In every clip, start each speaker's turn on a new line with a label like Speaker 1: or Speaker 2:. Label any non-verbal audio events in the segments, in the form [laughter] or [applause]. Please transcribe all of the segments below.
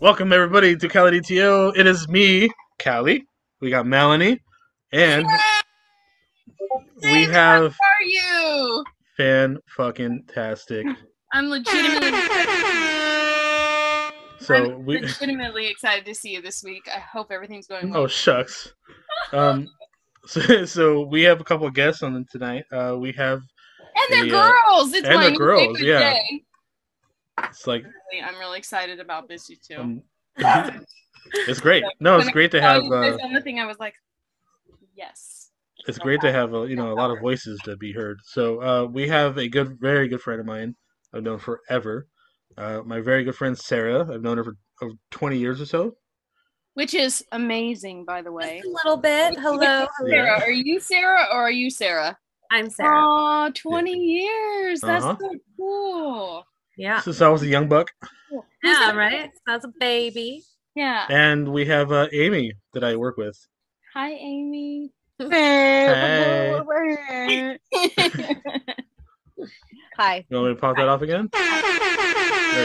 Speaker 1: Welcome everybody to Cali DTO. It is me, Cali. We got Melanie, and we have
Speaker 2: How are you?
Speaker 1: fan fucking tastic.
Speaker 2: I'm legitimately,
Speaker 1: [laughs] So
Speaker 2: I'm
Speaker 1: we.
Speaker 2: legitimately excited to see you this week. I hope everything's going
Speaker 1: [laughs]
Speaker 2: well.
Speaker 1: Oh shucks. Um. So, [laughs] so we have a couple of guests on tonight. Uh, we have
Speaker 2: and they're
Speaker 1: the, uh,
Speaker 2: girls. It's
Speaker 1: and
Speaker 2: my
Speaker 1: they're girls,
Speaker 2: favorite
Speaker 1: yeah.
Speaker 2: day.
Speaker 1: it's like
Speaker 2: Really, I'm really excited about this you too. Oh,
Speaker 1: um, [laughs] it's great. No, it's great to have. Uh,
Speaker 2: That's the only thing I was like, yes.
Speaker 1: it's great to have uh, you know a lot of voices to be heard. So uh, we have a good, very good friend of mine I've known forever. Uh, my very good friend Sarah, I've known her for over 20 years or so.
Speaker 2: Which is amazing, by the way.
Speaker 3: a little bit. Hello.
Speaker 2: Sarah, are you Sarah or are you Sarah?
Speaker 3: I'm Sarah.
Speaker 2: Oh, 20 years. That's
Speaker 1: Uh-huh.
Speaker 2: so cool.
Speaker 3: Yeah.
Speaker 1: Since I was a young buck,
Speaker 3: Yeah, right? That's a baby.
Speaker 2: Yeah.
Speaker 1: and we have uh, Amy that I work with.
Speaker 2: Hi, Amy.
Speaker 1: Hey, [laughs]
Speaker 2: [laughs]
Speaker 3: Hi.
Speaker 1: you want me to pop that off again? There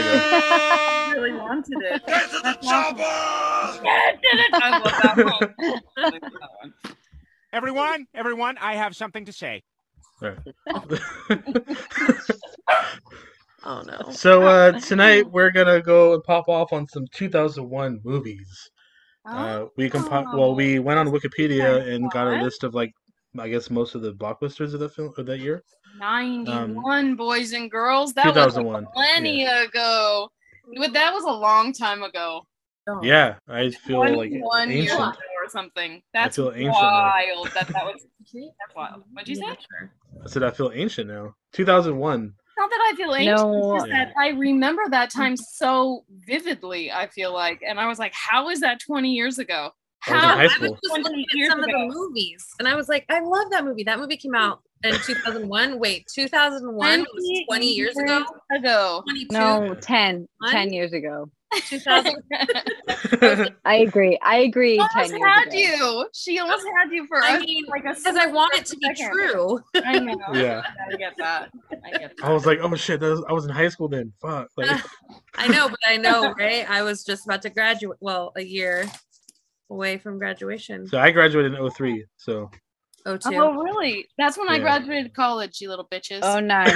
Speaker 1: you go.
Speaker 2: really wanted it. Get to the [laughs] I love that one. I love that one.
Speaker 4: [laughs] Everyone, everyone, I have something to say.
Speaker 3: Oh no.
Speaker 1: so uh, tonight we're gonna go and pop off on some 2001 movies. Uh, we compi- well, we went on
Speaker 2: Oh.
Speaker 1: Wikipedia and got a
Speaker 2: fun.
Speaker 1: list of like, I guess most of the blockbusters of that film of that year.
Speaker 2: 91
Speaker 1: um,
Speaker 2: boys and girls. That was a
Speaker 1: 2001.
Speaker 2: millennia ago. But that was a long time ago.
Speaker 1: Yeah, I feel like
Speaker 2: 21 years
Speaker 1: ancient.
Speaker 2: ago or something. That's
Speaker 1: feel ancient now.
Speaker 2: wild. That
Speaker 1: [laughs]
Speaker 2: that was that's wild. What'd you say?
Speaker 1: I said I feel ancient now. [laughs] 2001.
Speaker 2: Not that I feel ancient.
Speaker 3: No.
Speaker 2: It's just that I remember that time so vividly. I feel like, and I was like, "How is that 20 years ago?
Speaker 1: I was in
Speaker 2: How
Speaker 1: Oh, high
Speaker 3: Um, I was
Speaker 1: school.
Speaker 3: just looking at
Speaker 2: Years
Speaker 3: some of
Speaker 2: ago.
Speaker 3: the movies and I was like, I love that movie. That movie came out in 2001. Wait, 2001 was 20 years ago?
Speaker 2: ago.
Speaker 3: 22?
Speaker 5: No, 10.
Speaker 3: One?
Speaker 5: 10 years ago.
Speaker 3: 2000.
Speaker 5: I agree. I agree.
Speaker 2: She
Speaker 5: 10
Speaker 2: almost
Speaker 5: years
Speaker 2: had
Speaker 5: ago.
Speaker 2: you. She almost had you for
Speaker 3: I
Speaker 2: us.
Speaker 3: mean,
Speaker 2: like a
Speaker 3: Because I want it to be
Speaker 2: second.
Speaker 3: true.
Speaker 2: I
Speaker 5: [laughs]
Speaker 2: know.
Speaker 1: yeah,
Speaker 2: I get that. I get that.
Speaker 1: I was like, oh shit, that was, I was in high school then. Fuck.
Speaker 5: [laughs]
Speaker 1: Like,
Speaker 3: I know, but I know, right? I was just about to graduate. Well, a year away from graduation.
Speaker 1: so I graduated in 03. So.
Speaker 3: Oh, two. [laughs]
Speaker 2: Oh really? That's when I
Speaker 1: Yeah.
Speaker 2: graduated college, you little bitches.
Speaker 5: Oh, nine.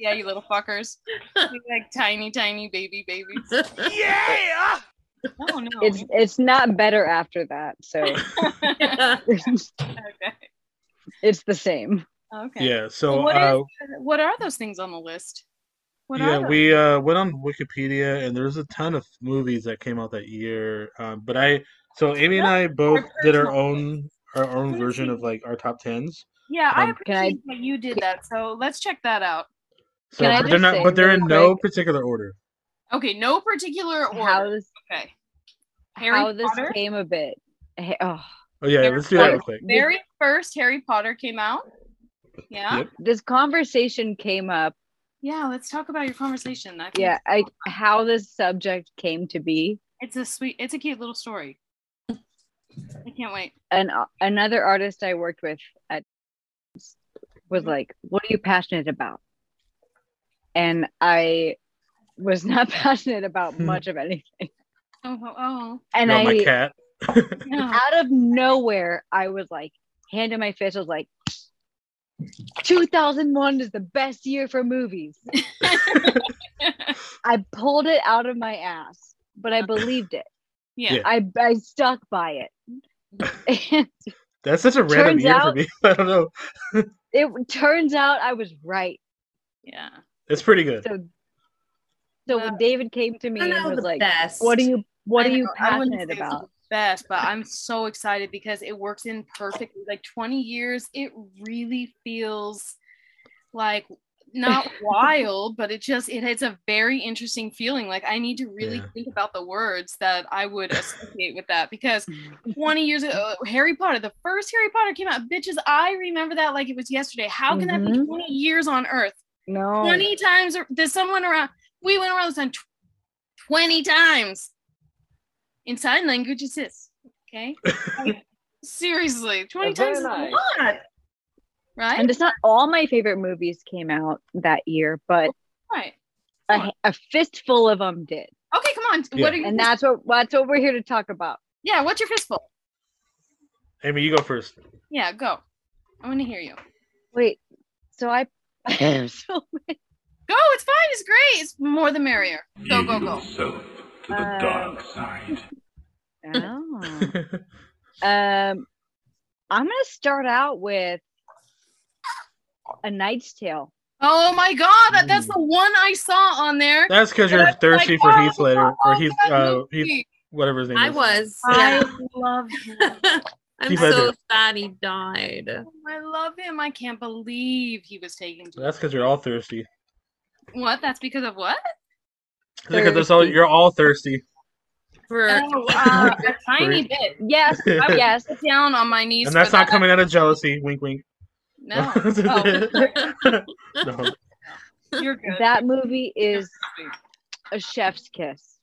Speaker 2: yeah, you little fuckers. You like tiny, tiny baby babies.
Speaker 3: [laughs]
Speaker 4: Yeah!
Speaker 2: Oh no. [laughs]
Speaker 5: It's it's not better after that. So
Speaker 2: okay.
Speaker 5: it's the same.
Speaker 2: Okay.
Speaker 1: yeah. So.
Speaker 2: What is-
Speaker 1: uh,
Speaker 2: What are those things on the list? What
Speaker 1: yeah,
Speaker 2: are those?
Speaker 1: we uh, went on Wikipedia, and there's a ton of movies that came out that year. Um, but I, so Amy and I both did our own our own version of like our top tens.
Speaker 2: yeah, I
Speaker 1: um,
Speaker 5: can I-
Speaker 2: appreciate that you did that. So let's check that out.
Speaker 1: So
Speaker 5: Can I
Speaker 1: but they're
Speaker 5: just
Speaker 1: not,
Speaker 5: say
Speaker 1: but they're in
Speaker 5: really
Speaker 1: no
Speaker 5: quick-
Speaker 1: particular order.
Speaker 2: Okay, no particular order.
Speaker 5: How this,
Speaker 2: okay. Harry
Speaker 5: how this
Speaker 2: Potter.
Speaker 5: came a bit. Hey, Oh,
Speaker 1: Oh yeah,
Speaker 2: They're
Speaker 1: let's do that
Speaker 2: like-
Speaker 1: real quick.
Speaker 2: Very first Harry Potter came out. Yeah.
Speaker 1: Yep.
Speaker 5: this conversation came up.
Speaker 2: Yeah, let's talk about your conversation. I think
Speaker 5: Yeah, I how this subject came to be.
Speaker 2: it's a sweet it's a cute little story. I can't wait.
Speaker 5: An another artist I worked with at
Speaker 2: Mm-hmm.
Speaker 5: was like, "What are you passionate about?" And I was not [laughs] passionate about
Speaker 1: Hmm.
Speaker 5: much of anything.
Speaker 2: Oh oh oh.
Speaker 5: [laughs] And
Speaker 1: You want my
Speaker 5: I
Speaker 1: cat.
Speaker 2: Yeah.
Speaker 5: out of nowhere, I was like, hand in my fist, I was like, 2001 is the best year for movies. I pulled it out of my ass, but I believed it.
Speaker 2: yeah.
Speaker 1: Yeah.
Speaker 5: I, I stuck by it. [laughs] And
Speaker 1: That's such a random
Speaker 5: Turns
Speaker 1: year for
Speaker 5: out-
Speaker 1: me. [laughs] I don't know.
Speaker 5: it turns out I was right.
Speaker 2: Yeah.
Speaker 1: It's pretty good.
Speaker 5: So, so when
Speaker 2: Wow.
Speaker 5: David came to me
Speaker 3: I
Speaker 5: and
Speaker 3: know
Speaker 5: was
Speaker 3: the
Speaker 5: like,
Speaker 3: best.
Speaker 5: what are you, what
Speaker 2: I
Speaker 5: are you
Speaker 2: know, I wouldn't
Speaker 5: passionate
Speaker 2: say it's
Speaker 5: about?
Speaker 2: the Best, but I'm so excited because it works in perfectly. Like 20 years, it really feels like not wild, but it just it it's a very interesting feeling. Like I need to really
Speaker 1: Yeah.
Speaker 2: think about the words that I would associate with that because 20 years ago, uh, Harry Potter, the first Harry Potter came out. Bitches, I remember that like it was yesterday. How can that be
Speaker 5: Mhm.
Speaker 2: 20 years on Earth?
Speaker 1: Oh,
Speaker 5: No.
Speaker 2: 20 times or- there's someone around we went around this time tw- 20 times in sign language it says
Speaker 1: [laughs]
Speaker 2: okay Like, seriously 20
Speaker 5: Very
Speaker 2: times is a
Speaker 5: nice.
Speaker 2: lot right
Speaker 5: And it's not all my favorite movies came out that year, but
Speaker 2: right
Speaker 5: a, a fistful of them did.
Speaker 2: Okay, come on.
Speaker 1: Yeah.
Speaker 2: What are you?
Speaker 5: And that's what that's what we're here to talk about.
Speaker 2: yeah, what's your fistful?
Speaker 1: Amy, you go first.
Speaker 2: Yeah, go. I want to hear you.
Speaker 5: Wait, so [laughs] I so
Speaker 2: Go. It's fine. It's great. It's more the merrier. Go, go, go.
Speaker 6: Yourself to the
Speaker 5: Um,
Speaker 6: dark side.
Speaker 5: oh. Um, I'm gonna start out with a Knight's Tale.
Speaker 2: Oh my god, that, that's the one I saw on there.
Speaker 1: That's because you're
Speaker 2: That's
Speaker 1: thirsty
Speaker 2: [laughs] like,
Speaker 1: for
Speaker 2: oh,
Speaker 1: Heath Ledger or
Speaker 2: oh,
Speaker 1: Heath,
Speaker 2: that
Speaker 1: uh, Heath,
Speaker 2: movie.
Speaker 1: whatever his name
Speaker 3: I
Speaker 1: is.
Speaker 3: was.
Speaker 2: I
Speaker 3: Yeah. [laughs]
Speaker 2: love him.
Speaker 3: I'm
Speaker 1: Keep
Speaker 3: so
Speaker 1: at
Speaker 3: sad he died.
Speaker 2: I love him. I can't believe he was taken. to-
Speaker 1: That's because you're all thirsty.
Speaker 2: What? That's because of what?
Speaker 1: Because that's all
Speaker 5: Thirsty.
Speaker 1: you're all thirsty.
Speaker 3: For
Speaker 2: Oh, uh, a tiny bit.
Speaker 5: Yes, oh, [laughs]
Speaker 1: and
Speaker 5: yes.
Speaker 2: Sit down on my knees.
Speaker 1: that's
Speaker 2: for
Speaker 1: not
Speaker 2: that.
Speaker 1: coming out of jealousy. Wink, wink. [laughs]
Speaker 2: No. Oh, [laughs]
Speaker 1: No.
Speaker 2: you're good.
Speaker 5: That movie is a chef's kiss.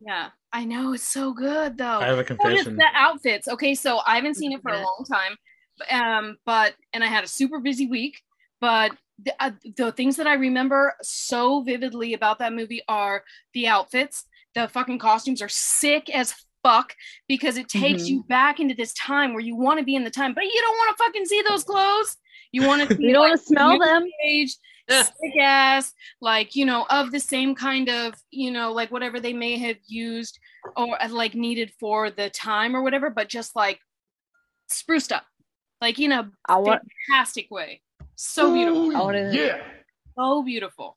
Speaker 2: Yeah, I know it's so good though.
Speaker 1: I have a
Speaker 2: Notice
Speaker 1: confession.
Speaker 2: the outfits. Okay, so I haven't seen it for a
Speaker 3: Yeah.
Speaker 2: long time, b- um, but and I had a super busy week. But the, uh, the things that I remember so vividly about that movie are the outfits. The fucking costumes are sick as fuck because it takes
Speaker 5: Mhm.
Speaker 2: you back into this time where you want to be in the time, but you don't want to fucking see those clothes. You want to see
Speaker 5: [laughs] You don't
Speaker 2: like,
Speaker 5: want to smell
Speaker 2: new
Speaker 5: them.
Speaker 2: age,
Speaker 1: [laughs]
Speaker 3: Ugh.
Speaker 2: sick ass, like you know, of the same kind of you know, like whatever they may have used or uh, like needed for the time or whatever, but just like spruced up, like in a
Speaker 5: I want.
Speaker 2: fantastic way. So beautiful,
Speaker 5: I want to.
Speaker 6: Yeah.
Speaker 2: so beautiful.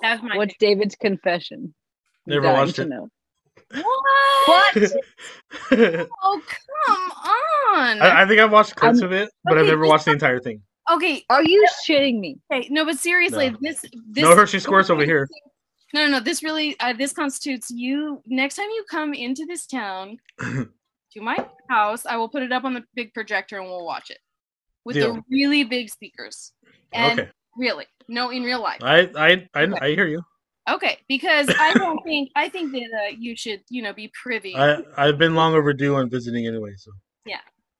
Speaker 2: That's my
Speaker 5: What's David's confession?
Speaker 1: Never
Speaker 5: Dying
Speaker 1: watched
Speaker 5: to
Speaker 1: it.
Speaker 5: know.
Speaker 2: pick.
Speaker 5: What?
Speaker 2: Oh come
Speaker 1: [laughs]
Speaker 2: on!
Speaker 1: I, I think I've watched clips
Speaker 5: Um,
Speaker 1: of it, but I've
Speaker 2: okay,
Speaker 1: never
Speaker 2: just-
Speaker 1: watched the entire thing.
Speaker 2: okay,
Speaker 5: Are you shitting me?
Speaker 2: okay, no, but seriously,
Speaker 1: No.
Speaker 2: this this
Speaker 1: No Hershey Squirts over here.
Speaker 2: No, no, no. This really, uh, this constitutes you. Next time you come into this
Speaker 1: [clears throat]
Speaker 2: town, to my house, I will put it up on the big projector and we'll watch it with the
Speaker 1: Deal.
Speaker 2: really big speakers. And
Speaker 1: Okay.
Speaker 2: really, no, in real life.
Speaker 1: I, I I I hear you.
Speaker 2: Okay, because I don't think I think that uh, you should, you know, be privy.
Speaker 1: I I've been long overdue on visiting anyway. So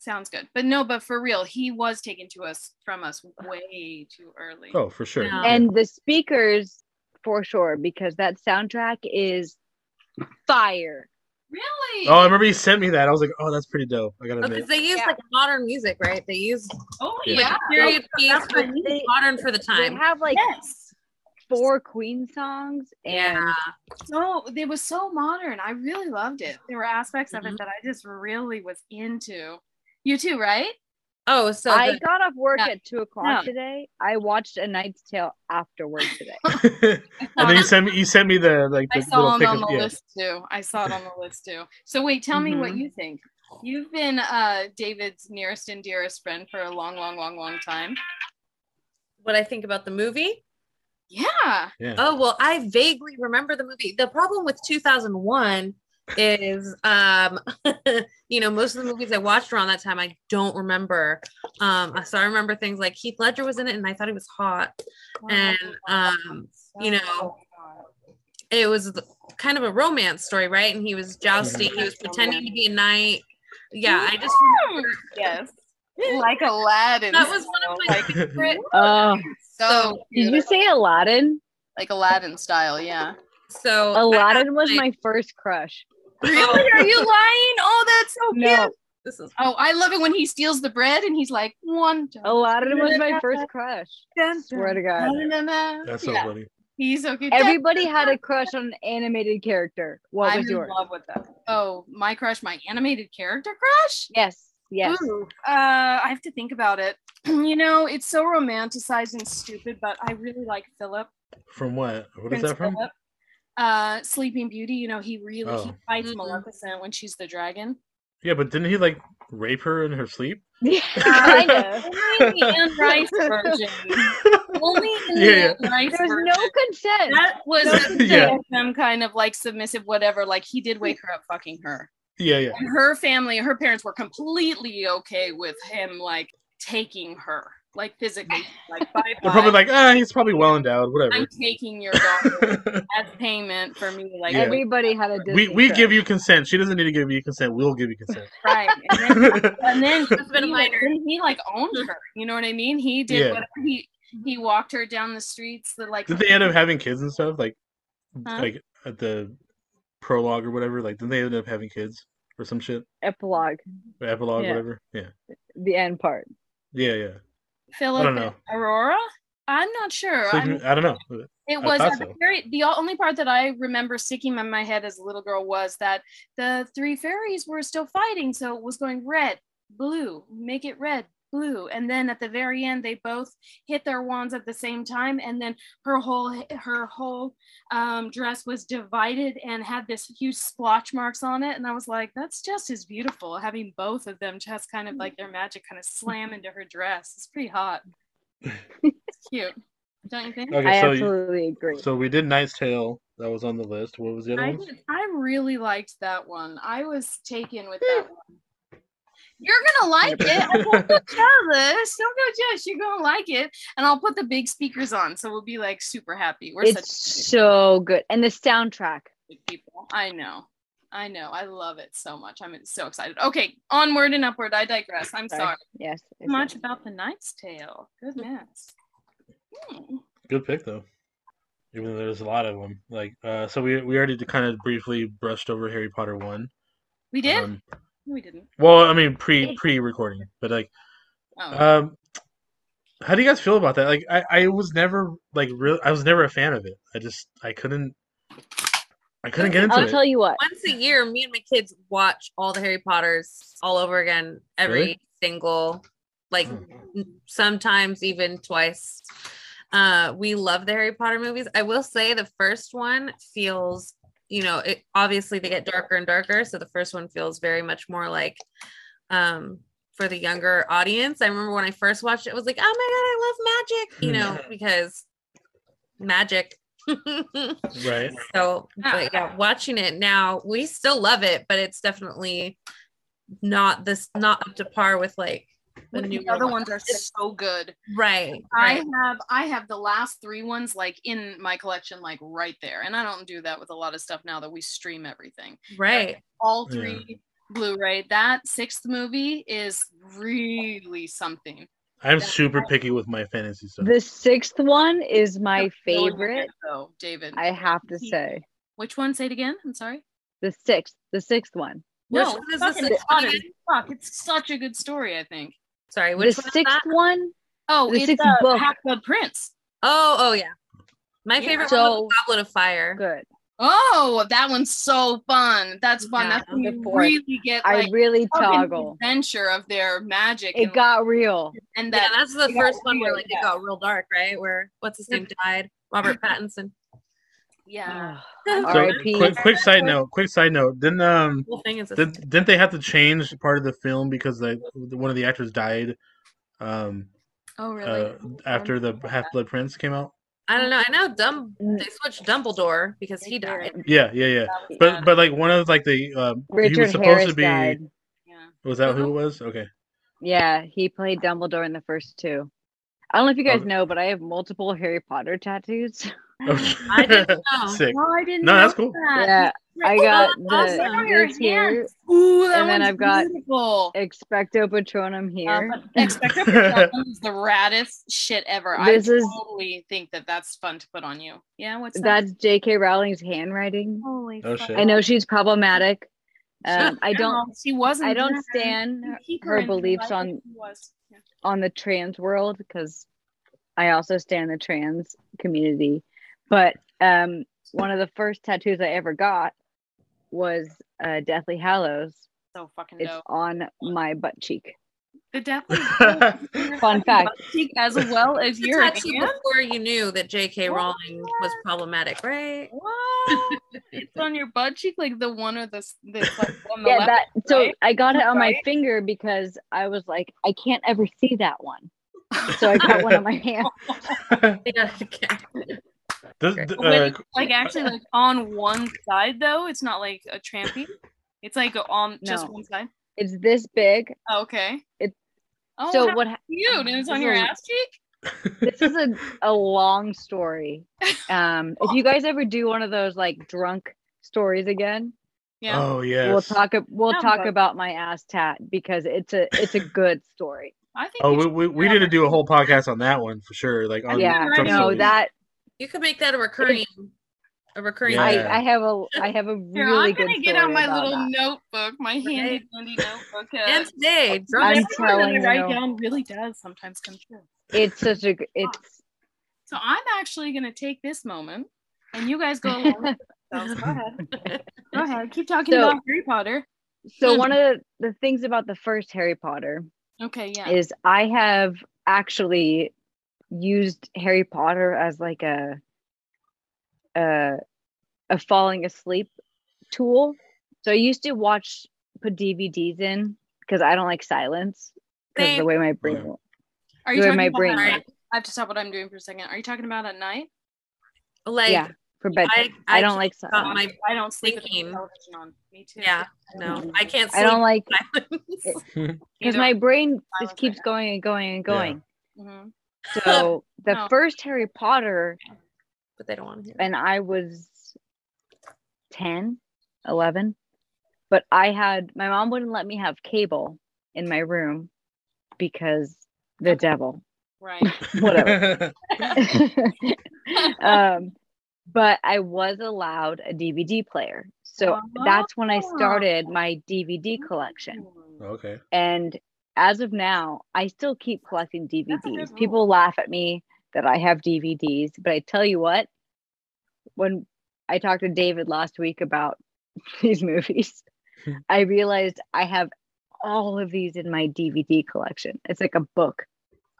Speaker 2: Sounds good, but no, but for real, he was taken to us from us way too early.
Speaker 1: oh for sure.
Speaker 3: Yeah.
Speaker 5: And the speakers, for sure, because that soundtrack is fire.
Speaker 2: Really?
Speaker 1: Oh, I remember you sent me that. I was like, oh, that's pretty dope. I gotta
Speaker 3: because
Speaker 1: admit.
Speaker 3: they use
Speaker 2: Yeah.
Speaker 3: like modern music, right? They use
Speaker 2: Oh,
Speaker 1: Yeah.
Speaker 2: yeah.
Speaker 3: period piece,
Speaker 5: that's
Speaker 3: but
Speaker 5: what they-
Speaker 3: modern for the
Speaker 5: They
Speaker 3: time.
Speaker 5: have like
Speaker 2: Yes.
Speaker 5: four Queen songs, and
Speaker 3: Yeah.
Speaker 2: So it was so modern. I really loved it. There were aspects
Speaker 3: Mm-hmm.
Speaker 2: of it that I just really was into. You too, right?
Speaker 3: Oh, so
Speaker 5: I
Speaker 3: good.
Speaker 5: got off work
Speaker 2: Yeah.
Speaker 5: at two o'clock
Speaker 2: Yeah.
Speaker 5: today. I watched A Knight's Tale after work
Speaker 2: [laughs]
Speaker 5: today.
Speaker 1: [laughs] and then you sent me you sent me the like the
Speaker 2: I saw
Speaker 1: little
Speaker 2: it
Speaker 1: pic
Speaker 2: on
Speaker 1: of
Speaker 2: the
Speaker 1: yeah.
Speaker 2: list too. I saw it on the list too. So wait, tell me what
Speaker 3: Mm-hmm.
Speaker 5: Mhm.
Speaker 2: you think. You've been uh, David's nearest and dearest friend for a long, long, long, long time.
Speaker 3: what I think about the movie.
Speaker 2: Yeah.
Speaker 3: Oh, well, I vaguely remember the movie. The problem with 2001 is um [laughs] you know most of the movies i watched around that time i don't remember um so i remember things like keith ledger was in it and i thought he was hot And, um, you know, it was th- kind of a romance story, right? And he was jousting, he was pretending to be a knight. Yeah, I just
Speaker 2: yes, like Aladdin.
Speaker 3: that was one of my
Speaker 2: like,
Speaker 3: [laughs]
Speaker 2: favorite.
Speaker 5: Oh,
Speaker 2: So
Speaker 5: did you say Aladdin?
Speaker 2: like Aladdin style? Yeah.
Speaker 3: [laughs] so
Speaker 5: Oh. Aladdin was my first crush.
Speaker 2: Really? Are you lying? Oh, that's so cute.
Speaker 5: No,
Speaker 3: this is
Speaker 2: Oh, I love it when he steals the bread and he's like, one.
Speaker 5: Aladdin was my first crush. Oh, Swear to God.
Speaker 1: [laughs] That's so
Speaker 2: yeah,
Speaker 1: funny.
Speaker 2: he's so cute.
Speaker 5: Everybody had a crush on an animated character. What
Speaker 2: I'm
Speaker 5: was
Speaker 2: in
Speaker 5: yours?
Speaker 2: love with them. Oh, my crush, my animated character crush?
Speaker 5: Yes, yes. [laughs]
Speaker 2: Ooh, uh, I have to think about it. [clears throat] you know, it's so romanticized and stupid, but I really like Philip.
Speaker 1: From what? What is
Speaker 2: Prince
Speaker 1: that from?
Speaker 2: Philip. Uh, Sleeping Beauty. You know, he really he
Speaker 1: Oh.
Speaker 2: fights
Speaker 5: Mm-hmm.
Speaker 3: Mhm.
Speaker 2: Maleficent when she's the
Speaker 5: [laughs]
Speaker 2: dragon.
Speaker 1: Yeah, but didn't he like rape her in her sleep?
Speaker 2: [laughs]
Speaker 5: Yeah,
Speaker 2: I
Speaker 5: kind of.
Speaker 2: Only the Anne Rice
Speaker 5: [laughs]
Speaker 2: version. Only in
Speaker 1: Yeah,
Speaker 2: the
Speaker 1: yeah.
Speaker 2: Anne Rice
Speaker 5: There's
Speaker 2: version.
Speaker 5: no consent.
Speaker 2: that was
Speaker 1: Yeah.
Speaker 2: some kind of like submissive whatever. Like he did wake her up fucking her.
Speaker 1: Yeah, yeah.
Speaker 2: And her family, her parents were completely okay with him like taking her, like physically, like bye
Speaker 1: They're probably
Speaker 2: bye.
Speaker 1: like, ah, he's probably well endowed,
Speaker 2: I'm
Speaker 1: whatever.
Speaker 2: taking your daughter
Speaker 1: [laughs]
Speaker 2: as payment for me. Like
Speaker 1: Yeah.
Speaker 5: Everybody had a
Speaker 1: we
Speaker 5: Disney
Speaker 1: we
Speaker 5: crush.
Speaker 1: give you consent. She doesn't need to give you consent. We'll give you consent.
Speaker 2: right. And [laughs] then
Speaker 1: [laughs]
Speaker 2: and then
Speaker 3: Must've been a
Speaker 2: he,
Speaker 3: minor.
Speaker 2: then he like owned her. You know what I mean? He did
Speaker 1: Yeah.
Speaker 2: whatever he he walked her down the streets. The like
Speaker 1: Did they end up having kids and stuff? Like
Speaker 2: Huh?
Speaker 1: like at the prologue or whatever. Like, then they ended up having kids or some shit,
Speaker 5: epilogue,
Speaker 1: or epilogue,
Speaker 5: Yeah.
Speaker 1: whatever. Yeah,
Speaker 5: the end part.
Speaker 1: yeah, yeah.
Speaker 2: Philip
Speaker 1: I don't know.
Speaker 2: and Aurora? I'm not sure.
Speaker 1: So
Speaker 2: I mean,
Speaker 1: you- I don't know.
Speaker 2: it
Speaker 1: I
Speaker 2: was
Speaker 1: thought
Speaker 2: at the
Speaker 1: so.
Speaker 2: very the only part that I remember sticking in my head as a little girl was that the three fairies were still fighting, so it was going red, blue, make it red, blue, and then at the very end they both hit their wands at the same time, and then her whole her whole um, dress was divided and had this huge splotch marks on it, and I was like, that's just as beautiful having both of them just kind of like their magic kind of slam into her dress. It's pretty hot. It's cute, don't you think?
Speaker 1: Okay,
Speaker 5: I
Speaker 1: so you-
Speaker 5: absolutely agree.
Speaker 1: so we did Knight's Tale. That was on the list. What was the other
Speaker 2: I,
Speaker 1: one?
Speaker 2: did, I really liked that one. I was taken with
Speaker 5: Hmm.
Speaker 2: that one. You're gonna like it.
Speaker 5: [laughs]
Speaker 2: I won't go jealous. Don't go jealous. You're gonna like it, and I'll put the big speakers on, so we'll be like super happy. We're
Speaker 5: It's
Speaker 2: such
Speaker 5: so good, and the soundtrack.
Speaker 2: good people. I know. I know. I love it so much. I'm so excited. Okay, onward and upward. I digress. I'm
Speaker 5: Sorry.
Speaker 2: sorry.
Speaker 5: Yes, it's-
Speaker 2: Much about the Knight's Tale. Goodness. Hmm.
Speaker 1: Good pick though. Even though there's a lot of them. Like, uh, so we we already kind of briefly brushed over Harry Potter one.
Speaker 2: We did.
Speaker 1: Um,
Speaker 2: no, we didn't.
Speaker 1: well, I mean pre pre recording, but like,
Speaker 2: Oh.
Speaker 3: uh,
Speaker 1: um, how do you guys feel about that? Like, I I was never like real. I was never a fan of it. I just I couldn't. I couldn't get into
Speaker 5: I'll
Speaker 1: it.
Speaker 5: tell you what.
Speaker 3: Once a year, me and my kids watch all the Harry Potters all over again, every
Speaker 1: Really?
Speaker 3: single, like n- sometimes even twice. Uh, we love the Harry Potter movies. I will say the first one feels, you know, it, obviously they get darker and darker. So the first one feels very much more like um, for the younger audience. I remember when I first watched it, I was like, oh my God, I love magic, you know, because magic. [laughs]
Speaker 1: right.
Speaker 3: So,
Speaker 2: Yeah.
Speaker 3: but yeah, watching it now, we still love it, but it's definitely not this, not up to par with like the
Speaker 2: the
Speaker 3: new
Speaker 2: other
Speaker 3: one.
Speaker 2: ones are so good.
Speaker 3: Right.
Speaker 2: I
Speaker 3: right.
Speaker 2: have I have the last three ones like in my collection, like right there. And I don't do that with a lot of stuff now that we stream everything.
Speaker 3: Right.
Speaker 2: All
Speaker 1: Yeah.
Speaker 2: three Blu-ray. That sixth movie is really something.
Speaker 1: I'm super picky with my fantasy stuff.
Speaker 5: The sixth one is my
Speaker 2: Really good,
Speaker 5: favorite.
Speaker 2: though, David.
Speaker 5: I have to say,
Speaker 2: Which one? Say it again. I'm sorry.
Speaker 5: the sixth, the sixth one.
Speaker 3: Which
Speaker 2: no,
Speaker 3: one is the
Speaker 2: fucking
Speaker 3: sixth
Speaker 2: Potter.
Speaker 3: one again?
Speaker 2: Fuck, it's such a good story. I think.
Speaker 3: Sorry.
Speaker 5: The
Speaker 3: Which one is
Speaker 5: sixth
Speaker 3: that?
Speaker 5: one.
Speaker 2: Oh,
Speaker 5: The
Speaker 2: it's
Speaker 5: sixth
Speaker 2: uh,
Speaker 5: book.
Speaker 2: Half Blood Prince.
Speaker 3: Oh, oh yeah. My
Speaker 2: Yeah.
Speaker 3: favorite one
Speaker 5: So
Speaker 3: was Goblet of Fire.
Speaker 5: good.
Speaker 2: Oh, that one's so fun. That's fun.
Speaker 3: Yeah,
Speaker 2: That's when
Speaker 5: the
Speaker 2: you
Speaker 5: fourth.
Speaker 2: really get like
Speaker 5: I really
Speaker 2: up in the
Speaker 5: toggle.
Speaker 2: adventure of their magic.
Speaker 5: It
Speaker 2: and,
Speaker 5: got real.
Speaker 2: and
Speaker 3: Yeah,
Speaker 2: that
Speaker 3: that's the
Speaker 2: it got
Speaker 3: first one where
Speaker 2: weird,
Speaker 3: like
Speaker 2: yeah.
Speaker 3: it got real dark, right? Where what's his name died? Robert Pattinson.
Speaker 2: yeah.
Speaker 3: The
Speaker 1: so,
Speaker 5: R.I.P.
Speaker 1: quick, quick side note. Quick side note. Didn't um
Speaker 3: whole thing is a
Speaker 1: Did, didn't they have to change part of the film because like one of the actors died um
Speaker 2: Oh really?
Speaker 1: uh, after the Half Blood Prince came out?
Speaker 3: I don't know. I know Dumb they switched Dumbledore because he
Speaker 2: They
Speaker 3: died.
Speaker 2: did.
Speaker 1: Yeah, yeah, yeah. But but like one of like the um, he was
Speaker 5: Richard
Speaker 1: supposed
Speaker 5: Harris
Speaker 1: to be
Speaker 5: died.
Speaker 2: yeah.
Speaker 1: was that who it was? Okay,
Speaker 5: Yeah, he played Dumbledore in the first two. I don't know if you guys
Speaker 1: Okay.
Speaker 5: know, but I have multiple Harry Potter tattoos.
Speaker 1: [laughs]
Speaker 3: I didn't
Speaker 2: [laughs]
Speaker 3: know.
Speaker 1: sick.
Speaker 2: No, I didn't.
Speaker 1: No,
Speaker 2: know
Speaker 1: that's cool.
Speaker 2: that.
Speaker 5: yeah, I
Speaker 2: Oh,
Speaker 5: got
Speaker 2: that's
Speaker 5: the
Speaker 2: on your
Speaker 5: this here,
Speaker 2: hands. Ooh, that
Speaker 5: and then
Speaker 2: one's
Speaker 5: I've got-
Speaker 2: beautiful.
Speaker 5: expecto patronum
Speaker 2: Uh,
Speaker 5: here.
Speaker 2: but Expecto Patronum is the raddest shit ever.
Speaker 5: This
Speaker 2: I
Speaker 5: is-
Speaker 2: totally think that that's fun to put on you. Yeah, what's that?
Speaker 5: That's J.K. Rowling's handwriting.
Speaker 2: Holy
Speaker 1: Oh,
Speaker 2: fuck.
Speaker 1: shit.
Speaker 5: I know she's problematic. Um, I don't,
Speaker 2: She wasn't.
Speaker 5: I don't
Speaker 2: there.
Speaker 5: stand
Speaker 2: You keep
Speaker 5: her
Speaker 2: in your
Speaker 5: beliefs
Speaker 2: life
Speaker 5: on-
Speaker 2: as she was. Yeah.
Speaker 5: on the trans world because I also stand the trans community. But um, one of the first tattoos I ever got was uh, Deathly Hallows.
Speaker 2: So fucking
Speaker 5: It's
Speaker 2: dope.
Speaker 5: on my butt cheek.
Speaker 1: [laughs]
Speaker 2: The definitely
Speaker 5: Fun fact.
Speaker 2: as well as
Speaker 3: You
Speaker 2: your hand.
Speaker 3: tattooed before you knew that J.K.
Speaker 2: What?
Speaker 3: Rowling was problematic,
Speaker 5: [laughs]
Speaker 3: right?
Speaker 2: What? it's on your butt cheek, like the one or the s- the like, on the
Speaker 5: Yeah,
Speaker 2: left.
Speaker 5: that. So
Speaker 2: right?
Speaker 5: I got it on my
Speaker 2: Right?
Speaker 5: finger because I was like, I can't ever see that one. So I got one on my hand.
Speaker 3: Yeah. okay.
Speaker 1: This, th-
Speaker 2: But
Speaker 1: uh,
Speaker 2: it's, [laughs] like actually like on one side though. It's not like a trampy. It's like on just
Speaker 5: No.
Speaker 2: one side.
Speaker 5: It's this big.
Speaker 2: Oh, okay.
Speaker 5: It-
Speaker 2: oh
Speaker 5: so
Speaker 2: how
Speaker 5: what? ha-
Speaker 2: cute, and it's on
Speaker 5: this
Speaker 2: your
Speaker 5: is-
Speaker 2: ass cheek.
Speaker 1: uh,
Speaker 5: [laughs] This is a a long story. Um, if you guys ever do one of those like drunk stories again,
Speaker 2: Yeah.
Speaker 1: oh yes.
Speaker 5: we'll talk. We'll
Speaker 2: Sounds
Speaker 5: talk
Speaker 2: good.
Speaker 5: about my ass tat because it's a it's a good story.
Speaker 1: [laughs]
Speaker 2: I think.
Speaker 1: Oh,
Speaker 2: we
Speaker 1: we,
Speaker 2: should-
Speaker 1: we, we need to do a whole podcast on that one for sure. Like, on
Speaker 5: yeah,
Speaker 1: drunk
Speaker 5: no,
Speaker 1: stories.
Speaker 5: that
Speaker 3: You could make that a recurring A recurring
Speaker 1: Yeah.
Speaker 3: theme.
Speaker 5: I, I have a I have a
Speaker 2: Here,
Speaker 5: really
Speaker 2: I'm
Speaker 5: good
Speaker 2: gonna
Speaker 5: story
Speaker 2: get out my
Speaker 5: about
Speaker 2: little
Speaker 5: that.
Speaker 2: notebook, my handy
Speaker 3: Right.
Speaker 2: dandy notebook. uh,
Speaker 3: And today, drop
Speaker 5: I'm
Speaker 2: everything
Speaker 3: it.
Speaker 2: that
Speaker 5: telling
Speaker 2: I write
Speaker 5: you.
Speaker 2: down really does sometimes come true.
Speaker 5: It's such a gr- it's
Speaker 2: So I'm actually gonna take this moment, and you
Speaker 5: [laughs]
Speaker 2: guys go along. with yourselves. Go ahead. Go ahead. Keep talking
Speaker 5: So-
Speaker 2: about Harry Potter.
Speaker 5: so one of the, the things about the first Harry Potter
Speaker 2: Okay, yeah.
Speaker 5: is I have actually used Harry Potter as like a a a falling asleep tool. So I used to watch put DVDs in because I don't like silence because the
Speaker 3: Same.
Speaker 5: way my brain
Speaker 1: Yeah.
Speaker 2: Are you
Speaker 5: where
Speaker 2: talking
Speaker 5: my
Speaker 2: about
Speaker 5: brain
Speaker 2: at night?
Speaker 3: went.
Speaker 2: I have to stop what I'm doing for a second. Are you talking about at night?
Speaker 3: Like,
Speaker 5: yeah for bed.
Speaker 3: I,
Speaker 5: I don't like
Speaker 3: got
Speaker 5: silence.
Speaker 3: my
Speaker 2: I don't sleep with the
Speaker 3: Thinking.
Speaker 2: television on. Me too.
Speaker 3: yeah. No, I can't.
Speaker 5: I don't
Speaker 3: sleep
Speaker 5: like
Speaker 3: in
Speaker 5: it- [laughs]
Speaker 3: silence.
Speaker 5: because
Speaker 3: Either.
Speaker 5: my brain
Speaker 2: Silence
Speaker 5: just
Speaker 2: right
Speaker 5: keeps
Speaker 2: now.
Speaker 5: going and going and
Speaker 1: Yeah.
Speaker 5: going.
Speaker 2: Mhm.
Speaker 5: So the
Speaker 2: No.
Speaker 5: first Harry Potter
Speaker 3: but they don't want to hear. it.
Speaker 5: and I was 10, 11. But I had my mom wouldn't let me have cable in my room because the devil,
Speaker 2: Right.
Speaker 5: whatever. [laughs] um, but I was allowed a DVD player. So that's when I started my DVD collection.
Speaker 1: [laughs]
Speaker 2: Oh,
Speaker 1: okay.
Speaker 5: And as of now, I still keep collecting
Speaker 2: That's a good
Speaker 5: DVDs.
Speaker 2: rule.
Speaker 5: People laugh at me that I have DVDs, but I tell you what, when I talked to David last week about [laughs] these movies,
Speaker 1: Hmm.
Speaker 5: I realized I have all of these in my DVD collection. It's like a book,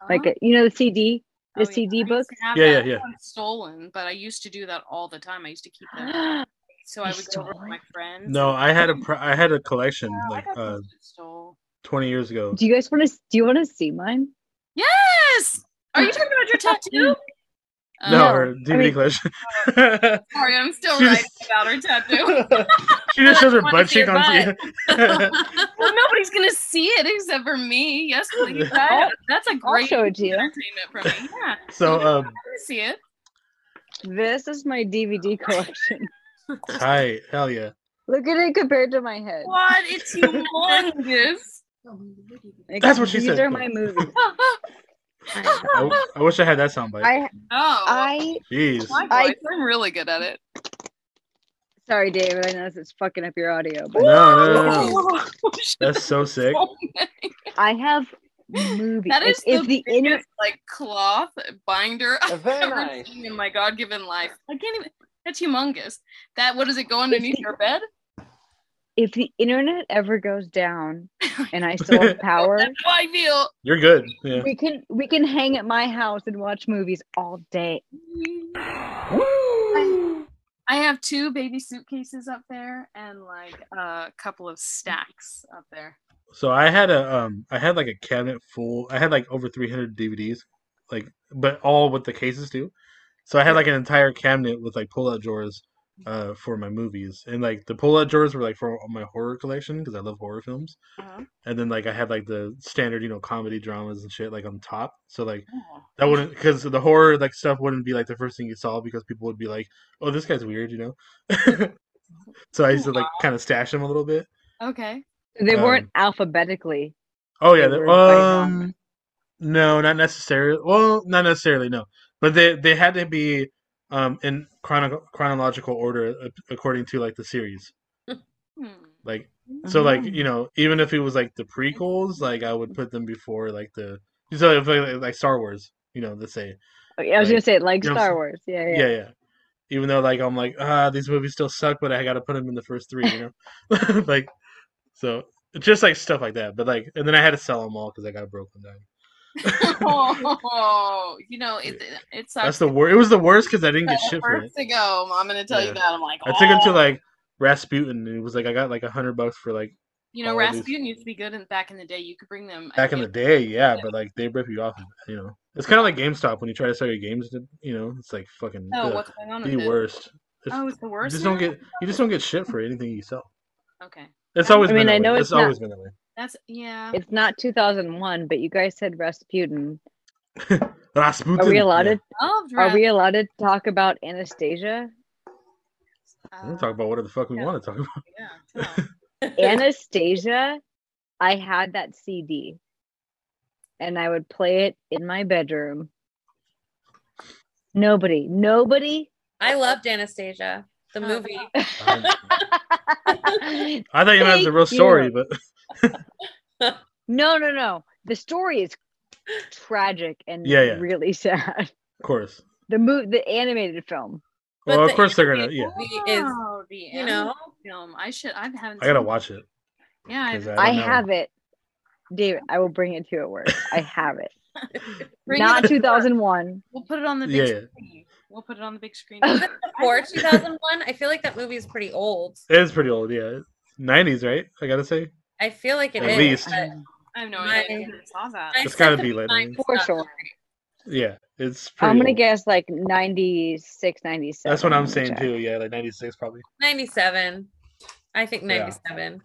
Speaker 5: like
Speaker 2: Oh.
Speaker 5: a, you know, the CD, [gasps]
Speaker 2: Oh,
Speaker 5: the
Speaker 2: yeah.
Speaker 5: CD
Speaker 2: I
Speaker 5: book.
Speaker 2: used to have
Speaker 1: Yeah,
Speaker 2: that.
Speaker 1: yeah, yeah.
Speaker 2: Mine was Stolen, but I used to do that all the time. I used to keep
Speaker 5: [gasps]
Speaker 2: that.
Speaker 5: I
Speaker 2: So I
Speaker 5: You
Speaker 2: would go
Speaker 5: stole
Speaker 2: over with
Speaker 5: it?
Speaker 2: my friends.
Speaker 1: No, I had a pr- I had a collection
Speaker 2: Yeah, I
Speaker 1: like
Speaker 2: got
Speaker 1: uh,
Speaker 2: those that stole.
Speaker 1: 20 years ago.
Speaker 5: Do you guys want to? Do you want to see mine?
Speaker 2: Yes. Are you talking about your
Speaker 5: [laughs]
Speaker 2: tattoo? Um,
Speaker 1: No,
Speaker 5: no,
Speaker 1: her
Speaker 5: I
Speaker 1: DVD
Speaker 5: mean- [laughs]
Speaker 1: collection.
Speaker 2: Sorry, I'm still
Speaker 1: She
Speaker 2: writing
Speaker 1: just-
Speaker 2: about her tattoo.
Speaker 1: [laughs] she just shows her
Speaker 2: wanna
Speaker 1: butt
Speaker 2: see
Speaker 1: cheek
Speaker 2: your
Speaker 1: on
Speaker 3: [laughs]
Speaker 1: TV.
Speaker 2: well, nobody's gonna see it except for me. Yes, please.
Speaker 5: I'll-
Speaker 2: That, that's a great
Speaker 5: show it to you.
Speaker 2: entertainment for me. Yeah,
Speaker 1: [laughs] so, um,
Speaker 2: I wanna see it.
Speaker 5: This is my [laughs] DVD collection.
Speaker 1: hi, hell yeah.
Speaker 5: Look at it compared to my head.
Speaker 2: What? It's humongous.
Speaker 5: Like,
Speaker 1: That's what she
Speaker 5: these
Speaker 1: said.
Speaker 5: are my
Speaker 1: [laughs]
Speaker 5: movies.
Speaker 2: [laughs]
Speaker 3: I-
Speaker 1: I, w- I wish I had that soundbite.
Speaker 5: I
Speaker 2: Oh,
Speaker 5: I
Speaker 1: Jeez.
Speaker 2: my
Speaker 5: I-
Speaker 2: voice. I'm really good at it.
Speaker 5: sorry, David. I know it's fucking up your audio,
Speaker 1: No,
Speaker 5: but
Speaker 1: no, no, no.
Speaker 2: [laughs] Shit,
Speaker 1: That's so sick.
Speaker 5: [laughs] I have movies.
Speaker 2: That is
Speaker 5: it's
Speaker 2: the,
Speaker 5: the inner.
Speaker 2: biggest, like cloth binder I've
Speaker 7: Very
Speaker 2: ever
Speaker 7: nice.
Speaker 2: seen in my God-given life. I can't even. That's humongous. That what does it go underneath
Speaker 5: the-
Speaker 2: your bed?
Speaker 5: If the internet ever
Speaker 2: [laughs]
Speaker 5: goes down and I still have power,
Speaker 2: That's how I feel.
Speaker 1: You're good. Yeah.
Speaker 5: we can we can hang at my house and watch movies all day.
Speaker 2: I have two baby suitcases up there and like a couple of stacks up there.
Speaker 1: So I had a um I had like a cabinet full. I had like over 300 DVDs, like but all with the cases too. So I had like an entire cabinet with like pull-out drawers uh for my movies. And like the pull-out drawers were like for all my horror collection because I love horror films.
Speaker 2: Uh-huh.
Speaker 1: And then like I had like the standard, you know, comedy dramas and shit like on top. So like
Speaker 2: Oh.
Speaker 1: that wouldn't because the horror like stuff wouldn't be like the first thing you saw because people would be like, "Oh, this guy's weird," you know. [laughs] so I used to like kind of stash them a little bit.
Speaker 2: Okay.
Speaker 5: They
Speaker 1: Um,
Speaker 5: weren't alphabetically.
Speaker 1: Oh yeah,
Speaker 5: They
Speaker 1: the-
Speaker 5: were by
Speaker 1: um, no, not necessarily. Well, not necessarily. No, but they they had to be um in chrono- chronological order uh, according to like the series.
Speaker 2: Hmm.
Speaker 1: Like so, like
Speaker 5: Mm-hmm.
Speaker 1: you know, even if it was like the prequels, like I would put them before like the so if, like, like Star Wars. You know, let's say
Speaker 5: Okay, I was gonna
Speaker 1: like,
Speaker 5: say like
Speaker 1: you know,
Speaker 5: Star Wars. Yeah, yeah.
Speaker 1: yeah, yeah. Even though like I'm like ah, these movies still suck, but I got to put them in the first three. You know, [laughs] like so just like stuff like that. But like, and then I had to sell them all because I got broke one time.
Speaker 2: oh, you know it. It
Speaker 1: That's
Speaker 2: sucks.
Speaker 1: the worst. It was the worst because I didn't get shit for it.
Speaker 2: First to go, I'm gonna tell
Speaker 1: Yeah.
Speaker 2: you that. I'm like,
Speaker 1: I took him
Speaker 2: "Oh."
Speaker 1: to like Rasputin, and it was like I got like a hundred bucks for like
Speaker 2: You know,
Speaker 1: all these-
Speaker 2: Rasputin used to be good in, back in the day. You could bring them
Speaker 1: back in the day, yeah. But like they rip you off, you know. It's kind of like GameStop when you try to sell your games, you know. It's like fucking
Speaker 2: Oh,
Speaker 1: ugh,
Speaker 2: what's going on?
Speaker 1: the
Speaker 2: with it?
Speaker 1: worst. It's-
Speaker 2: Oh, it's the
Speaker 1: you
Speaker 2: worst.
Speaker 1: just
Speaker 2: now?
Speaker 1: don't get you just don't get shit for anything you sell.
Speaker 2: Okay,
Speaker 1: It's always
Speaker 5: I
Speaker 1: been
Speaker 5: mean, I
Speaker 1: that
Speaker 5: know
Speaker 1: way.
Speaker 5: it's
Speaker 1: It's,
Speaker 5: not-
Speaker 1: always been that way.
Speaker 2: that's yeah.
Speaker 5: It's not 2001, but you guys said Rasputin.
Speaker 1: Rasputin.
Speaker 5: Are we allowed
Speaker 1: yeah.
Speaker 5: to?
Speaker 2: Loved
Speaker 5: Are we
Speaker 2: Rasputin.
Speaker 5: allowed to talk about Anastasia?
Speaker 1: We can talk about whatever the fuck we
Speaker 2: Yeah.
Speaker 1: want to talk about.
Speaker 2: uh, Yeah, tell.
Speaker 1: [laughs]
Speaker 5: Anastasia, I had that CD and I would play it in my bedroom. Nobody, nobody
Speaker 3: I loved Anastasia, the
Speaker 5: Uh,
Speaker 3: movie.
Speaker 5: [laughs]
Speaker 1: I thought you meant the real
Speaker 5: Thank
Speaker 1: story,
Speaker 5: you.
Speaker 1: but
Speaker 5: No, no, no. The story is tragic and
Speaker 1: Yeah, yeah.
Speaker 5: really sad.
Speaker 1: of course.
Speaker 5: The mo- the animated film.
Speaker 3: But
Speaker 1: well, of
Speaker 3: the
Speaker 1: course they're gonna. Yeah,
Speaker 3: animated movie is
Speaker 2: Oh, the
Speaker 3: you know-
Speaker 2: animal film. I should. I haven't.
Speaker 1: I gotta
Speaker 2: seen-
Speaker 1: watch it.
Speaker 2: Yeah, I've-
Speaker 1: 'cause
Speaker 5: I,
Speaker 1: don't know.
Speaker 5: have it. David, I will bring it to you at work. I have it.
Speaker 3: [laughs] Bring it
Speaker 5: Not
Speaker 3: to work.
Speaker 5: 2001.
Speaker 2: we'll put it on the big
Speaker 1: Yeah, yeah.
Speaker 2: screen. We'll put it on the big screen.
Speaker 3: before 2001. I feel like that movie is pretty old.
Speaker 1: It is pretty old. Yeah, nineties, right? I gotta say.
Speaker 3: I feel like it
Speaker 1: At
Speaker 3: is.
Speaker 1: least.
Speaker 3: but
Speaker 2: I have no
Speaker 3: My-
Speaker 2: idea. I saw that.
Speaker 3: I
Speaker 1: It's gotta
Speaker 3: said
Speaker 1: be
Speaker 3: the
Speaker 1: later.
Speaker 3: nineties,
Speaker 5: For
Speaker 3: not
Speaker 5: sure.
Speaker 1: Yeah, it's pretty.
Speaker 5: I'm going to
Speaker 1: old.
Speaker 5: guess like 96, 97.
Speaker 1: That's what I'm
Speaker 5: Let me
Speaker 1: saying
Speaker 5: check.
Speaker 1: too. Yeah, like ninety six probably
Speaker 3: 97. I think
Speaker 1: Yeah.
Speaker 3: 97.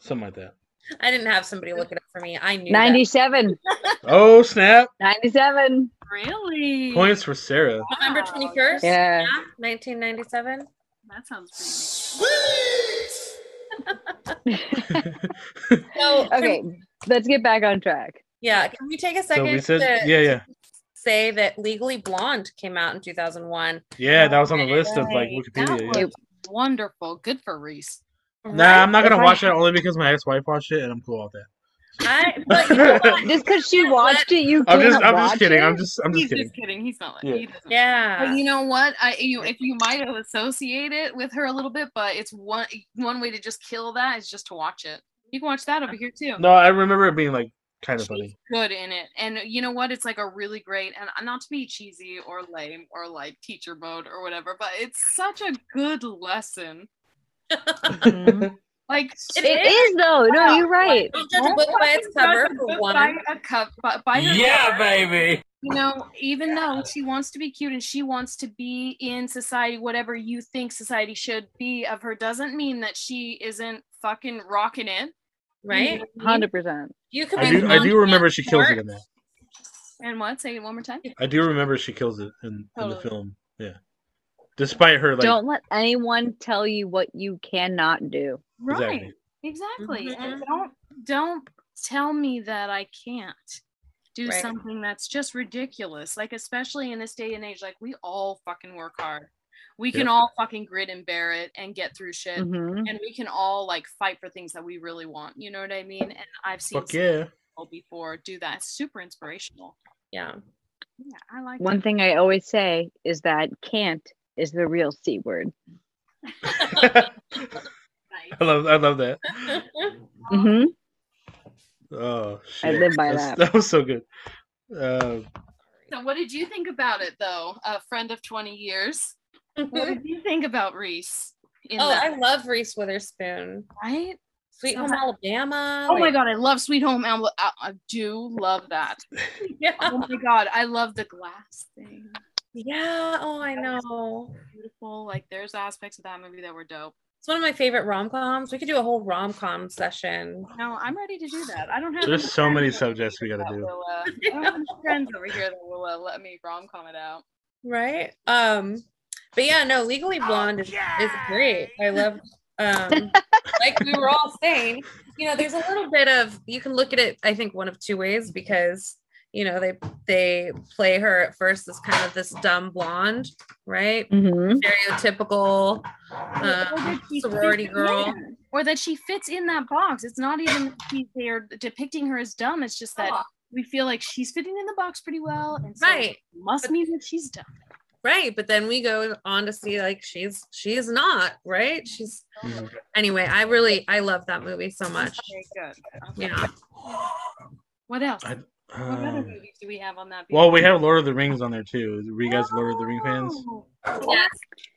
Speaker 1: something like that.
Speaker 3: I didn't have somebody look it up for me. I knew.
Speaker 5: 97.
Speaker 1: Oh snap!
Speaker 5: 97.
Speaker 2: Really?
Speaker 1: Points for Sarah.
Speaker 3: that. November
Speaker 2: Wow.
Speaker 3: 21st,
Speaker 5: Yeah.
Speaker 3: 1997.
Speaker 2: That sounds
Speaker 1: [laughs]
Speaker 3: So, can-
Speaker 5: Okay, let's get back on track.
Speaker 3: yeah. Can we take a
Speaker 1: So
Speaker 3: second
Speaker 1: we said,
Speaker 3: to
Speaker 1: yeah, yeah,
Speaker 3: say that Legally Blonde came out in 2001?
Speaker 1: yeah. That was on the list of like
Speaker 2: pretty. Great.
Speaker 1: Wikipedia.
Speaker 2: That
Speaker 1: Yeah.
Speaker 2: was wonderful. Good for Reese.
Speaker 1: Nah, I'm not
Speaker 5: If
Speaker 1: gonna
Speaker 5: I
Speaker 1: watch it only because my ex-wife watched it, and I'm cool with that.
Speaker 3: I, but you know
Speaker 1: [laughs]
Speaker 3: what?
Speaker 5: Just because [laughs] she watched it, you
Speaker 1: I'm
Speaker 5: can't
Speaker 1: just, I'm
Speaker 5: watch
Speaker 1: just kidding.
Speaker 5: it?
Speaker 1: I'm just, I'm
Speaker 2: He's
Speaker 1: just kidding.
Speaker 2: just kidding. He's not. Like,
Speaker 1: Yeah.
Speaker 2: he doesn't-
Speaker 3: Yeah.
Speaker 2: But you know what? I you if you might have associated it with her a little bit, but it's one one way to just kill that is just to watch it. You can watch that over here too.
Speaker 1: No, I remember it being like kind of funny.
Speaker 2: Good in it, and you know what? It's like a really great and uh, not to be cheesy or lame or like teacher mode or whatever, but it's such a good lesson.
Speaker 5: Mhm.
Speaker 2: [laughs] Like
Speaker 3: It
Speaker 5: It is, though. No, you're right.
Speaker 3: Don't judge a book by its cover, for
Speaker 2: By
Speaker 3: one.
Speaker 2: a cup, by, by her
Speaker 6: Yeah, baby.
Speaker 2: you know, even though she wants to be cute and she wants to be in society, whatever you think society should be of her, doesn't mean that she isn't fucking rocking it.
Speaker 3: Right?
Speaker 5: 100%.
Speaker 3: You could
Speaker 1: I
Speaker 3: be
Speaker 1: do, I
Speaker 3: blonde
Speaker 1: do remember she
Speaker 3: and
Speaker 1: kills it
Speaker 3: short.
Speaker 1: in that.
Speaker 2: And what? Say it one more time.
Speaker 1: I do remember she kills it in, in the
Speaker 2: Totally.
Speaker 1: film. Yeah, despite her like
Speaker 5: Don't let anyone tell you what you cannot do.
Speaker 2: Right. Exactly.
Speaker 3: Mm-hmm.
Speaker 2: And don't don't tell me that I can't do
Speaker 3: Right.
Speaker 2: something that's just ridiculous. Like especially in this day and age, like we all fucking work hard. We can
Speaker 1: Yep. Mm-hmm.
Speaker 2: all fucking grit and bear it and get through shit.
Speaker 5: Mhm.
Speaker 2: and we can all like fight for things that we really want. You know what I mean? And I've seen
Speaker 1: fuck yeah. [laughs]
Speaker 2: [laughs] people before do that. It's super inspirational.
Speaker 3: [laughs] Yeah.
Speaker 5: [laughs]
Speaker 2: Yeah, I like
Speaker 5: One thing I always say is that can't is the real C word.
Speaker 1: I
Speaker 2: that.
Speaker 1: love, I love that.
Speaker 5: hmm
Speaker 1: Oh
Speaker 5: I
Speaker 1: shit!
Speaker 5: live by
Speaker 1: That's-
Speaker 5: that.
Speaker 1: was so good. Uh,
Speaker 2: So, what did you think about it, though? A friend of twenty years. What
Speaker 1: [laughs]
Speaker 2: did you think about Reese? In
Speaker 3: Oh,
Speaker 2: that,
Speaker 3: I love Reese Witherspoon.
Speaker 2: right?
Speaker 3: Sweet Home Alabama.
Speaker 2: Oh my
Speaker 3: like-
Speaker 2: god, I love Sweet Home Alabama. I, I do love that.
Speaker 3: [laughs] Yeah.
Speaker 2: Oh my god, I love the glass thing.
Speaker 3: Yeah. Oh, I know.
Speaker 2: Beautiful. Like, there's aspects of that movie that were dope.
Speaker 3: It's one of my favorite rom coms. We could do a whole rom com session.
Speaker 2: No, I'm ready to do that. I don't have.
Speaker 1: there's
Speaker 2: any
Speaker 1: so many
Speaker 2: friends over
Speaker 1: subjects we gotta
Speaker 2: that
Speaker 1: do.
Speaker 2: will, uh, I don't have any friends over here that will uh, let me rom com it out.
Speaker 3: Right. Um, but yeah, no, Legally Blonde is, is great. I love um like we were all saying, you know, there's a little bit of you can look at it, I think, one of two ways because you know they they play her at first as kind of this dumb blonde, right?
Speaker 5: hmm
Speaker 2: Or
Speaker 3: Stereotypical uh,
Speaker 2: that she
Speaker 3: sorority
Speaker 2: fits
Speaker 3: girl.
Speaker 2: in, or that she fits in that box. It's not even that she, they're depicting her as dumb. It's just that we feel like she's fitting in the box pretty well, and so
Speaker 3: Right.
Speaker 2: it must mean that she's dumb.
Speaker 3: Right. But then we go on to see like she's she's not, right? She's
Speaker 1: Mhm.
Speaker 3: anyway, I really I love that movie so much.
Speaker 2: Okay, good. Okay.
Speaker 1: [laughs]
Speaker 3: Yeah.
Speaker 2: What else?
Speaker 1: I-
Speaker 2: what other
Speaker 1: Um,
Speaker 2: movies do we have on that?
Speaker 1: well, we have Lord of the Rings on there too. Were you guys Lord of the Ring fans?
Speaker 2: Oh.
Speaker 3: Yes.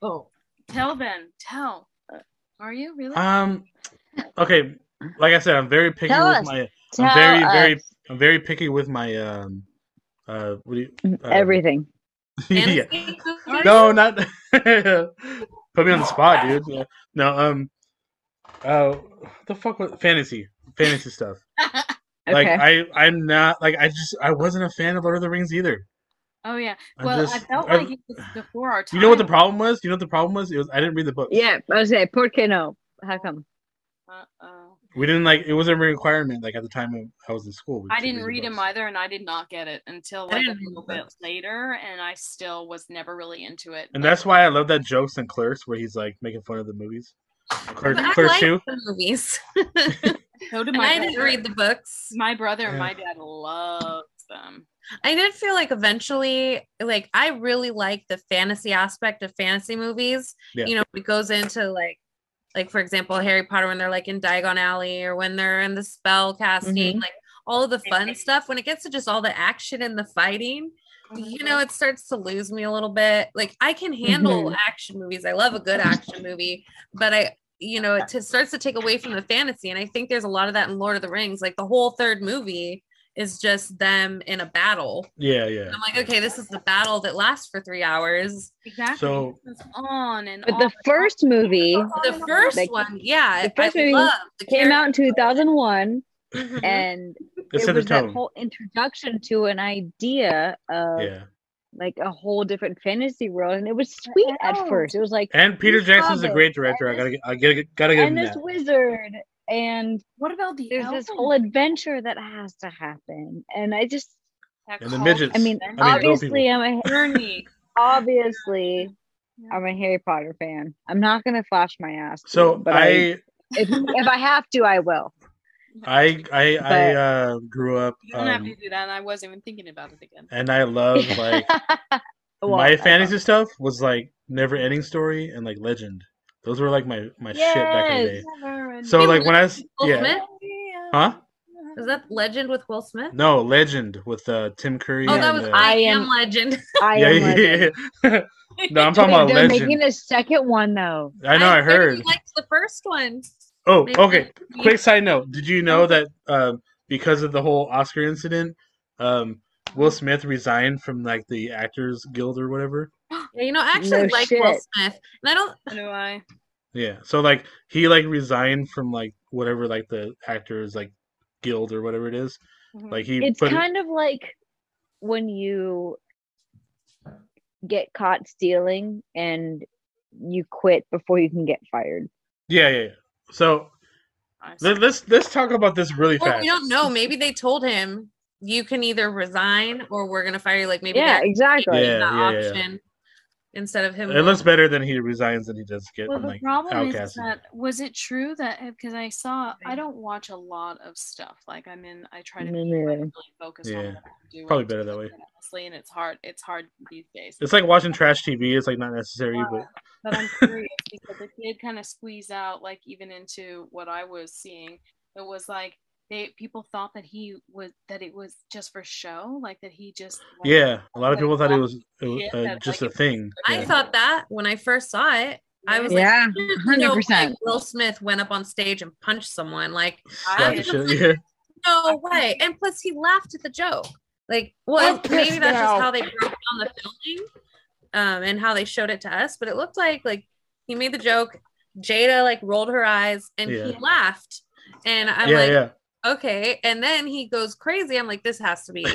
Speaker 5: Oh.
Speaker 2: Tell then. Tell. Are you really?
Speaker 1: Um, okay. Like I said, I'm very picky
Speaker 5: Tell
Speaker 1: with
Speaker 5: us.
Speaker 1: my,
Speaker 5: Tell
Speaker 1: very, very-
Speaker 5: us
Speaker 1: I'm very picky with my, um, uh, what do you? uh,
Speaker 5: Mm, everything.
Speaker 1: [laughs] yeah.
Speaker 3: Fantasy
Speaker 2: Are you-
Speaker 1: No, not. [laughs] Put me on the spot, dude. Yeah. No, um, uh, the fuck was fantasy, fantasy stuff. Like
Speaker 5: okay.
Speaker 1: I, I'm not like I just I wasn't a fan of Lord of the Rings either.
Speaker 2: Oh yeah.
Speaker 1: I'm
Speaker 2: well, I
Speaker 1: just-
Speaker 2: felt
Speaker 1: I-
Speaker 2: like it was before our time.
Speaker 1: You know what the problem was? You know what the problem was? It was I didn't read the book.
Speaker 5: yeah, I was say, por qué no? How come?
Speaker 2: Uh-oh.
Speaker 1: We didn't like it wasn't a requirement like at the time of- I was in school. we
Speaker 2: I
Speaker 1: took
Speaker 2: didn't
Speaker 1: these
Speaker 2: read
Speaker 1: books.
Speaker 2: him either, and I did not get it until
Speaker 3: I
Speaker 2: like a
Speaker 3: didn't read
Speaker 2: little
Speaker 3: them.
Speaker 2: bit later, and I still was never really into it.
Speaker 1: And
Speaker 2: Like,
Speaker 1: that's why I love that jokes and Clerks where he's like making fun of the movies. Clerks,
Speaker 3: But I
Speaker 1: Clerks
Speaker 3: like
Speaker 1: two.
Speaker 3: the movies. and
Speaker 2: so did my
Speaker 3: I
Speaker 2: brother.
Speaker 3: didn't read the books.
Speaker 2: my brother and
Speaker 1: Yeah.
Speaker 2: my dad loved them.
Speaker 3: I did feel like eventually, like I really like the fantasy aspect of fantasy movies.
Speaker 1: Yeah.
Speaker 3: You know, it goes into like, like for example, Harry Potter when they're like in Diagon Alley or when they're in the spell casting,
Speaker 5: Mhm.
Speaker 3: like all of the fun stuff. When it gets to just all the action and the fighting,
Speaker 5: Oh,
Speaker 3: you know, it starts to lose me a little bit. Like I can handle
Speaker 5: Mm-hmm.
Speaker 3: action movies. I love a good action movie, but I, you know, it t- starts to take away from the fantasy. And I think there's a lot of that in Lord of the Rings. Like the whole third movie is just them in a battle.
Speaker 1: Yeah, yeah.
Speaker 3: I'm like, okay, this is the battle that lasts for three hours.
Speaker 2: exactly.
Speaker 1: So-
Speaker 2: It's on and
Speaker 5: But
Speaker 2: on.
Speaker 5: the first movie
Speaker 3: The first
Speaker 5: Oh, Like,
Speaker 3: one, yeah,
Speaker 5: the first
Speaker 3: I
Speaker 5: movie
Speaker 3: love the
Speaker 5: came out in 2001 Mm-hmm.
Speaker 3: character-
Speaker 5: and
Speaker 1: It
Speaker 5: it
Speaker 1: set the
Speaker 5: was that
Speaker 1: tone.
Speaker 5: whole uh, introduction to an idea of
Speaker 1: yeah.
Speaker 5: like a whole different fantasy world and it was sweet at first it was like
Speaker 1: And Peter
Speaker 5: He's
Speaker 1: Jackson's a
Speaker 5: Hobbit,
Speaker 1: great director. I
Speaker 5: and
Speaker 1: gotta I gotta gotta give him
Speaker 5: and this
Speaker 1: that.
Speaker 5: wizard and
Speaker 2: what about the
Speaker 5: there's this
Speaker 2: elf?
Speaker 5: whole adventure that has to happen and i just
Speaker 2: That
Speaker 1: And the
Speaker 2: called
Speaker 1: midgets.
Speaker 5: i mean
Speaker 1: I mean, little
Speaker 5: obviously i'm a
Speaker 2: journey.
Speaker 5: obviously
Speaker 2: Yeah.
Speaker 5: i'm a harry potter fan i'm not gonna flash my ass to
Speaker 1: So
Speaker 5: you, but
Speaker 1: I
Speaker 5: if, if i have to i will
Speaker 1: I I I
Speaker 5: But-
Speaker 1: uh, grew up
Speaker 2: You don't have
Speaker 1: um,
Speaker 2: to do that. And I wasn't even thinking about it again.
Speaker 1: and I
Speaker 5: [laughs]
Speaker 1: love like
Speaker 5: Well,
Speaker 1: my
Speaker 5: I-
Speaker 1: fantasy stuff was like Never Ending Story and like Legend. Those were like my my shit back in the day.
Speaker 5: Yes.
Speaker 1: So um,
Speaker 3: Wait,
Speaker 1: like when I was
Speaker 3: Will
Speaker 1: yeah
Speaker 3: Smith?
Speaker 1: huh
Speaker 3: Is that Legend with Will Smith?
Speaker 1: no Legend with uh, Tim Curry.
Speaker 3: Oh, that
Speaker 1: and,
Speaker 3: was
Speaker 1: uh,
Speaker 3: I,
Speaker 5: I
Speaker 3: am,
Speaker 5: am-
Speaker 3: Legend.
Speaker 1: [laughs]
Speaker 5: I
Speaker 1: yeah,
Speaker 5: am Legend.
Speaker 1: yeah, yeah. no, I'm talking
Speaker 5: Wait,
Speaker 1: about
Speaker 5: [laughs] they're
Speaker 1: Legend.
Speaker 5: making a second one though.
Speaker 1: I know I heard.
Speaker 3: really liked the first one.
Speaker 1: Oh,
Speaker 3: Maybe-
Speaker 1: okay. Quick side note: Did you know that um, because of the whole Oscar incident, um, Will Smith resigned from like the Actors Guild or whatever?
Speaker 3: Yeah, you know, I actually
Speaker 5: No
Speaker 3: like Will
Speaker 5: shit.
Speaker 3: Smith, and I don't.
Speaker 2: Do I?
Speaker 1: Yeah. So like he like resigned from like whatever like the Actors like Guild or whatever it is.
Speaker 2: Mhm.
Speaker 1: Like he
Speaker 5: It's
Speaker 1: put
Speaker 5: kind of like when you get caught stealing and you quit before you can get fired.
Speaker 1: yeah, yeah yeah. So
Speaker 2: I see.
Speaker 1: let, let's let's talk about this really
Speaker 3: Or
Speaker 1: fast.
Speaker 3: we don't know. Maybe they told him you can either resign or we're gonna fire you. Like maybe
Speaker 5: yeah, e-,
Speaker 3: they're
Speaker 5: exactly.
Speaker 1: Yeah.
Speaker 3: giving that option instead of him.
Speaker 1: It looks better than he resigns than he does get
Speaker 2: Well,
Speaker 1: from
Speaker 2: the
Speaker 1: like
Speaker 2: problem is
Speaker 1: outcasted.
Speaker 2: that was it true that because I saw I don't watch a lot of stuff. Like I'm in, I try to be,
Speaker 5: Me
Speaker 2: like,
Speaker 5: neither.
Speaker 2: really focus on
Speaker 1: Yeah.
Speaker 2: what I do.
Speaker 1: Probably
Speaker 2: and
Speaker 1: better
Speaker 2: stuff
Speaker 1: that way.
Speaker 2: like honestly, and it's hard. It's hard these days.
Speaker 1: It's like watching trash TV. It's like not necessary, but
Speaker 2: but
Speaker 1: [laughs]
Speaker 2: I'm curious because it did kind of squeeze out, like even into what I was seeing. It was like they people thought that he was that it was just for show, like that he just like,
Speaker 1: yeah, a lot of people thought it was, it was
Speaker 2: Yeah,
Speaker 1: uh,
Speaker 2: like
Speaker 1: just a
Speaker 2: it-
Speaker 1: thing.
Speaker 3: I
Speaker 1: Yeah.
Speaker 3: thought that when I first saw it, I was
Speaker 5: Yeah,
Speaker 3: like, "You
Speaker 5: hundred
Speaker 3: know,
Speaker 5: percent.
Speaker 3: like, Will Smith went up on stage and punched someone. Like,
Speaker 1: Slap the
Speaker 2: I- [laughs]
Speaker 1: shit. Yeah.
Speaker 3: no way. And plus, he laughed at the joke. Like,
Speaker 4: I'm
Speaker 3: well, maybe
Speaker 4: pissed
Speaker 3: that's
Speaker 4: now.
Speaker 3: just how they broke down the filming um, and how they showed it to us. But it looked like like he made the joke. Jada like rolled her eyes and he
Speaker 1: Yeah.
Speaker 3: laughed. And I'm
Speaker 1: yeah,
Speaker 3: like,
Speaker 1: yeah.
Speaker 3: okay. And then he goes crazy. I'm like, this has to be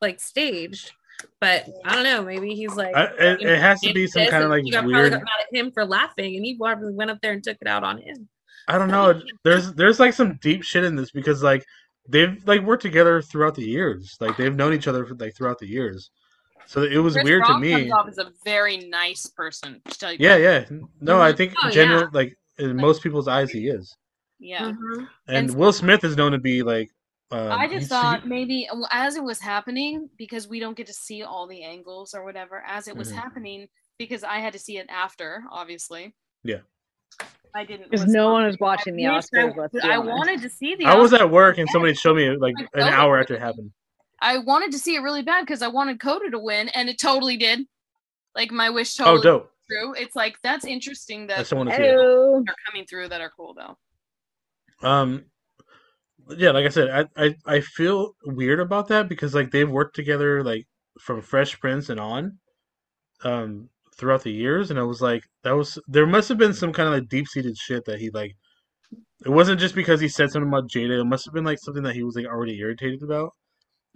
Speaker 3: like staged. But I don't know. Maybe he's like,
Speaker 1: I, it, it has to be some
Speaker 3: this,
Speaker 1: kind of
Speaker 3: and
Speaker 1: like
Speaker 3: you got probably
Speaker 1: weird.
Speaker 3: got mad at him for laughing, and he probably went up there and took it out on him.
Speaker 1: I don't know. There's there's like some deep shit in this because like they've like worked together throughout the years. Like they've known each other for, like throughout the years. So it was
Speaker 2: Chris
Speaker 1: weird to
Speaker 2: Rock
Speaker 1: me.
Speaker 2: Comes off as a very nice person. to tell you
Speaker 1: Yeah, yeah. No,
Speaker 2: Mm-hmm.
Speaker 1: I think
Speaker 3: Oh,
Speaker 1: general like in most people's eyes he is.
Speaker 2: yeah.
Speaker 5: Mm-hmm.
Speaker 3: Mhm.
Speaker 1: And,
Speaker 2: And-
Speaker 1: Will Smith is known to be like. Um,
Speaker 2: I just
Speaker 1: he's-
Speaker 2: thought maybe well, as it was happening, because we don't get to see all the angles or whatever, as it was
Speaker 1: Mhm.
Speaker 2: happening, because I had to see it after, obviously.
Speaker 1: Yeah.
Speaker 2: I didn't.
Speaker 5: Because
Speaker 2: was
Speaker 5: no
Speaker 2: not-
Speaker 5: one was watching the
Speaker 2: I wish I-
Speaker 5: Oscars. let's be
Speaker 2: I,
Speaker 5: honest.
Speaker 2: wanted to see the
Speaker 1: I was
Speaker 2: Oscars.
Speaker 1: at work and somebody showed me like an
Speaker 2: Oh.
Speaker 1: hour after it happened.
Speaker 2: I wanted to see it really bad because I wanted Coda to win, and it totally did. Like my wish
Speaker 1: Oh,
Speaker 2: totally
Speaker 1: dope!
Speaker 2: came true. It's like that's interesting
Speaker 1: I
Speaker 2: that
Speaker 1: still want to see it.
Speaker 5: Hello.
Speaker 2: are coming through that are cool though.
Speaker 1: Um, yeah, like I said, I, I I feel weird about that because like they've worked together like from Fresh Prince and on, um, throughout the years, and I was like, that was there must have been some kind of like deep seated shit that he like. It wasn't just because he said something about Jada. It must have been like something that he was like already irritated about.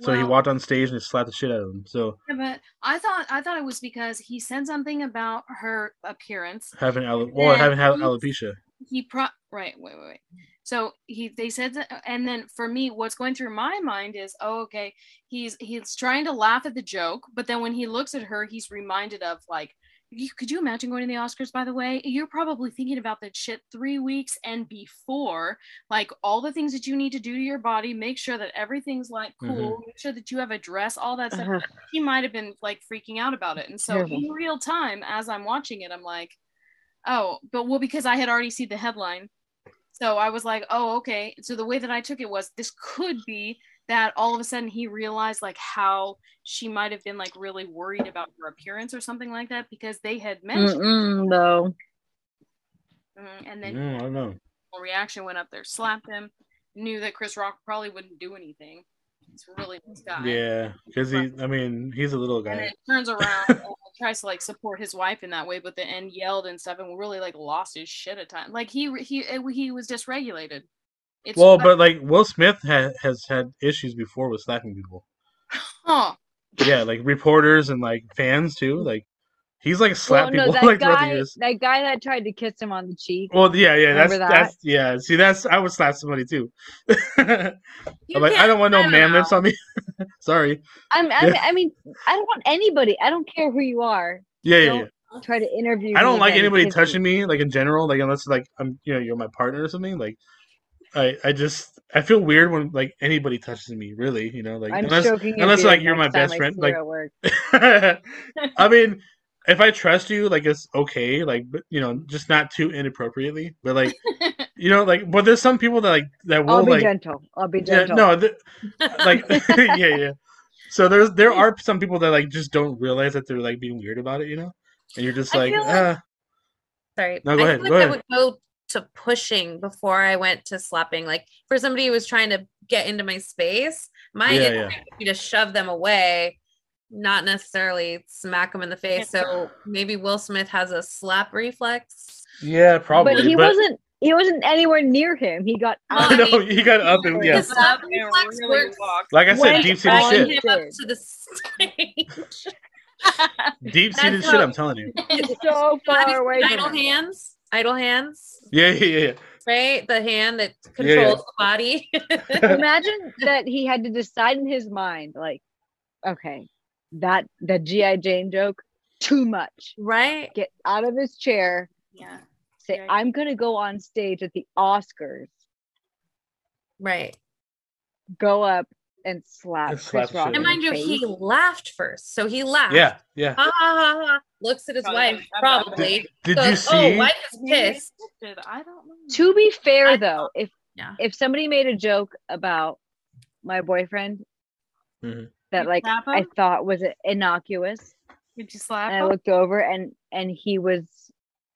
Speaker 1: So he
Speaker 2: Well-
Speaker 1: walked on stage and slapped the shit out of him. So
Speaker 2: Yeah, but I thought I thought it was because he said something about her appearance,
Speaker 1: having ale- well,
Speaker 2: Yeah,
Speaker 1: having had
Speaker 2: he's-
Speaker 1: alopecia.
Speaker 2: he pro right wait wait wait So he they said that, and then for me, what's going through my mind is, oh, okay, he's he's trying to laugh at the joke, but then when he looks at her, he's reminded of like, you, could you imagine going to the Oscars? By the way, you're probably thinking about that shit three weeks and before, like all the things that you need to do to your body, make sure that everything's like cool, make sure that you have a dress, all that stuff.
Speaker 5: Ugh.
Speaker 2: He might have been like freaking out about it, and so
Speaker 5: Terrible.
Speaker 2: in real time, as I'm watching it, I'm like, oh, but well, because I had already seen the headline. So I was like, oh, okay. So the way that I took it was this could be that all of a sudden he realized like how she might have been like really worried about her appearance or something like that because they had mentioned
Speaker 5: Mm-mm, though.
Speaker 2: Mm, and then
Speaker 1: No, I don't know.
Speaker 2: the reaction went up there, slapped him, knew that Chris Rock probably wouldn't do anything. It's a really nice guy.
Speaker 1: Yeah, because he. I mean, he's a little
Speaker 2: And
Speaker 1: guy.
Speaker 2: then turns around and tries to like support his wife in that way, but the end yelled and stuff and really like lost his shit at times. Like he he he was dysregulated. It's
Speaker 1: Well, but like Will Smith ha- has had issues before with slapping people.
Speaker 2: Huh.
Speaker 1: Yeah, like reporters and like fans too. Like he's like
Speaker 5: Well,
Speaker 1: slapped
Speaker 5: no,
Speaker 1: people [laughs]
Speaker 5: that
Speaker 1: like throughout the
Speaker 5: guy,
Speaker 1: years.
Speaker 5: that guy that tried to kiss him on the cheek.
Speaker 1: Well, yeah, yeah, that's
Speaker 5: Remember that?
Speaker 1: that's yeah. See, that's I would slap somebody too. [laughs] I'm
Speaker 3: You
Speaker 1: like, I
Speaker 3: can't-
Speaker 1: don't want
Speaker 3: I
Speaker 1: no
Speaker 3: don't
Speaker 1: man
Speaker 3: know.
Speaker 1: lips on me. [laughs] Sorry.
Speaker 5: I'm, I, mean, I mean, I don't want anybody. I don't care who you are.
Speaker 1: Yeah, yeah,
Speaker 5: Don't
Speaker 1: yeah.
Speaker 5: Try to interview.
Speaker 1: I don't like anybody
Speaker 5: touching me.
Speaker 1: touching me, like in general, like unless like I'm, you know, you're my partner or something. Like, I, I just, I feel weird when like anybody touches me, really, you know, like
Speaker 5: I'm
Speaker 1: unless,
Speaker 5: stroking your
Speaker 1: unless,
Speaker 5: beard
Speaker 1: like, you're my
Speaker 5: next time
Speaker 1: best
Speaker 5: I
Speaker 1: friend,
Speaker 5: see
Speaker 1: like-
Speaker 5: her at work.
Speaker 1: [laughs] I mean, if I trust you, like it's okay, like but you know, just not too inappropriately. But
Speaker 3: [laughs]
Speaker 1: like, you know, like, but there's some people that like that will
Speaker 5: I'll Oh, be
Speaker 1: like,
Speaker 5: gentle. I'll be
Speaker 1: yeah,
Speaker 5: gentle.
Speaker 1: no, th-
Speaker 3: [laughs]
Speaker 5: [laughs]
Speaker 1: like, [laughs] yeah, yeah. So there's there are some people that like just don't realize that they're like being weird about it, you know, and you're just
Speaker 3: I
Speaker 1: like,
Speaker 3: feel like-
Speaker 1: ah,
Speaker 3: Sorry.
Speaker 1: No, go
Speaker 3: I
Speaker 1: ahead,
Speaker 3: feel like
Speaker 1: go
Speaker 3: I
Speaker 1: ahead.
Speaker 3: would go to pushing before I went to slapping. Like for somebody who was trying to get into my space, my
Speaker 1: Yeah, yeah.
Speaker 3: instinct would be to shove them away, not necessarily smack them in the face. So maybe Will Smith has a slap reflex.
Speaker 1: yeah, probably.
Speaker 5: but he wasn't. He wasn't anywhere near him. He
Speaker 3: [laughs]
Speaker 5: got
Speaker 3: Well,
Speaker 5: out.
Speaker 1: [laughs] I know he got up and yeah,
Speaker 3: Because-
Speaker 2: Just up and
Speaker 3: Reflex
Speaker 2: really
Speaker 3: works.
Speaker 2: walk.
Speaker 1: like I said,
Speaker 5: Went
Speaker 1: deep seated
Speaker 5: on
Speaker 1: shit,
Speaker 5: his-
Speaker 3: Him up
Speaker 5: Did.
Speaker 3: to the stage.
Speaker 1: deep seated
Speaker 3: That's
Speaker 1: shit.
Speaker 3: how-
Speaker 1: I'm telling
Speaker 3: [laughs]
Speaker 1: you.
Speaker 5: so far away from
Speaker 3: Idle
Speaker 5: him.
Speaker 3: hands. Idle hands.
Speaker 1: Yeah, yeah, yeah.
Speaker 3: Right? The hand that
Speaker 1: Yeah, yeah.
Speaker 3: controls the body. [laughs]
Speaker 5: Imagine that he had to decide in his mind, like, okay, that the GI Jane joke, too much.
Speaker 3: right?
Speaker 5: Get out of his chair.
Speaker 2: Yeah.
Speaker 5: Say,
Speaker 2: Yeah.
Speaker 5: I'm gonna go on stage at the Oscars.
Speaker 3: Right.
Speaker 5: Go up and slap
Speaker 1: And slap
Speaker 5: Chris
Speaker 1: the
Speaker 5: Rock.
Speaker 1: shit
Speaker 3: And
Speaker 5: in
Speaker 1: Yeah.
Speaker 5: the
Speaker 3: mind you,
Speaker 5: face.
Speaker 3: he laughed first. So he laughed.
Speaker 1: Yeah, yeah.
Speaker 3: ha ha ha ha, looks at his
Speaker 2: Probably
Speaker 3: wife,
Speaker 2: not.
Speaker 3: probably.
Speaker 1: Did
Speaker 3: goes,
Speaker 1: you
Speaker 3: Oh,
Speaker 1: see?
Speaker 3: wife is pissed.
Speaker 2: Did- I don't know.
Speaker 5: to be
Speaker 3: I
Speaker 5: fair
Speaker 3: don't-
Speaker 5: though if
Speaker 3: Yeah.
Speaker 5: if somebody made a joke about my boyfriend
Speaker 1: Mhm.
Speaker 5: that
Speaker 2: You
Speaker 5: like
Speaker 2: slap
Speaker 5: i
Speaker 2: him?
Speaker 5: thought was innocuous
Speaker 2: Did you slap
Speaker 5: and i
Speaker 2: him?
Speaker 5: looked over and and he was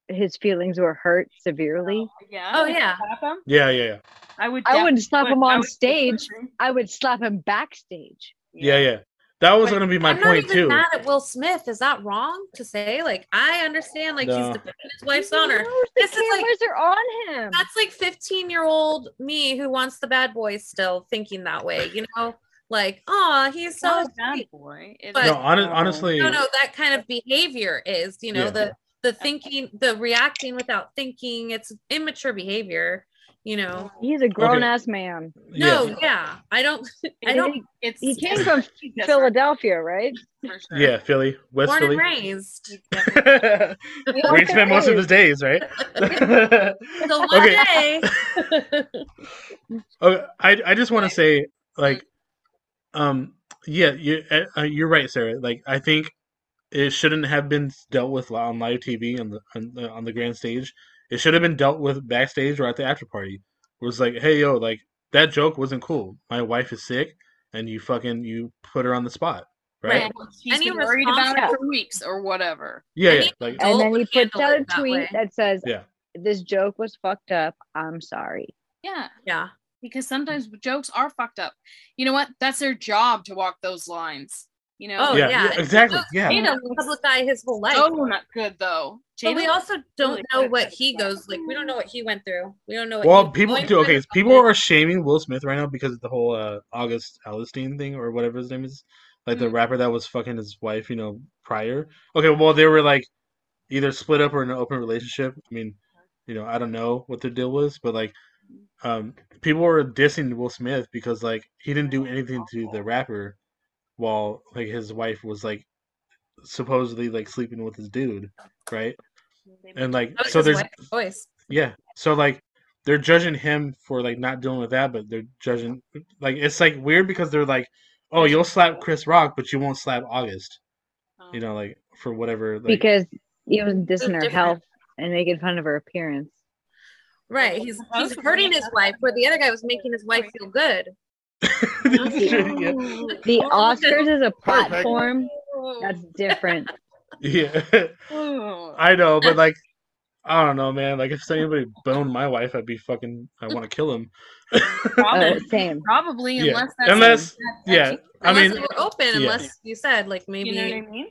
Speaker 5: his feelings were hurt severely
Speaker 2: Yeah.
Speaker 3: Oh,
Speaker 2: Did you
Speaker 3: yeah.
Speaker 2: Slap him?
Speaker 1: Yeah, yeah, yeah,
Speaker 2: I would.
Speaker 5: i wouldn't
Speaker 2: definitely-
Speaker 5: slap him
Speaker 2: I
Speaker 5: on
Speaker 2: would-
Speaker 5: stage i would slap him backstage
Speaker 1: yeah, yeah. That was
Speaker 2: But
Speaker 1: gonna be my
Speaker 3: I'm not
Speaker 1: point
Speaker 3: even
Speaker 1: too.
Speaker 3: mad at Will Smith. Is that wrong to say? Like, I understand, like,
Speaker 1: No.
Speaker 3: he's defending his wife's honor.
Speaker 5: Knows the
Speaker 3: This is like-
Speaker 5: cameras are on him
Speaker 3: That's like 15 year old me who wants the bad boys still thinking that way, you know? Like, oh, he's
Speaker 2: It's
Speaker 3: so.
Speaker 2: not a bad
Speaker 3: sweet."
Speaker 2: boy. It's-
Speaker 3: But-
Speaker 1: No, hon-
Speaker 5: No.
Speaker 1: honestly,
Speaker 3: No, no, that kind of behavior is, you know,
Speaker 1: Yeah.
Speaker 3: the the thinking, the reacting without thinking. It's immature behavior, you know.
Speaker 5: he's a grown-ass man
Speaker 1: yeah.
Speaker 3: No, yeah, I don't. I don't
Speaker 2: It's
Speaker 5: he came from
Speaker 2: That's right,
Speaker 5: philadelphia [laughs] right
Speaker 2: for sure.
Speaker 1: Yeah, Philly, West
Speaker 3: born
Speaker 1: Philly.
Speaker 3: and raised.
Speaker 2: He's definitely-
Speaker 1: [laughs] Where he spent most of his days, right?
Speaker 3: [laughs]
Speaker 1: [laughs]
Speaker 3: So one
Speaker 1: Okay.
Speaker 3: day,
Speaker 1: Okay, Oh, I I just want to say like, um, yeah, you uh, you're right, Sarah. Like, I think it shouldn't have been dealt with li- on live TV on the on the, on the grand stage. It should have been dealt with backstage or at the after party. It was like, hey, yo, like that joke wasn't cool. My wife is sick, and you fucking you put her on the spot, right?
Speaker 3: Right.
Speaker 2: He's
Speaker 3: Any
Speaker 2: been worried about it
Speaker 3: response-
Speaker 2: for weeks or whatever.
Speaker 1: Yeah,
Speaker 3: Any-
Speaker 1: yeah, like
Speaker 5: and then
Speaker 3: Adult
Speaker 5: he puts
Speaker 3: handle
Speaker 5: out
Speaker 3: it
Speaker 5: a
Speaker 3: that
Speaker 5: tweet
Speaker 3: way.
Speaker 5: that says
Speaker 1: Yeah.
Speaker 5: this joke was fucked up i'm sorry
Speaker 2: Yeah.
Speaker 3: yeah,
Speaker 2: Because sometimes
Speaker 1: Mm.
Speaker 2: jokes are fucked up. You know what? That's their job to walk those lines. You know.
Speaker 3: Oh,
Speaker 1: yeah,
Speaker 3: yeah.
Speaker 1: yeah, exactly, [laughs] yeah.
Speaker 2: Hey,
Speaker 3: Jada publicized his whole life.
Speaker 2: So not good though.
Speaker 3: but we
Speaker 2: Jada-
Speaker 3: also
Speaker 2: Oh, really
Speaker 3: don't know
Speaker 2: good.
Speaker 3: what he goes like. We don't know what he went through. We don't know. What
Speaker 1: Well,
Speaker 3: he's
Speaker 1: people
Speaker 3: going
Speaker 1: do.
Speaker 3: through.
Speaker 1: Okay, people are shaming Will Smith right now because of the whole uh, August Alistine thing or whatever his name is, like the
Speaker 2: Mhm.
Speaker 1: rapper that was fucking his wife, you know, prior. Okay, well they were like either split up or in an open relationship. I mean, you know, I don't know what their deal was, but like um, people were dissing Will Smith because like he didn't do anything to the rapper, while like his wife was like supposedly like sleeping with his dude, right? And like
Speaker 3: That was
Speaker 1: so
Speaker 3: his
Speaker 1: there's
Speaker 3: wife's voice.
Speaker 1: yeah. So like they're judging him for like not dealing with that, but they're judging like it's like weird because they're like, oh, you'll slap Chris Rock, but you won't slap August.
Speaker 2: Oh.
Speaker 1: You
Speaker 2: [laughs]
Speaker 1: know, [laughs] like for whatever. Like,
Speaker 5: because he was dissing her
Speaker 3: different.
Speaker 5: health and making fun of her appearance.
Speaker 3: Right. He's, he's hurting his wife, where the other guy was making his wife feel good.
Speaker 1: [laughs] yeah,
Speaker 5: The
Speaker 3: Oh,
Speaker 5: Oscars is a
Speaker 7: Perfect.
Speaker 5: platform
Speaker 2: Oh.
Speaker 5: that's
Speaker 3: [laughs]
Speaker 5: different.
Speaker 1: yeah. [laughs] I know, but like, I don't know, man. Like if anybody boned my wife, I'd be fucking. I want to kill him. [laughs]
Speaker 5: Uh,
Speaker 2: Probably,
Speaker 5: same.
Speaker 2: probably
Speaker 1: Yeah.
Speaker 2: unless that's
Speaker 1: Unless,
Speaker 2: that- that
Speaker 1: yeah.
Speaker 2: cheap,
Speaker 1: I
Speaker 3: unless
Speaker 1: mean,
Speaker 3: you were open,
Speaker 1: yeah.
Speaker 3: unless you said like maybe
Speaker 2: you know what I mean?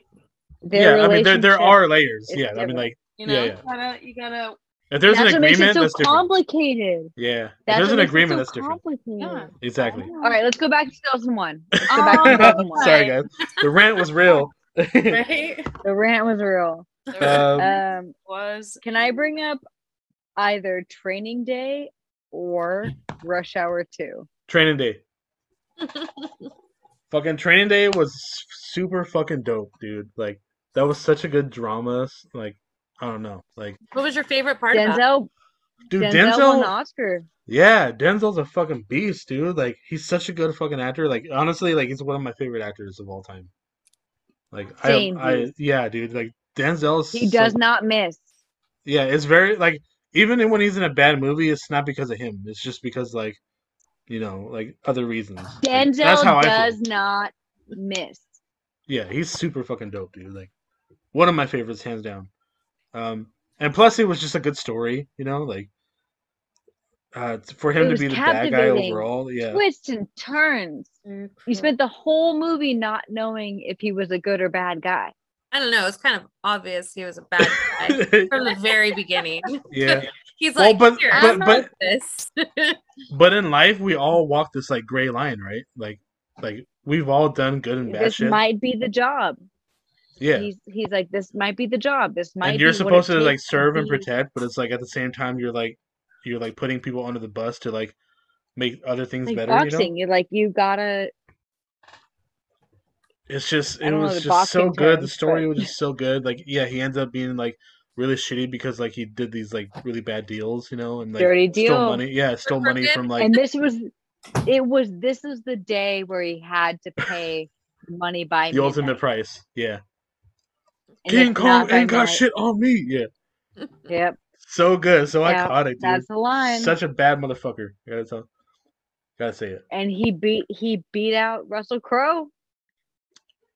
Speaker 5: Their
Speaker 1: yeah. I mean, there there
Speaker 5: relationship-
Speaker 1: are layers.
Speaker 5: is
Speaker 1: Yeah. I mean,
Speaker 5: different.
Speaker 1: like, Yeah,
Speaker 2: You know,
Speaker 1: yeah.
Speaker 2: you gotta you gotta
Speaker 1: if there's
Speaker 5: that's
Speaker 1: an
Speaker 5: what makes it
Speaker 1: agreement,
Speaker 5: so
Speaker 1: that's different.
Speaker 5: complicated.
Speaker 1: Yeah. If
Speaker 5: That's
Speaker 1: there's
Speaker 5: what
Speaker 1: an
Speaker 5: makes it
Speaker 1: agreement,
Speaker 5: so
Speaker 1: that's different.
Speaker 5: complicated.
Speaker 2: Yeah.
Speaker 1: Exactly.
Speaker 5: All right, let's go back to 2001. Let's go back to
Speaker 2: Oh,
Speaker 1: [laughs]
Speaker 5: 2001.
Speaker 1: Sorry, guys. The rant was
Speaker 5: [laughs]
Speaker 1: real.
Speaker 2: right?
Speaker 5: The rant was real.
Speaker 1: Um,
Speaker 5: Um,
Speaker 2: was
Speaker 5: can I bring up either Training Day or Rush Hour 2?
Speaker 1: training
Speaker 5: [laughs]
Speaker 1: day. Fucking training day was super fucking dope, dude. Like that was such a good drama. s- Like I don't know, like
Speaker 3: what was your favorite part about it?
Speaker 5: Denzel,
Speaker 1: dude,
Speaker 5: Denzel,
Speaker 1: Denzel.
Speaker 5: won the Oscar.
Speaker 1: yeah, Denzel's a fucking beast, dude. Like he's such a good fucking actor. Like honestly, like he's one of my favorite actors of all time. Like
Speaker 5: Same,
Speaker 1: I, I,
Speaker 5: dude.
Speaker 1: yeah, dude. Like Denzel. is
Speaker 5: He
Speaker 1: so-
Speaker 5: does not miss.
Speaker 1: yeah, it's very like even when he's in a bad movie, it's not because of him. It's just because like you know like other reasons. Like, that's how I
Speaker 5: Denzel does
Speaker 1: feel.
Speaker 5: not miss.
Speaker 1: Yeah, he's super fucking dope, dude. Like one of my favorites, hands down. Um, and plus, it was just a good story, you know, like uh, for him
Speaker 5: It
Speaker 1: to
Speaker 5: was
Speaker 1: be the bad guy
Speaker 5: captivating.
Speaker 1: overall. Yeah,
Speaker 5: Twists and turns. You spent the whole movie not knowing if he was a good or bad guy.
Speaker 3: I don't know. It's kind of obvious he was a bad
Speaker 1: [laughs]
Speaker 3: guy from the very
Speaker 2: [laughs]
Speaker 3: beginning.
Speaker 1: yeah.
Speaker 3: He's
Speaker 1: Well,
Speaker 3: like,
Speaker 1: but-
Speaker 3: Here,
Speaker 1: but-
Speaker 3: I'm
Speaker 1: but-
Speaker 3: this. [laughs]
Speaker 1: But in life, we all walk this like gray line, right? Like, like we've all done good and bad
Speaker 5: This
Speaker 1: shit.
Speaker 5: might be the job.
Speaker 1: yeah,
Speaker 5: He's he's like, this might be the job. This might.
Speaker 1: and you're
Speaker 5: be what it
Speaker 1: supposed to like
Speaker 5: takes
Speaker 1: serve and
Speaker 5: be-
Speaker 1: protect, but it's like at the same time, you're like you're like putting people under the bus to like make other things
Speaker 5: Like
Speaker 1: better. You
Speaker 5: boxing,
Speaker 1: know,
Speaker 5: you're like you gotta
Speaker 1: it's just
Speaker 5: I
Speaker 1: it
Speaker 5: don't know
Speaker 1: was
Speaker 5: the
Speaker 1: just so
Speaker 5: boxing
Speaker 1: good. The
Speaker 5: terms,
Speaker 1: story
Speaker 5: but-
Speaker 1: was just so good. Like, yeah, he ends up being like really shitty because like he did these like really bad deals, you know, and like
Speaker 5: dirty deal.
Speaker 1: stole money. Yeah, stole money
Speaker 3: Crooked.
Speaker 1: from like
Speaker 5: and this was, it was this is the day where he had to pay money by
Speaker 1: the ultimate
Speaker 5: midnight,
Speaker 1: price. Yeah,
Speaker 5: and
Speaker 1: King
Speaker 5: if not
Speaker 1: Kong
Speaker 5: by
Speaker 1: ain't got
Speaker 5: midnight-
Speaker 1: shit on me. Yeah,
Speaker 5: Yep,
Speaker 1: so good, so
Speaker 5: Yeah,
Speaker 1: iconic, dude.
Speaker 5: that's the line.
Speaker 1: Such a bad motherfucker. Gotta tell, gotta say it.
Speaker 5: and he beat he beat out Russell Crowe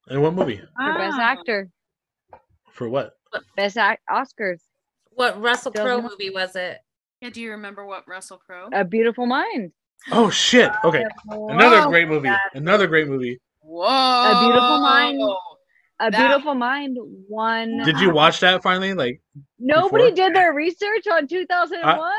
Speaker 1: In what movie?
Speaker 5: for best
Speaker 2: Ah.
Speaker 5: actor,
Speaker 1: For what?
Speaker 5: best act Oscars,
Speaker 3: What Russell
Speaker 5: Still
Speaker 3: Crowe
Speaker 5: not-
Speaker 3: movie was it?
Speaker 2: Yeah, do you remember what Russell Crowe?
Speaker 5: A Beautiful Mind.
Speaker 1: Oh shit. Okay,
Speaker 5: oh,
Speaker 1: another great movie. Another great movie.
Speaker 2: Whoa,
Speaker 5: A Beautiful Mind. A
Speaker 2: That-
Speaker 5: Beautiful Mind won.
Speaker 1: Did you watch that finally? Like, [laughs]
Speaker 5: Nobody
Speaker 1: before?
Speaker 5: did their research on 2001.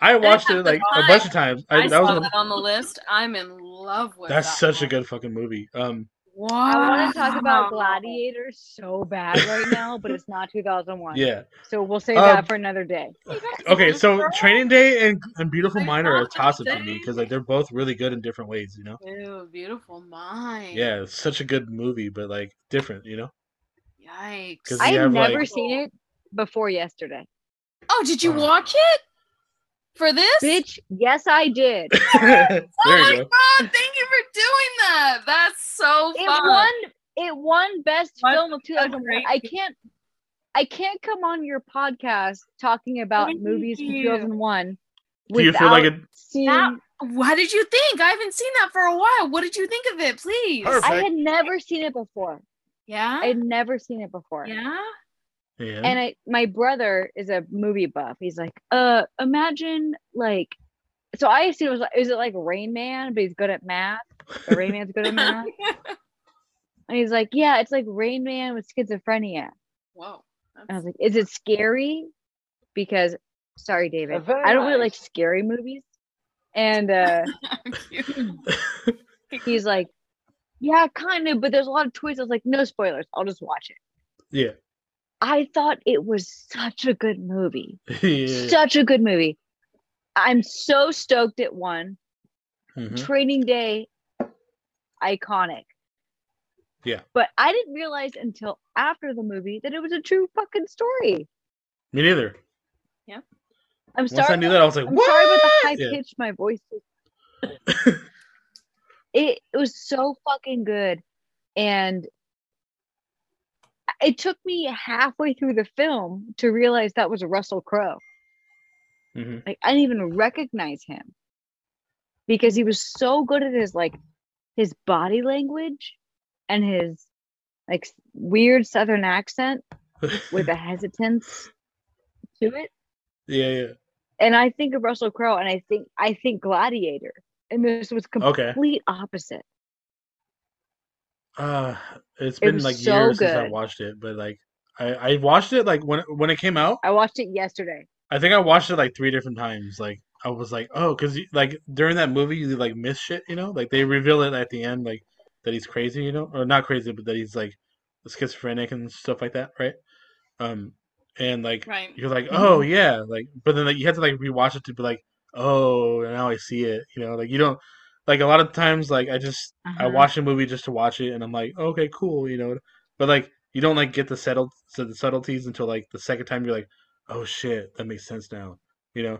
Speaker 1: I watched it like a bunch of times.
Speaker 2: I,
Speaker 1: I, that
Speaker 2: saw
Speaker 1: was. one of-
Speaker 2: that on the list. I'm in love with.
Speaker 1: That's
Speaker 2: that
Speaker 1: such a
Speaker 2: one.
Speaker 1: good fucking movie. Um,
Speaker 2: Wow.
Speaker 5: I
Speaker 2: Ah.
Speaker 5: want to talk about Gladiator so bad right now, but it's not 2001.
Speaker 1: yeah.
Speaker 5: So we'll save
Speaker 1: Um,
Speaker 5: that for another day.
Speaker 1: Okay, so Training Day and, and Beautiful
Speaker 2: They're
Speaker 1: Mind are a
Speaker 2: both
Speaker 1: toss up to me
Speaker 2: amazing.
Speaker 1: because like they're both really good in different ways, you know.
Speaker 2: Ew, beautiful mind.
Speaker 1: Yeah, it's such a good movie, but like different, you know.
Speaker 2: Yikes.
Speaker 1: 'Cause
Speaker 5: I
Speaker 1: you
Speaker 5: had
Speaker 1: have, like-
Speaker 5: never seen it before yesterday.
Speaker 2: oh, did
Speaker 1: Uh-huh.
Speaker 2: you watch it for this?
Speaker 5: Bitch, yes, I did. It
Speaker 1: [laughs] there
Speaker 2: oh my
Speaker 1: you go.
Speaker 2: god! Thank you for doing that. That's so fun.
Speaker 5: won. It won best
Speaker 2: What
Speaker 5: film of
Speaker 2: great
Speaker 5: 2001. I
Speaker 2: pick.
Speaker 5: can't. I can't come on your podcast talking about
Speaker 2: Thank
Speaker 5: movies from
Speaker 2: you.
Speaker 5: 2001
Speaker 1: Do you feel like
Speaker 5: without
Speaker 1: it?
Speaker 5: seeing.
Speaker 2: That- What did you think? I haven't seen that for a while. What did you think of it, please?
Speaker 7: Perfect.
Speaker 5: I had never seen it before.
Speaker 2: Yeah.
Speaker 5: I had never seen it before.
Speaker 2: yeah.
Speaker 1: Yeah.
Speaker 5: and I, my brother is a movie buff. He's like, uh, imagine like, so I assume it was like, is it like Rain Man, but he's good at math. Or Rain Man's good
Speaker 1: [laughs]
Speaker 5: at math, and he's like, yeah, it's like Rain Man with schizophrenia.
Speaker 2: Whoa.
Speaker 5: And I was like, is it scary? Because, sorry, David, I don't really like scary movies.
Speaker 1: [laughs]
Speaker 5: And uh, he's like, yeah, kind of, but there's a lot of twists. I was like, no spoilers. I'll just watch it.
Speaker 1: yeah.
Speaker 5: I thought it was such a good movie.
Speaker 1: [laughs] yeah.
Speaker 5: such a good movie. I'm so stoked it won.
Speaker 1: Mhm.
Speaker 5: Training Day, iconic.
Speaker 1: Yeah.
Speaker 5: But I didn't realize until after the movie that it was a true fucking story.
Speaker 1: Me neither.
Speaker 5: I'm
Speaker 1: Once
Speaker 5: sorry.
Speaker 1: I knew that, I was like,
Speaker 5: I'm
Speaker 1: what?
Speaker 5: sorry about the high
Speaker 1: Yeah.
Speaker 5: pitch my voice
Speaker 1: [laughs]
Speaker 5: is. it, it was so fucking good. And it took me halfway through the film to realize that was Russell Crowe.
Speaker 1: Mhm.
Speaker 5: Like I didn't even recognize him because he was so good at his like his body language and his like s- weird southern accent
Speaker 1: Mm-hmm. [laughs]
Speaker 5: with a hesitance to it
Speaker 1: yeah, yeah.
Speaker 5: and I think of Russell Crowe, and I think I think Gladiator, and this was
Speaker 1: Okay.
Speaker 5: complete opposite.
Speaker 1: Uh, it's been
Speaker 5: was
Speaker 1: like
Speaker 5: so
Speaker 1: years since I
Speaker 5: good.
Speaker 1: watched it, but like I, I watched it like when when it came out.
Speaker 5: I watched it yesterday.
Speaker 1: I think I watched it like three different times. Like I was like, oh, because like during that movie, you like miss shit, you know? Like they reveal it at the end, like that he's crazy, you know, or not crazy, but that he's like schizophrenic and stuff like that, right? Um, and like
Speaker 2: Right.
Speaker 1: you're like, oh yeah, like, but then like you have to like rewatch it to be like, oh, now I see it, you know? Like you don't like a lot of times, like I just I
Speaker 5: Uh-huh.
Speaker 1: watch a movie just to watch it, and I'm like, okay, cool, you know. But like, you don't like get the settled so the subtleties until like the second time you're like, oh shit, that makes sense now, you know.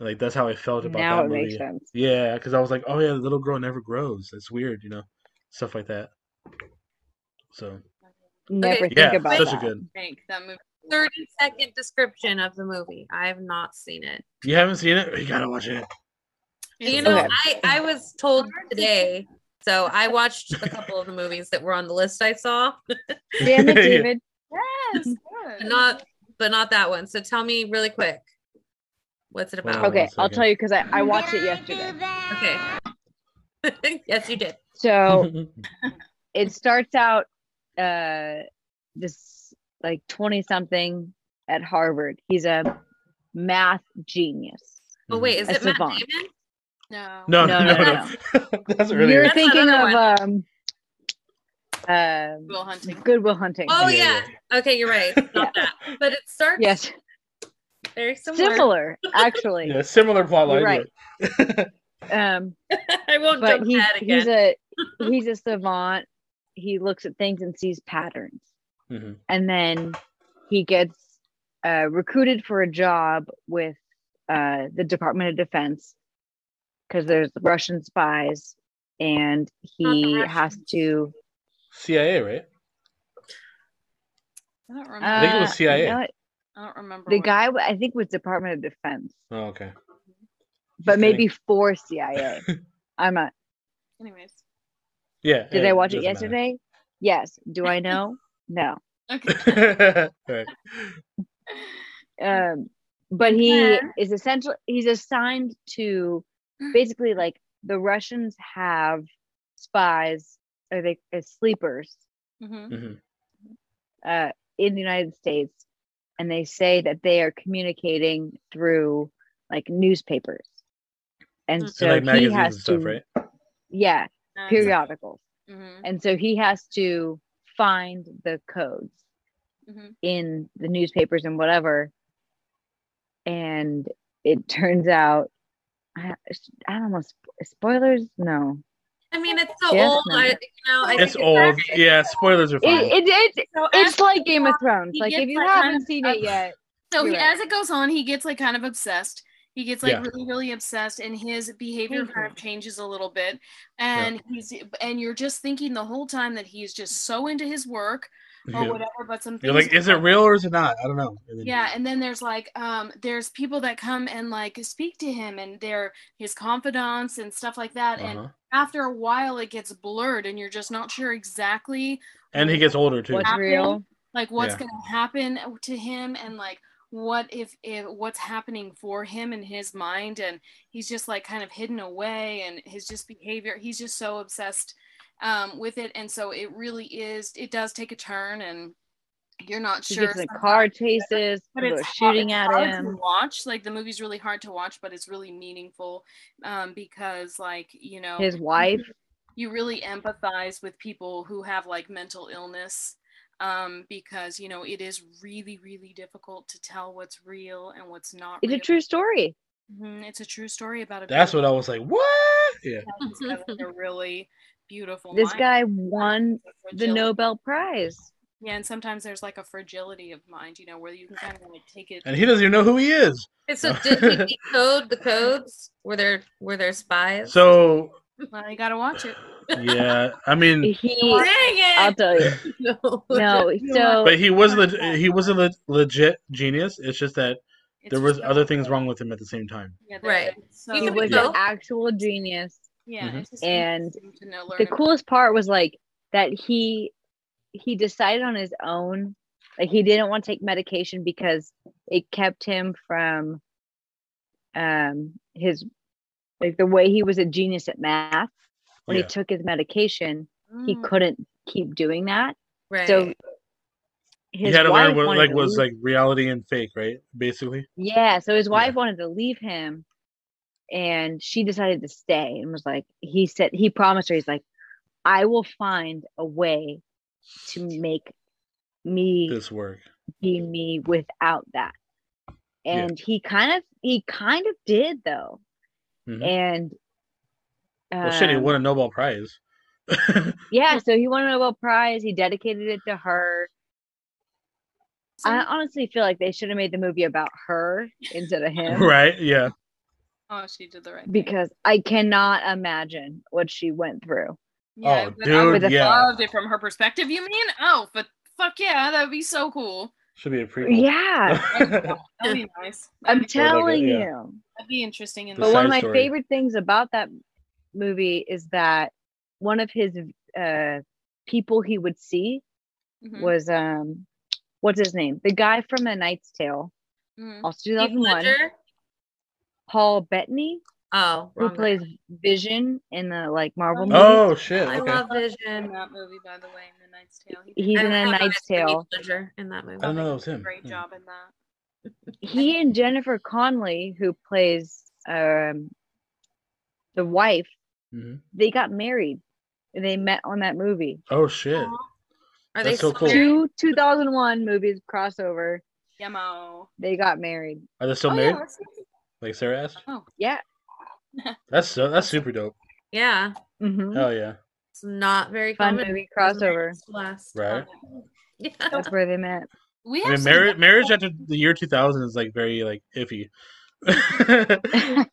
Speaker 1: Like that's how I felt about
Speaker 5: Now
Speaker 1: that
Speaker 5: it
Speaker 1: movie.
Speaker 5: makes sense.
Speaker 1: Yeah, because I was like, oh yeah, the little girl never grows. That's weird, you know, stuff like that. So
Speaker 5: Never
Speaker 3: Okay,
Speaker 5: think
Speaker 1: yeah,
Speaker 5: about
Speaker 1: such
Speaker 5: that.
Speaker 1: a good.
Speaker 2: Make that movie.
Speaker 3: 30 second description of the movie. I have not seen it.
Speaker 1: You haven't seen it? You gotta watch it.
Speaker 3: You
Speaker 2: It's
Speaker 3: know,
Speaker 5: Okay.
Speaker 3: I, I was told today. So I watched a couple of the movies that were on the list I saw,
Speaker 5: Damn
Speaker 1: [laughs]
Speaker 5: it,
Speaker 1: Yeah.
Speaker 5: David!
Speaker 2: Yes,
Speaker 3: but
Speaker 2: good.
Speaker 3: not but not that one. So tell me really quick, what's it about?
Speaker 1: Hold on
Speaker 5: Okay,
Speaker 1: one
Speaker 5: I'll
Speaker 1: second.
Speaker 5: tell you because I, I watched it yesterday.
Speaker 3: Okay. [laughs] yes, you did.
Speaker 5: So
Speaker 1: [laughs]
Speaker 5: it starts out uh this like 20 something at Harvard. He's a math genius.
Speaker 3: Oh wait, is
Speaker 5: A
Speaker 3: it Matt
Speaker 5: savant.
Speaker 3: Damon?
Speaker 1: no,
Speaker 2: no.
Speaker 5: No,
Speaker 1: Oh, no,
Speaker 5: no,
Speaker 1: no, no. [laughs] that's
Speaker 5: You're
Speaker 1: earlier.
Speaker 3: That's
Speaker 5: thinking
Speaker 3: another
Speaker 5: of um um
Speaker 2: Will Hunting.
Speaker 5: Goodwill Hunting.
Speaker 3: Oh
Speaker 1: Yeah,
Speaker 3: yeah. Okay, you're right. It's Not that. But it starts
Speaker 5: yes.
Speaker 3: very similar.
Speaker 5: similar
Speaker 1: [laughs]
Speaker 5: actually
Speaker 1: Yeah, similar plot line.
Speaker 5: You're
Speaker 1: yeah.
Speaker 5: right. um
Speaker 3: [laughs] I won't
Speaker 5: but
Speaker 3: jump
Speaker 5: he's
Speaker 3: that again.
Speaker 5: he's a he's a savant he looks at things and sees patterns
Speaker 1: Mhm.
Speaker 5: and then he gets uh, recruited for a job with uh, the department of defense because there's russian spies and
Speaker 2: Not the
Speaker 5: he has
Speaker 2: Russians.
Speaker 5: to
Speaker 1: CIA, right?
Speaker 2: I don't remember.
Speaker 5: uh,
Speaker 1: think it was CIA.
Speaker 5: no,
Speaker 2: I don't remember.
Speaker 5: the
Speaker 2: what-
Speaker 5: guy i think was department of defense
Speaker 1: Oh, okay.
Speaker 5: but
Speaker 1: Okay.
Speaker 5: maybe for
Speaker 1: [laughs]
Speaker 5: cia i'm not
Speaker 2: Anyways.
Speaker 1: Yeah.
Speaker 5: did
Speaker 1: yeah,
Speaker 5: i watch it
Speaker 1: doesn't matter.
Speaker 5: yesterday yes do i know no
Speaker 2: [laughs] Okay.
Speaker 1: [laughs] Right.
Speaker 5: um, but he
Speaker 2: Okay.
Speaker 5: is essentially he's assigned to basically like the Russians have spies or they as sleepers
Speaker 2: hmm
Speaker 1: Mhm.
Speaker 5: uh, in the United States, and they say that they are communicating through like newspapers, and
Speaker 3: Mhm.
Speaker 5: so
Speaker 1: and like
Speaker 5: he
Speaker 1: magazines
Speaker 5: has
Speaker 1: and stuff,
Speaker 5: to
Speaker 1: right?
Speaker 5: yeah periodicals,
Speaker 2: Mm-hmm.
Speaker 5: and so he has to find the codes
Speaker 2: hmm
Speaker 5: in the newspapers and whatever. And it turns out, I, I don't know, sp- spoilers? No.
Speaker 3: I mean it's so
Speaker 5: Yeah,
Speaker 3: old.
Speaker 5: no.
Speaker 3: I, you know, I
Speaker 1: It's
Speaker 3: think
Speaker 1: old. Yeah, spoilers are
Speaker 5: It,
Speaker 1: fine.
Speaker 5: it, it,
Speaker 3: so
Speaker 5: it's like Game of Thrones.
Speaker 3: he
Speaker 5: Like,
Speaker 3: gets
Speaker 5: if you
Speaker 3: that
Speaker 5: haven't
Speaker 3: kind of-
Speaker 5: seen it yet,
Speaker 2: So he,
Speaker 5: You're right.
Speaker 2: as it goes on, he gets like kind of obsessed. He gets like
Speaker 1: Yeah. Mm-hmm.
Speaker 2: really, really obsessed, and his behavior
Speaker 5: Thank
Speaker 2: kind
Speaker 5: you.
Speaker 2: of changes a little bit. And he's and you're just thinking the whole time that he's just so into his work or
Speaker 1: Yeah.
Speaker 2: whatever. But some
Speaker 1: You're
Speaker 2: things
Speaker 1: like, is it real or is it not? I don't know. And then-
Speaker 2: Yeah, and then there's like um there's people that come and like speak to him and they're his confidants and stuff like that. And
Speaker 1: Uh-huh.
Speaker 2: after a while it gets blurred and you're just not sure exactly
Speaker 1: And he gets older too.
Speaker 5: what's
Speaker 2: Happened.
Speaker 5: real?
Speaker 2: like what's
Speaker 1: Yeah.
Speaker 2: gonna happen uh, to him and like what if, if what's happening for him in his mind and he's just like kind of hidden away and his just behavior he's just so obsessed um with it and so it really is it does take a turn and you're not
Speaker 5: She
Speaker 2: sure
Speaker 5: gets in the
Speaker 2: sometimes.
Speaker 5: car chases,
Speaker 2: but
Speaker 5: people
Speaker 2: it's
Speaker 5: are shooting
Speaker 2: hard,
Speaker 5: at
Speaker 2: it's hard
Speaker 5: him.
Speaker 2: to watch like the movie's really hard to watch but it's really meaningful um because like you know
Speaker 5: His wife,
Speaker 2: you really empathize with people who have like mental illness um, because you know it is really really difficult to tell what's real and what's not
Speaker 5: it's a
Speaker 2: real.
Speaker 5: true story.
Speaker 2: Mhm, It's a true story about a.
Speaker 1: That's what I was like. What? Yeah.
Speaker 2: a really beautiful.
Speaker 5: This
Speaker 2: mind,
Speaker 5: guy won
Speaker 2: a
Speaker 5: the
Speaker 2: fragility.
Speaker 5: Nobel Prize.
Speaker 2: Yeah, and sometimes there's like a fragility of mind, you know, where you can kind of like take it.
Speaker 1: And he doesn't even know who he is.
Speaker 3: And so did he
Speaker 1: [laughs]
Speaker 3: decode the codes? Were there were there spies?
Speaker 1: So
Speaker 2: [laughs] Well, you gotta watch it.
Speaker 1: yeah, I mean,
Speaker 5: He, I'll
Speaker 3: Dang it!
Speaker 5: tell you.
Speaker 3: [laughs] No. [laughs]
Speaker 5: No, so
Speaker 1: but he was le- he was a le- legit genius. It's just that
Speaker 2: It's
Speaker 1: there was
Speaker 2: just-
Speaker 1: other things wrong with him at the same time.
Speaker 2: Yeah,
Speaker 3: Right.
Speaker 2: So,
Speaker 3: You
Speaker 5: he
Speaker 3: can
Speaker 5: was
Speaker 3: tell.
Speaker 5: an actual genius.
Speaker 2: yeah,
Speaker 1: Mhm.
Speaker 2: it's just
Speaker 5: And
Speaker 2: interesting to know, learn
Speaker 5: The
Speaker 2: about-
Speaker 5: coolest part was like that he he decided on his own. Like he didn't want to take medication because it kept him from um his like the way he was a genius at math. When
Speaker 1: Yeah.
Speaker 5: he took his medication, he
Speaker 2: Mm.
Speaker 5: couldn't keep doing that.
Speaker 3: Right.
Speaker 5: So
Speaker 1: He
Speaker 5: his
Speaker 1: had to learn
Speaker 5: wife
Speaker 1: what
Speaker 5: wanted
Speaker 1: like
Speaker 5: to
Speaker 1: was
Speaker 5: leave-
Speaker 1: like reality and fake, right? Basically,
Speaker 5: yeah. So his wife wanted to leave him, and she decided to stay and was like, he said he promised her, he's like, I will find a way to make me
Speaker 1: this work.
Speaker 5: be me without that.
Speaker 1: Yeah.
Speaker 5: And he kind of he kind of did though,
Speaker 1: Mhm.
Speaker 5: and.
Speaker 1: Well, shit, he
Speaker 5: um,
Speaker 1: won a Nobel Prize.
Speaker 5: Yeah, so he won a Nobel Prize. He dedicated it to her.
Speaker 2: So-
Speaker 5: I honestly feel like they should have made the movie about her instead of him
Speaker 1: [laughs] right? Yeah.
Speaker 2: oh, she did the right thing.
Speaker 5: because I cannot imagine what she went through.
Speaker 2: Yeah,
Speaker 1: Oh,
Speaker 2: I would- I would
Speaker 5: dude,
Speaker 2: have
Speaker 1: yeah.
Speaker 2: loved it from her perspective. You mean? Oh, but fuck yeah, that would be so cool.
Speaker 1: Should be a prequel. [laughs]
Speaker 5: Yeah,
Speaker 2: That'd be nice. That'd
Speaker 5: I'm
Speaker 2: be,
Speaker 5: telling
Speaker 1: yeah.
Speaker 5: you.
Speaker 2: that'd be interesting. In
Speaker 1: The
Speaker 5: But one
Speaker 1: side
Speaker 5: of my
Speaker 1: story.
Speaker 5: favorite things about that movie is that one of his uh, people he would see
Speaker 2: Mhm,
Speaker 3: Mm-hmm.
Speaker 5: was um, what's his name? The guy from A Knight's Tale,
Speaker 2: mhm.
Speaker 5: also
Speaker 3: Heath
Speaker 5: 2001,
Speaker 3: Ledger?
Speaker 5: Paul Bettany.
Speaker 3: Oh,
Speaker 5: who
Speaker 3: wrong
Speaker 5: plays Vision in the like Marvel movie.
Speaker 1: Oh shit!
Speaker 3: guy. I
Speaker 1: Okay.
Speaker 3: love
Speaker 2: In
Speaker 3: Vision.
Speaker 2: that movie, by the way, in The Knight's Tale, he did
Speaker 5: He's
Speaker 3: I
Speaker 5: in A
Speaker 3: love
Speaker 5: Knight's
Speaker 3: Heath
Speaker 5: Tale.
Speaker 3: Ledger in that movie.
Speaker 1: I don't know that was
Speaker 2: a
Speaker 1: him. Hmm.
Speaker 2: great
Speaker 1: Yeah.
Speaker 2: job in that.
Speaker 5: He and Jennifer Conley, who plays um, the wife,
Speaker 1: Mhm.
Speaker 5: they got married. They met on that movie.
Speaker 1: Oh shit!
Speaker 3: Are
Speaker 1: That's
Speaker 3: they
Speaker 1: so
Speaker 3: still
Speaker 1: cool.
Speaker 3: married?
Speaker 5: Two 2001 movies crossover.
Speaker 2: Yamo.
Speaker 5: They got married.
Speaker 1: Are they still
Speaker 2: oh,
Speaker 1: married?
Speaker 2: Yeah, that's-
Speaker 1: Like Sarah asked.
Speaker 5: Yeah.
Speaker 1: That's so. That's super dope.
Speaker 3: Yeah.
Speaker 5: hmm
Speaker 1: Oh yeah.
Speaker 3: It's not very
Speaker 5: Fun
Speaker 3: common.
Speaker 5: movie crossover.
Speaker 3: It's Last.
Speaker 1: Right.
Speaker 3: [laughs] Yeah.
Speaker 5: That's where they met.
Speaker 2: we
Speaker 1: I
Speaker 2: have
Speaker 1: mean,
Speaker 2: some
Speaker 1: marriage marriage after the year 2000 is like very like iffy. [laughs]
Speaker 3: Well,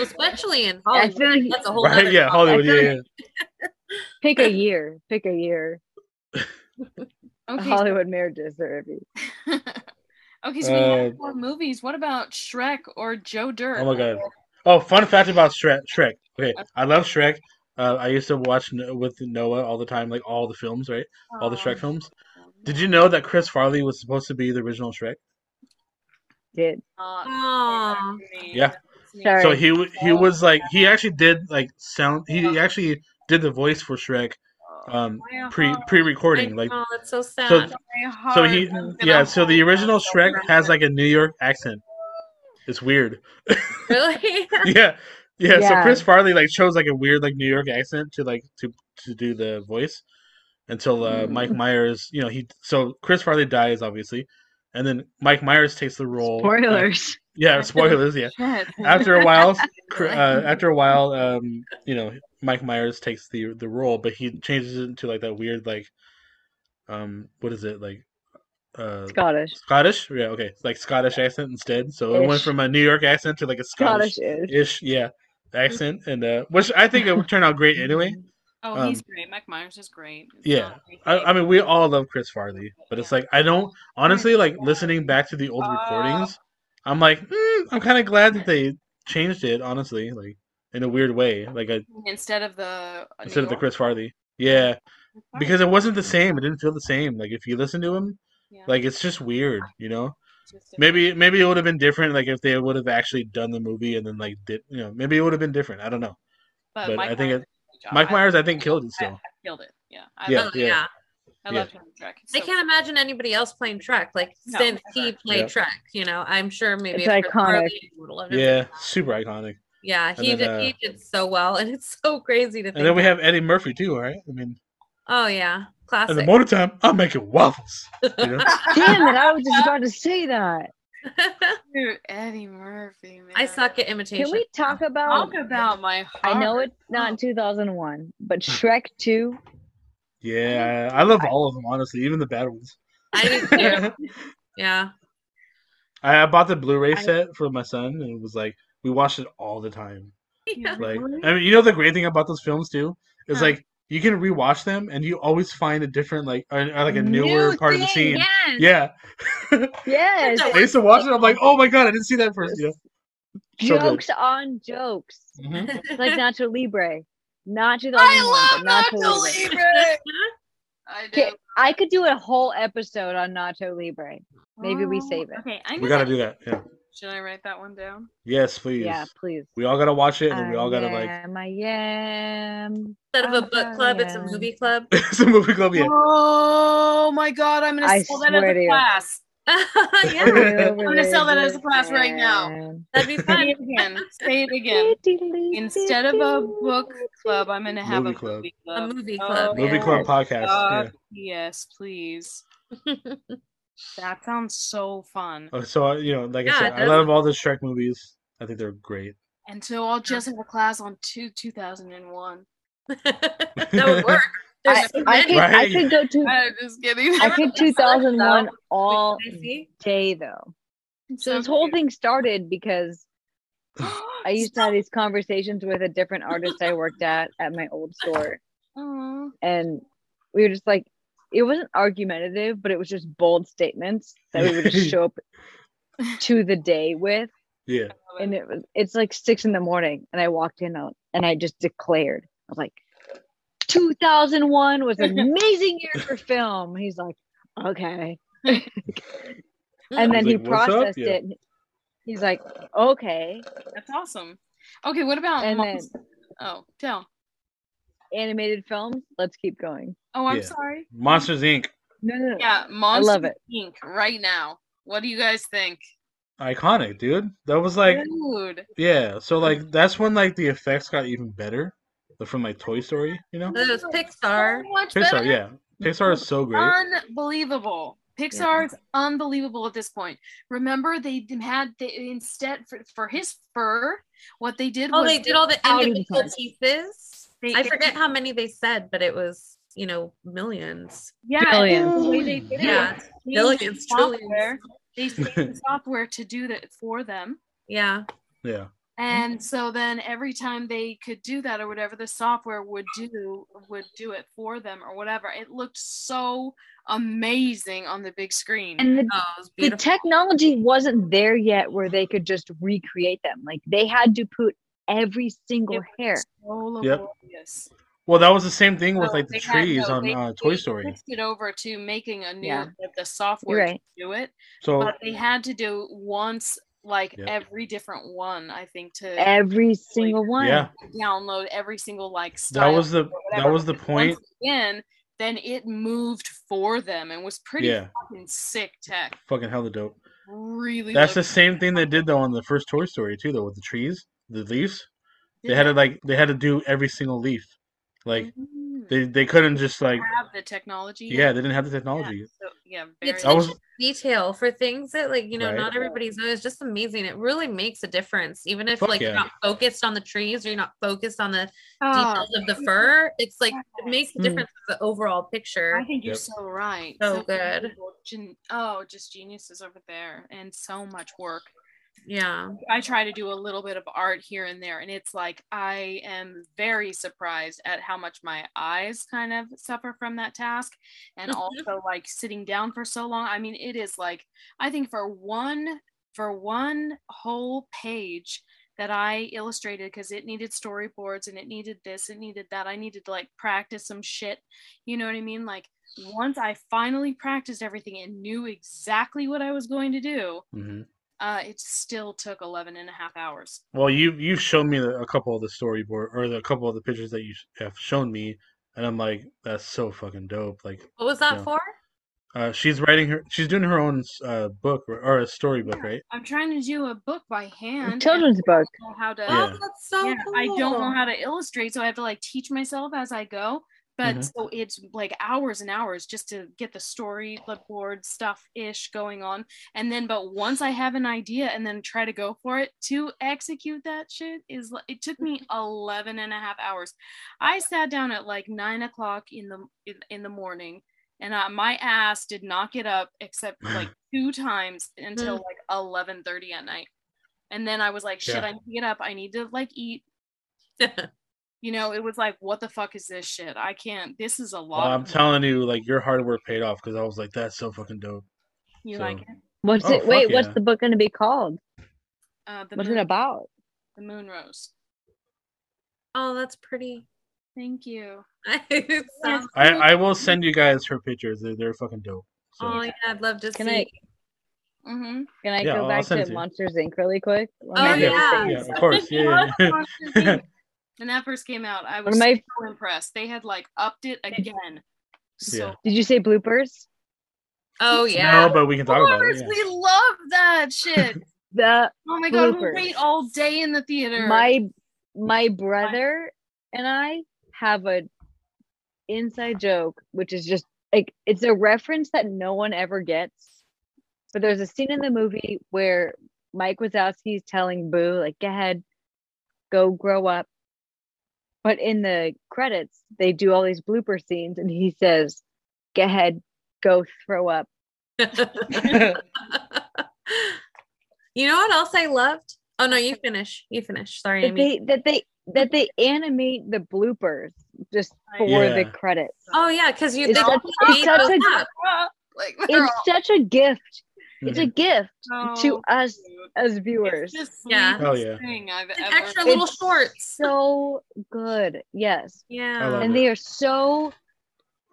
Speaker 3: especially in
Speaker 5: I
Speaker 3: Hollywood.
Speaker 5: feel like
Speaker 3: That's a whole
Speaker 1: right?
Speaker 3: nother
Speaker 1: Yeah,
Speaker 3: topic.
Speaker 1: Hollywood.
Speaker 5: I feel
Speaker 1: Yeah, yeah.
Speaker 5: pick a year. Pick a year.
Speaker 2: okay, so-
Speaker 5: Hollywood marriages are every.
Speaker 2: [laughs] okay, so we
Speaker 1: Uh,
Speaker 2: have four movies. What about Shrek or Joe Dirt?
Speaker 1: Oh my god. Oh, fun fact about Shrek. Shrek. Okay, I love Shrek. Uh, I used to watch N- with Noah all the time, like all the films, right? All
Speaker 2: Um,
Speaker 1: the Shrek films. Did you know that Chris Farley was supposed to be the original Shrek?
Speaker 5: Did
Speaker 3: Aw.
Speaker 1: Yeah.
Speaker 5: Sorry.
Speaker 1: So he w- he was like he actually did like sound. He actually did the voice for Shrek um, pre pre recording. Like
Speaker 3: oh, that's so sad.
Speaker 1: [laughs] so
Speaker 3: [laughs]
Speaker 1: so he yeah. So the original Shrek has like a New York accent. It's weird. [laughs]
Speaker 5: [laughs]
Speaker 3: really?
Speaker 1: yeah, yeah. So
Speaker 5: Yeah.
Speaker 1: Chris Farley like chose like a weird like New York accent to like to to do the voice until uh,
Speaker 5: Mm-hmm.
Speaker 1: Mike Myers, you know, he so Chris Farley dies obviously, and then Mike Myers takes the role.
Speaker 5: spoilers. [laughs]
Speaker 1: yeah, spoilers. Yeah. After a while, Cr- uh, after a while, um, you know, Mike Myers takes the the role, but he changes it into like that weird like, um, what is it like? Uh,
Speaker 5: Scottish.
Speaker 1: Scottish, yeah, okay, like Scottish accent instead. So it went
Speaker 5: Ish.
Speaker 1: from a New York accent to like a Scottish
Speaker 5: Scottish is.
Speaker 1: ish, yeah, accent, and uh, which I think it would turn out great anyway.
Speaker 2: Oh,
Speaker 1: um,
Speaker 2: he's great. Mike Myers is great. It's
Speaker 1: yeah.
Speaker 2: not like-
Speaker 1: I, I mean, we all love Chris Farley, but it's like I don't honestly like listening back to the old
Speaker 2: Uh,
Speaker 1: recordings. I'm like, mm, I'm kind of glad that they changed it, honestly, like in a weird way, like I,
Speaker 2: instead of the uh,
Speaker 1: instead of the
Speaker 2: New York-
Speaker 1: Chris Farley, yeah, because it wasn't the same. It didn't feel the same. Like if you listen to him,
Speaker 2: Yeah.
Speaker 1: like it's just weird, you know.
Speaker 2: It's just different.
Speaker 1: Maybe maybe it would have been different, like if they would have actually done the movie and then like did you know maybe it would have been different. I don't know. but I think
Speaker 2: Myers
Speaker 1: it-
Speaker 2: did a great job.
Speaker 1: Mike
Speaker 2: I-
Speaker 1: Myers, I think, killed it
Speaker 2: I,
Speaker 1: still.
Speaker 2: I killed it. Yeah, I
Speaker 1: Yeah,
Speaker 3: [laughs]
Speaker 2: love,
Speaker 3: oh, yeah.
Speaker 1: yeah.
Speaker 2: I
Speaker 1: yeah.
Speaker 2: love him. Shrek. He's
Speaker 3: I
Speaker 2: so
Speaker 3: can't imagine anybody else playing Trek. Like
Speaker 2: No,
Speaker 3: since he
Speaker 2: never.
Speaker 3: played
Speaker 1: Yep.
Speaker 3: Trek, you know, I'm sure maybe
Speaker 5: It's
Speaker 3: if Chris
Speaker 5: iconic.
Speaker 3: Farley would have done
Speaker 1: Yeah,
Speaker 3: that.
Speaker 1: super iconic.
Speaker 3: yeah. He
Speaker 1: then,
Speaker 3: did.
Speaker 1: uh,
Speaker 3: he did so well, [laughs] and it's so crazy to think.
Speaker 1: And then we
Speaker 3: of.
Speaker 1: have Eddie Murphy too, right? I mean,
Speaker 3: Oh yeah,
Speaker 1: in the
Speaker 3: classic.
Speaker 1: morning time, I'm making waffles. You know?
Speaker 5: Damn it! I was just about to say that.
Speaker 2: Dude, Eddie Murphy, man.
Speaker 3: [laughs] I suck at imitation.
Speaker 5: Can we talk about?
Speaker 2: Talk about my heart.
Speaker 5: I know it's not in 2001, but Shrek 2.
Speaker 1: Yeah, I love all of them honestly, even the bad ones.
Speaker 3: I
Speaker 5: [laughs]
Speaker 3: do too.
Speaker 1: I,
Speaker 3: Yeah.
Speaker 1: [laughs] I bought the Blu-ray
Speaker 5: I-
Speaker 1: set for my son, and it was like we watched it all the time.
Speaker 3: [laughs] Yeah.
Speaker 1: Like,
Speaker 2: Really?
Speaker 1: I mean, you know the great thing about those films too is
Speaker 3: Huh.
Speaker 1: like you can rewatch them, and you always find a different like or, or, like a newer part of the scene. Yeah,
Speaker 5: Yes.
Speaker 1: I used to watch it. I'm like, oh my god, I didn't see that first. Yeah. So good.
Speaker 5: jokes on jokes.
Speaker 1: Mhm.
Speaker 5: Like Nacho Libre. Not 2001.
Speaker 2: I love
Speaker 5: but
Speaker 2: not
Speaker 5: Nacho, Libre.
Speaker 2: to leave [laughs] it. I do.
Speaker 5: Okay, I could do a whole episode on Nacho Libre. maybe we save it.
Speaker 2: Oh, Okay, I
Speaker 1: We
Speaker 2: know
Speaker 1: gotta
Speaker 2: that.
Speaker 1: do that. Yeah.
Speaker 2: Should I write that one down?
Speaker 1: Yes, please.
Speaker 5: Yeah, please.
Speaker 1: We all gotta watch it, and then we all gotta
Speaker 5: I
Speaker 1: like. [laughs]
Speaker 5: am, I am.
Speaker 3: Instead of a book club, it's a
Speaker 5: Yeah.
Speaker 3: movie club. [laughs]
Speaker 1: it's a movie club. Yeah.
Speaker 2: Oh my god, I'm gonna
Speaker 5: I
Speaker 2: sell that as
Speaker 5: swear
Speaker 2: a
Speaker 5: to you.
Speaker 2: class.
Speaker 3: yeah,
Speaker 1: I'm
Speaker 2: gonna sell that as a class right now.
Speaker 3: that'd be
Speaker 2: Say
Speaker 5: [laughs]
Speaker 3: fun.
Speaker 2: it again. Say it again. Instead of a book club, I'm gonna have
Speaker 1: Movie
Speaker 2: a
Speaker 1: club.
Speaker 2: movie
Speaker 3: A
Speaker 2: club.
Speaker 3: movie
Speaker 2: Oh,
Speaker 3: club.
Speaker 1: Movie
Speaker 5: Yeah.
Speaker 1: club podcast.
Speaker 2: God,
Speaker 1: Yeah.
Speaker 2: Yes,
Speaker 5: [laughs]
Speaker 2: please. That sounds so fun.
Speaker 1: Oh, so I- you know, like I
Speaker 3: Yeah,
Speaker 1: said,
Speaker 3: it
Speaker 1: I love all the Shrek movies. I think they're great.
Speaker 2: And so I'll just have a class on two 2001.
Speaker 3: [laughs] that would work. There's
Speaker 5: I,
Speaker 3: so
Speaker 5: I, could,
Speaker 3: many.
Speaker 5: [laughs] I
Speaker 1: Right.
Speaker 5: could go to
Speaker 2: I'm just kidding.
Speaker 5: I could 2001 all
Speaker 3: Can I see?
Speaker 5: day though. So this
Speaker 2: [gasps]
Speaker 5: whole thing started because I used to have these conversations with a different artist I worked at at my old store,
Speaker 2: Aw.
Speaker 5: and we were just like, it wasn't argumentative, but it was just bold statements that we
Speaker 1: [laughs]
Speaker 5: would just show up to the day with.
Speaker 1: [laughs] Yeah.
Speaker 5: and it was it's like six in the morning and i walked in out and i just declared i was like 2001
Speaker 1: [laughs]
Speaker 5: was an amazing year for film he's like
Speaker 1: [laughs]
Speaker 5: okay and then
Speaker 1: He's
Speaker 5: he
Speaker 1: like, "What's up?"
Speaker 5: processed
Speaker 1: Yeah.
Speaker 5: it he's like okay
Speaker 2: That's awesome. Okay, what about
Speaker 5: and then
Speaker 2: monst- oh tell.
Speaker 5: animated films let's keep going
Speaker 2: Oh, I'm
Speaker 1: Yeah.
Speaker 2: sorry.
Speaker 1: Monsters Inc.
Speaker 5: no no no
Speaker 2: Yeah,
Speaker 5: i
Speaker 2: Monster
Speaker 5: love it
Speaker 2: Inc. right now. What do you guys think?
Speaker 1: Iconic, dude. That was like
Speaker 2: Dude.
Speaker 1: yeah. So like that's when like the effects got even better. Like, From like Toy Story, you
Speaker 2: Oh.
Speaker 1: know?
Speaker 3: It was Pixar.
Speaker 2: So much
Speaker 1: Pixar,
Speaker 2: better.
Speaker 1: yeah. Pixar is so great.
Speaker 2: Unbelievable. Pixar's unbelievable at this point. Remember, they had they, instead for, for his fur, what they did
Speaker 3: Oh,
Speaker 2: was
Speaker 3: they did all the
Speaker 5: Outing
Speaker 3: individual
Speaker 5: time.
Speaker 3: pieces.
Speaker 2: They-
Speaker 3: I
Speaker 2: they-
Speaker 3: forget how many they said, but it was you know millions.
Speaker 2: yeah,
Speaker 5: Billions.
Speaker 2: the way they did it
Speaker 3: Yeah,
Speaker 2: was they
Speaker 3: billions,
Speaker 2: saved the
Speaker 3: trillions.
Speaker 2: software.
Speaker 3: [laughs]
Speaker 2: They saved the software to do that for them.
Speaker 3: Yeah,
Speaker 1: Yeah.
Speaker 3: Mm-hmm.
Speaker 2: And so then every time they could do that or whatever, the software would do would do it for them or whatever. It looked so amazing on the big screen.
Speaker 5: and the
Speaker 3: oh, it was
Speaker 5: the
Speaker 3: beautiful.
Speaker 5: technology wasn't there yet where they could just recreate them like they had to put every single
Speaker 2: It
Speaker 5: hair
Speaker 2: so
Speaker 1: Yep.
Speaker 2: laborious.
Speaker 1: Well, that was the same thing with
Speaker 2: So
Speaker 1: like the
Speaker 2: they had-
Speaker 1: trees
Speaker 2: no,
Speaker 1: on
Speaker 2: they-
Speaker 1: uh,
Speaker 2: they
Speaker 1: Toy Story.
Speaker 2: switched it over to making a new
Speaker 5: Yeah.
Speaker 2: that the software
Speaker 5: You're right.
Speaker 2: to do it,
Speaker 1: So
Speaker 2: but they had to do once like
Speaker 1: Yep.
Speaker 2: every different one. I think to
Speaker 5: every single one
Speaker 1: yeah,
Speaker 2: download every single like
Speaker 1: that
Speaker 2: style.
Speaker 1: was the
Speaker 2: or
Speaker 1: that
Speaker 2: whatever.
Speaker 1: was the point.
Speaker 2: Once again, then it moved for them and was pretty
Speaker 1: Yeah.
Speaker 2: fucking sick tech.
Speaker 1: Fucking hell, the dope.
Speaker 2: Really,
Speaker 1: That's the
Speaker 2: looked-
Speaker 1: same thing they did though on the first Toy Story too, though with the trees, the leaves. They had to like they had to do every single leaf. Like
Speaker 2: Mm.
Speaker 1: they they couldn't just like
Speaker 2: have the technology.
Speaker 1: yeah, they didn't have the
Speaker 2: yeah,
Speaker 1: technology.
Speaker 2: so, yeah, very.
Speaker 3: It's
Speaker 1: I was-
Speaker 3: such detail for things that like you know
Speaker 1: Right.
Speaker 3: not everybody's knows. It's just amazing. It really makes a difference, even if
Speaker 1: Fuck
Speaker 3: like you're
Speaker 1: yeah.
Speaker 3: not focused on the trees or you're not focused on the
Speaker 2: Oh,
Speaker 3: details of the fur. It's like it makes
Speaker 1: Hmm.
Speaker 3: a
Speaker 5: Mm.
Speaker 3: difference for the overall picture.
Speaker 2: I think you're
Speaker 1: Yep.
Speaker 2: so right.
Speaker 3: So
Speaker 2: many
Speaker 3: good.
Speaker 2: people gen- oh, just geniuses over there, and so much work.
Speaker 3: Yeah,
Speaker 2: I try to do a little bit of art here and there, and it's like I am very surprised at how much my eyes kind of suffer from that task, and
Speaker 3: Mhm.
Speaker 2: also like sitting down for so long. I mean, it is like I think for one for one whole page that I illustrated because it needed storyboards and it needed this, it needed that. I needed to like practice some shit. You know what I mean? Like once I finally practiced everything and knew exactly what I was going to do
Speaker 1: hmm
Speaker 2: uh, it still took 11 and a half hours.
Speaker 1: Well, you you've shown me the- a couple of the storyboard or the a couple of the pictures that you sh- have shown me, and I'm like, that's so fucking dope. Like,
Speaker 3: what was that
Speaker 1: Yeah.
Speaker 3: for?
Speaker 1: uh, she's writing her, she's doing her own uh, book or, or a storybook, right?
Speaker 2: I'm trying to do a book by hand. and
Speaker 5: children's book
Speaker 2: I don't know how to.
Speaker 1: Yeah.
Speaker 3: Oh, that's so.
Speaker 2: Yeah, I don't know
Speaker 3: cool.
Speaker 2: how to illustrate, so I have to like teach myself as I go. But
Speaker 7: Mhm.
Speaker 2: so it's like hours and hours just to get the storyboard stuff ish going on. And then, but once I have an idea and then try to go for it to execute that shit is li- it took me 11 and a half hours. I sat down at like nine o'clock in the in, in the morning and uh, my ass did not get up
Speaker 1: [sighs]
Speaker 2: except like two times until
Speaker 5: Mm.
Speaker 2: like 11:30 at night. And then I was like, shit,
Speaker 1: Yeah.
Speaker 2: I need to get up. I need to like eat.
Speaker 3: [laughs]
Speaker 2: You know, it was like, what the fuck is this shit? I can't. This is a
Speaker 1: Well,
Speaker 2: lot.
Speaker 1: I'm telling you, like your hard work paid off because I was like, that's so fucking dope.
Speaker 2: you
Speaker 1: so-
Speaker 2: like it?
Speaker 5: What's
Speaker 1: Oh,
Speaker 5: it? Wait,
Speaker 1: fuck
Speaker 5: what's
Speaker 1: yeah.
Speaker 5: the book going to be called?
Speaker 2: Uh, the,
Speaker 5: what's
Speaker 2: moon,
Speaker 5: it about?
Speaker 2: the moon rose.
Speaker 3: Oh, that's pretty. [laughs]
Speaker 2: Thank you.
Speaker 3: It sounds-
Speaker 1: I I will send you guys her pictures. They're they're fucking dope. So,
Speaker 3: oh yeah, I'd love to
Speaker 5: Can
Speaker 3: see.
Speaker 5: I-
Speaker 2: Mm-hmm.
Speaker 5: Can I
Speaker 1: Yeah, I'll-
Speaker 5: go
Speaker 1: I'll
Speaker 5: back
Speaker 1: send it
Speaker 5: to
Speaker 1: to you.
Speaker 5: Monsters Inc. really quick? One of
Speaker 3: Oh,
Speaker 5: my favorite
Speaker 3: yeah.
Speaker 5: things.
Speaker 1: yeah, of
Speaker 2: [laughs]
Speaker 1: course, yeah. [laughs] yeah.
Speaker 2: when that first came out, I
Speaker 5: One
Speaker 2: was
Speaker 5: of my.
Speaker 2: so impressed. They had like upped it again. So
Speaker 1: Yeah.
Speaker 5: Did you say bloopers?
Speaker 3: Oh
Speaker 1: No,
Speaker 3: yeah.
Speaker 1: but we can talk about it.
Speaker 2: Ours,
Speaker 1: yeah.
Speaker 2: we love that shit.
Speaker 1: [laughs]
Speaker 5: The
Speaker 2: Oh my god, we
Speaker 5: Bloopers.
Speaker 2: wait all day in the theater.
Speaker 5: my my brother and I have a inside joke, which is just like it's a reference that no one ever gets. But there's a scene in the movie where Mike Wazowski's telling Boo, like, go ahead, go grow up. But in the credits, they do all these blooper scenes, and he says, go ahead, go throw up.
Speaker 3: [laughs] you know what else I loved? Oh no, you finish. You finish. Sorry,
Speaker 5: That
Speaker 3: Amy.
Speaker 5: they that they that they animate the bloopers just for the
Speaker 1: Yeah.
Speaker 5: credits.
Speaker 3: Oh yeah, because you
Speaker 5: It's
Speaker 3: they
Speaker 5: such-
Speaker 3: made
Speaker 5: it's such
Speaker 3: those
Speaker 5: a-
Speaker 3: up.
Speaker 2: [laughs] like they're
Speaker 5: It's such a gift. It's
Speaker 1: Mm-hmm.
Speaker 5: a gift
Speaker 2: all
Speaker 3: Oh.
Speaker 5: to us
Speaker 2: so cute.
Speaker 5: as
Speaker 2: It's
Speaker 5: viewers.
Speaker 2: the
Speaker 3: Yeah.
Speaker 1: Hell
Speaker 2: sweetest
Speaker 1: yeah.
Speaker 2: Thing I've
Speaker 3: Like
Speaker 2: ever.
Speaker 3: extra little
Speaker 5: It's-
Speaker 3: shorts.
Speaker 5: So good. Yes.
Speaker 1: I love
Speaker 3: Yeah.
Speaker 5: And
Speaker 1: it.
Speaker 5: they are so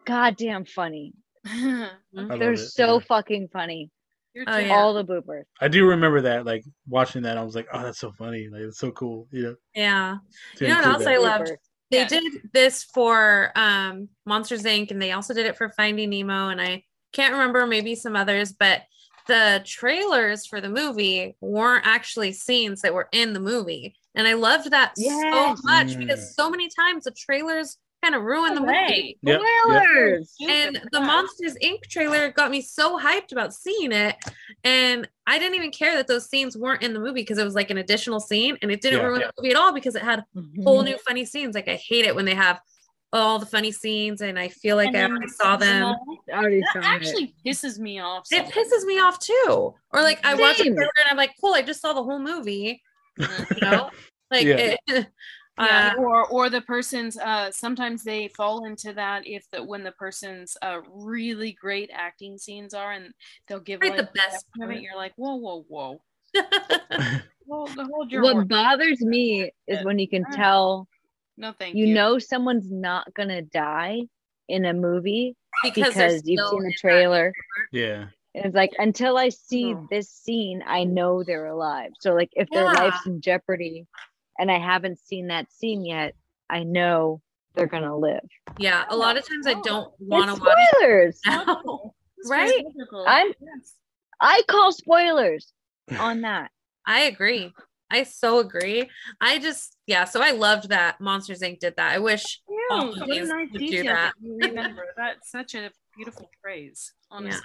Speaker 5: goddamn funny.
Speaker 1: I love
Speaker 5: They're
Speaker 1: it,
Speaker 5: so
Speaker 1: yeah.
Speaker 5: fucking funny.
Speaker 2: [laughs] You're
Speaker 3: Oh,
Speaker 2: too-
Speaker 3: yeah.
Speaker 5: All the bloopers.
Speaker 1: I do remember that, like watching that, I was like, "Oh, that's so funny! Like, it's so cool." You know,
Speaker 3: Yeah.
Speaker 1: to
Speaker 3: You know what
Speaker 1: include
Speaker 3: else
Speaker 1: that.
Speaker 3: I loved?
Speaker 5: Bloopers.
Speaker 3: They
Speaker 2: Yeah.
Speaker 3: did this for um Monsters Inc. and they also did it for Finding Nemo and I can't remember maybe some others, but the trailers for the movie weren't actually scenes that were in the movie. And I loved that
Speaker 5: Yes.
Speaker 3: so much
Speaker 1: Mm.
Speaker 3: because so many times the trailers kind of ruin the movie.
Speaker 2: Way.
Speaker 1: Yep, yep.
Speaker 5: Bloopers.
Speaker 3: And the Monsters Inc. trailer got me so hyped about seeing it. And I didn't even care that those scenes weren't in the movie because it was like an additional scene and it didn't
Speaker 1: Yeah.
Speaker 3: ruin the movie at all because it had
Speaker 5: Mm-hmm.
Speaker 3: whole new funny scenes. Like I hate it when they have all the funny scenes and I feel like
Speaker 2: And
Speaker 3: I
Speaker 2: then
Speaker 3: already saw them.
Speaker 5: I already
Speaker 2: That
Speaker 5: saw it.
Speaker 2: actually pisses me off.
Speaker 3: It
Speaker 2: sometimes.
Speaker 3: pisses me off too. Or like I watch a
Speaker 5: Same.
Speaker 3: trailer and I'm like, cool, I just saw the whole
Speaker 5: [laughs]
Speaker 3: movie. You know? Like
Speaker 1: Yeah.
Speaker 3: it, [laughs]
Speaker 2: yeah,
Speaker 3: uh,
Speaker 2: or or the person's uh sometimes they fall into that if the when the person's uh really great acting scenes are and they'll give
Speaker 3: Right,
Speaker 2: like
Speaker 3: the best
Speaker 2: of it,
Speaker 3: part.
Speaker 2: you're like whoa whoa whoa hold, hold your
Speaker 5: What
Speaker 2: horse.
Speaker 5: bothers me is when you can
Speaker 3: Mm.
Speaker 5: tell
Speaker 2: no thank you
Speaker 5: you know someone's not gonna die in a movie
Speaker 3: because, they're
Speaker 5: because you've
Speaker 3: still
Speaker 5: seen
Speaker 3: in
Speaker 5: the
Speaker 3: that-
Speaker 5: trailer.
Speaker 1: [laughs] yeah,
Speaker 5: And it's like until I see
Speaker 2: Oh.
Speaker 5: this scene, I know they're alive. So like if their
Speaker 3: Yeah.
Speaker 5: life's in jeopardy and I haven't seen that scene yet, I know they're gonna live.
Speaker 3: Yeah, a lot of times I
Speaker 2: Oh.
Speaker 3: don't want
Speaker 5: It's
Speaker 3: to watch it [laughs]
Speaker 5: spoilers.
Speaker 3: now.
Speaker 2: It's
Speaker 5: right?
Speaker 2: physical.
Speaker 5: I'm-
Speaker 2: Yes.
Speaker 5: I call spoilers on that.
Speaker 3: I agree. I so agree. I just yeah, so I loved that Monsters Inc. did that. I wish
Speaker 2: Ew,
Speaker 3: Oh,
Speaker 2: what a
Speaker 3: yes,
Speaker 2: nice
Speaker 3: we do
Speaker 2: detail
Speaker 3: that.
Speaker 2: that you [laughs] remember. That's such a beautiful phrase, honestly.